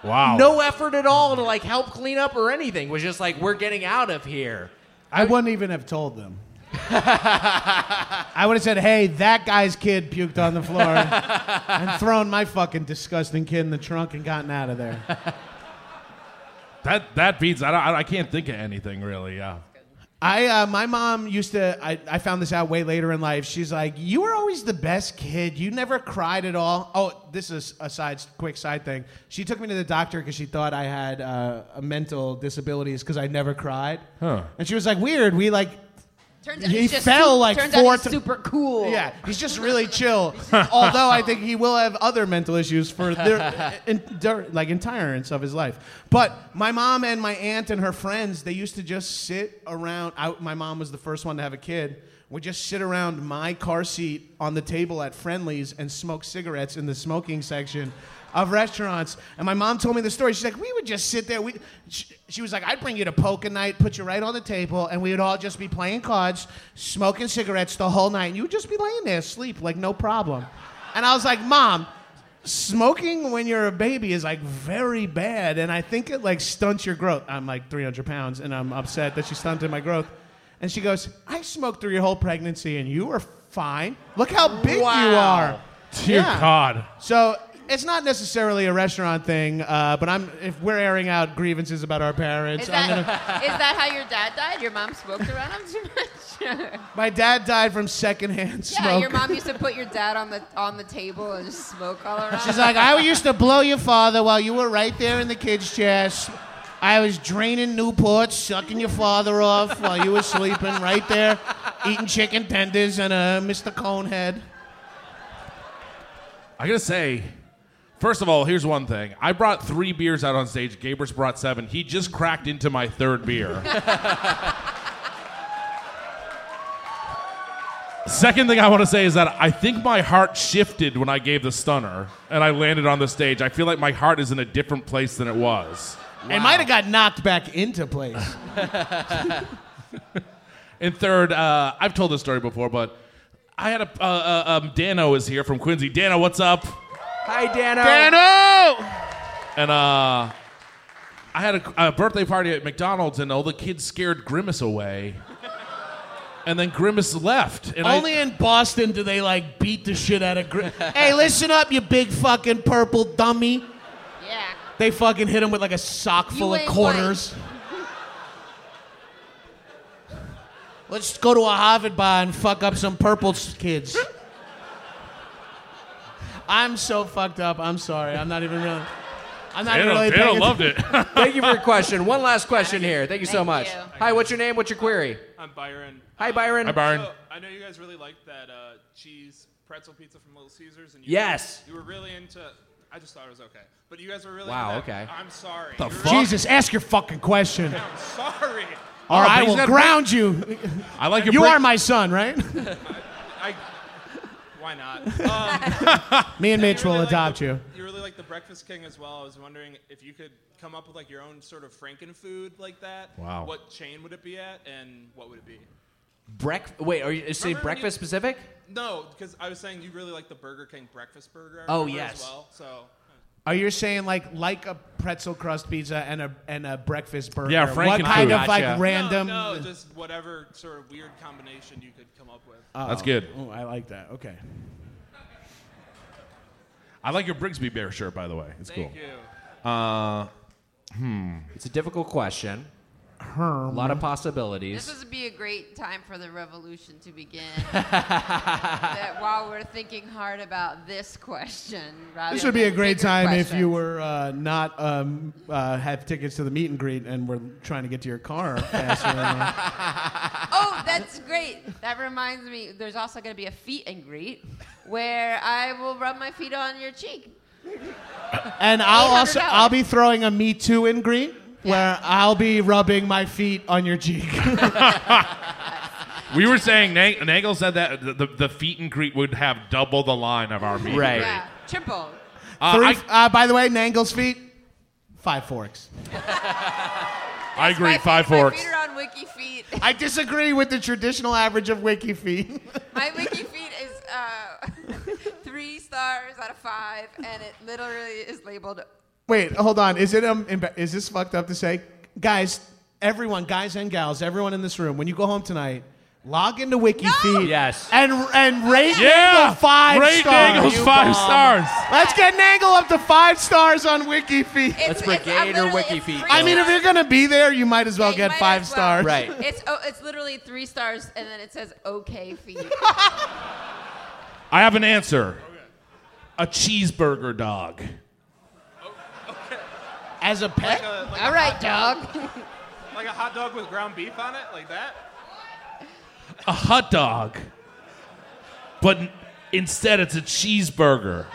Wow.
No effort at all to like help clean up or anything. It was just like, We're getting out of here.
I wouldn't even have told them. I would have said, "Hey, that guy's kid puked on the floor," and thrown my fucking disgusting kid in the trunk and gotten out of there.
That that beats. I, don't, I can't think of anything really. Yeah.
I uh, my mom used to. I, I found this out way later in life. She's like, "You were always the best kid. You never cried at all." Oh, this is a side quick side thing. She took me to the doctor because she thought I had uh, a mental disabilities because I never cried.
Huh.
And she was like, "Weird. We like."
Turns out
He
he's just
fell
su-
like
turns out
four
he's
ti-
super cool.
Yeah, he's just really chill. Although I think he will have other mental issues for their in, dur- like entirance of his life. But my mom and my aunt and her friends, they used to just sit around. I, my mom was the first one to have a kid. Would just sit around my car seat on the table at Friendly's and smoke cigarettes in the smoking section of restaurants. And my mom told me the story. She's like, we would just sit there. We, she, she was like, I'd bring you to poker night, put you right on the table, and we would all just be playing cards, smoking cigarettes the whole night. And you would just be laying there asleep, like no problem. And I was like, Mom, smoking when you're a baby is like very bad. And I think it like stunts your growth. I'm like 300 pounds, and I'm upset that she stunted my growth. And she goes, I smoked through your whole pregnancy, and you were fine. Look how big you
Wow.
are.
Dear God.
So it's not necessarily a restaurant thing, uh, but I'm if we're airing out grievances about our parents,
Is that,
I'm gonna,
is that how your dad died? Your mom smoked around him too much?
my dad died from secondhand smoke.
Yeah, your mom used to put your dad on the on the table and just smoke all around.
She's like, I used to blow your father while you were right there in the kids' chest. I was draining Newports, sucking your father off while you were sleeping right there, eating chicken tenders and a Mr. Conehead.
I gotta say, first of all, here's one thing. I brought three beers out on stage. Gabrus brought seven. He just cracked into my third beer. Second thing I want to say is that I think my heart shifted when I gave the stunner and I landed on the stage. I feel like my heart is in a different place than it was.
It might have got knocked back into place.
And third, uh, I've told this story before, but I had a uh, uh, um, Dano is here from Quincy. Dano, what's up?
Hi, Dano.
And uh, I had a, a birthday party at McDonald's, and all the kids scared Grimace away. And then Grimace left. And I-
Only in Boston do they like beat the shit out of. Gri- hey, listen up, you big fucking purple dummy.
Yeah.
They fucking hit him with like a sock full
You
of
ain't
quarters. Let's go to a Harvard bar and fuck up some purple s- kids. I'm so fucked up. I'm sorry. I'm not even really. I'm not even really. paying atten-
Thank you for your question. One last question here. Thank you so
Thank
much.
you.
Hi, what's your name? What's your query?
I'm Byron.
Hi, Byron. Hi, Byron.
So, I know you guys really liked that uh, cheese pretzel pizza from Little Caesars, and you
Yes.
you were really into. I just thought it was okay, but you guys were really
Wow,
Into that,
okay.
I'm sorry.
The
You were-
fuck?
Jesus, ask your fucking question.
I'm sorry.
Or
Oh, but
I
he's
will
not-
ground you.
I like your
You
break-
are my son, right?
I, why not? Um,
Me and
you
Mitch will
really liked
adopt
the-
you.
You really like the Breakfast King as well. I was wondering if you could come up with like your own sort of Frankenfood like that.
Wow.
What chain would it be at, and what would it be?
Breakfast. Wait, are you saying
Remember when you-
breakfast specific?
No, because I was saying you really like the Burger King breakfast burger. I
Oh,
remember
yes.
As well, so
Are you saying like like a pretzel crust pizza and a and a breakfast burger?
Yeah,
What
Frankenfood.
kind of like
Gotcha.
random?
No, no, just whatever sort of weird combination you could come up with.
Oh.
That's good.
Oh, I like that. Okay.
I like your Brigsby Bear shirt, by the way. It's
Thank
cool.
you.
Uh, hmm.
It's a difficult question. A lot of possibilities.
This would be a great time for the revolution to begin. that while we're thinking hard about this question, rather
This would be a
than
great
bigger
time if
questions.
you were uh, not um, uh, have tickets to the meet and greet and were trying to get to your car faster. than-
Oh, that's great. That reminds me. There's also going to be a feet and greet where I will rub my feet on your cheek.
and I'll also
$800.
I'll be throwing a Me Too and greet where I'll be rubbing my feet on your cheek.
We were saying Nag- Nagel said that the, the, the feet and greet would have double the line of our meet and greet.
Yeah, triple.
Uh,
Three,
I-
uh, by the way, Nangle's feet, five forks.
I agree. Five
My
forks.
feet are on wiki feet.
I disagree with the traditional average of wiki feet.
My wiki feet is uh, three stars out of five, and it literally is labeled.
Wait, hold on. Is it um, emba- is this fucked up to say, guys? Everyone, guys and gals, everyone in this room, when you go home tonight, log into WikiFeed.
Yes.
And and rate
Yeah.
Nangle five
Rate
stars.
Nangle's You five bomb. stars.
Let's get Nangle up to five stars on WikiFeed.
It's- Let's it's- brigade I'm or literally- it's WikiFeed.
I mean, if you're gonna be there, you might as well get
Might
five
as well.
stars.
It's oh, it's literally three stars, and then it says okay feet.
I have an answer. A cheeseburger dog.
As a pet.
All right, dog.
like a hot dog with ground beef on it, like that.
A hot dog. But n- instead, it's a cheeseburger.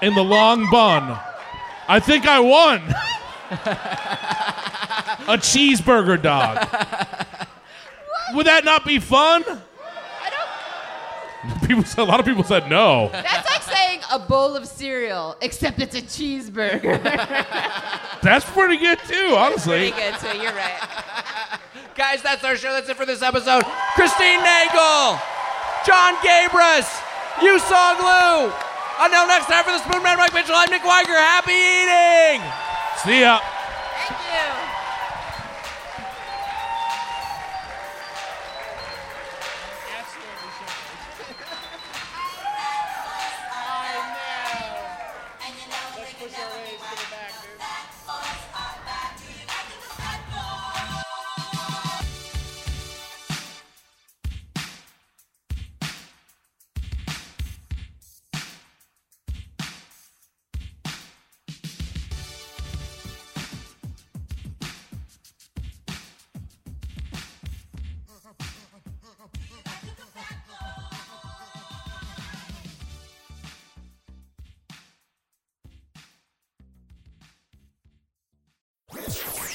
In the long bun. I think I won. a cheeseburger dog. Would that not be fun? People, said- a lot of people said no.
That's like saying a bowl of cereal, except it's a cheeseburger.
That's pretty good too, honestly.
Pretty good, too. You're right.
Guys, that's our show. That's it for this episode. Christine Nagel, John Gabris, Yu Song Lu. Until next time for the Spoon Man, Mike Mitchell, I'm Nick Weiger. Happy eating!
See ya.
Thank you.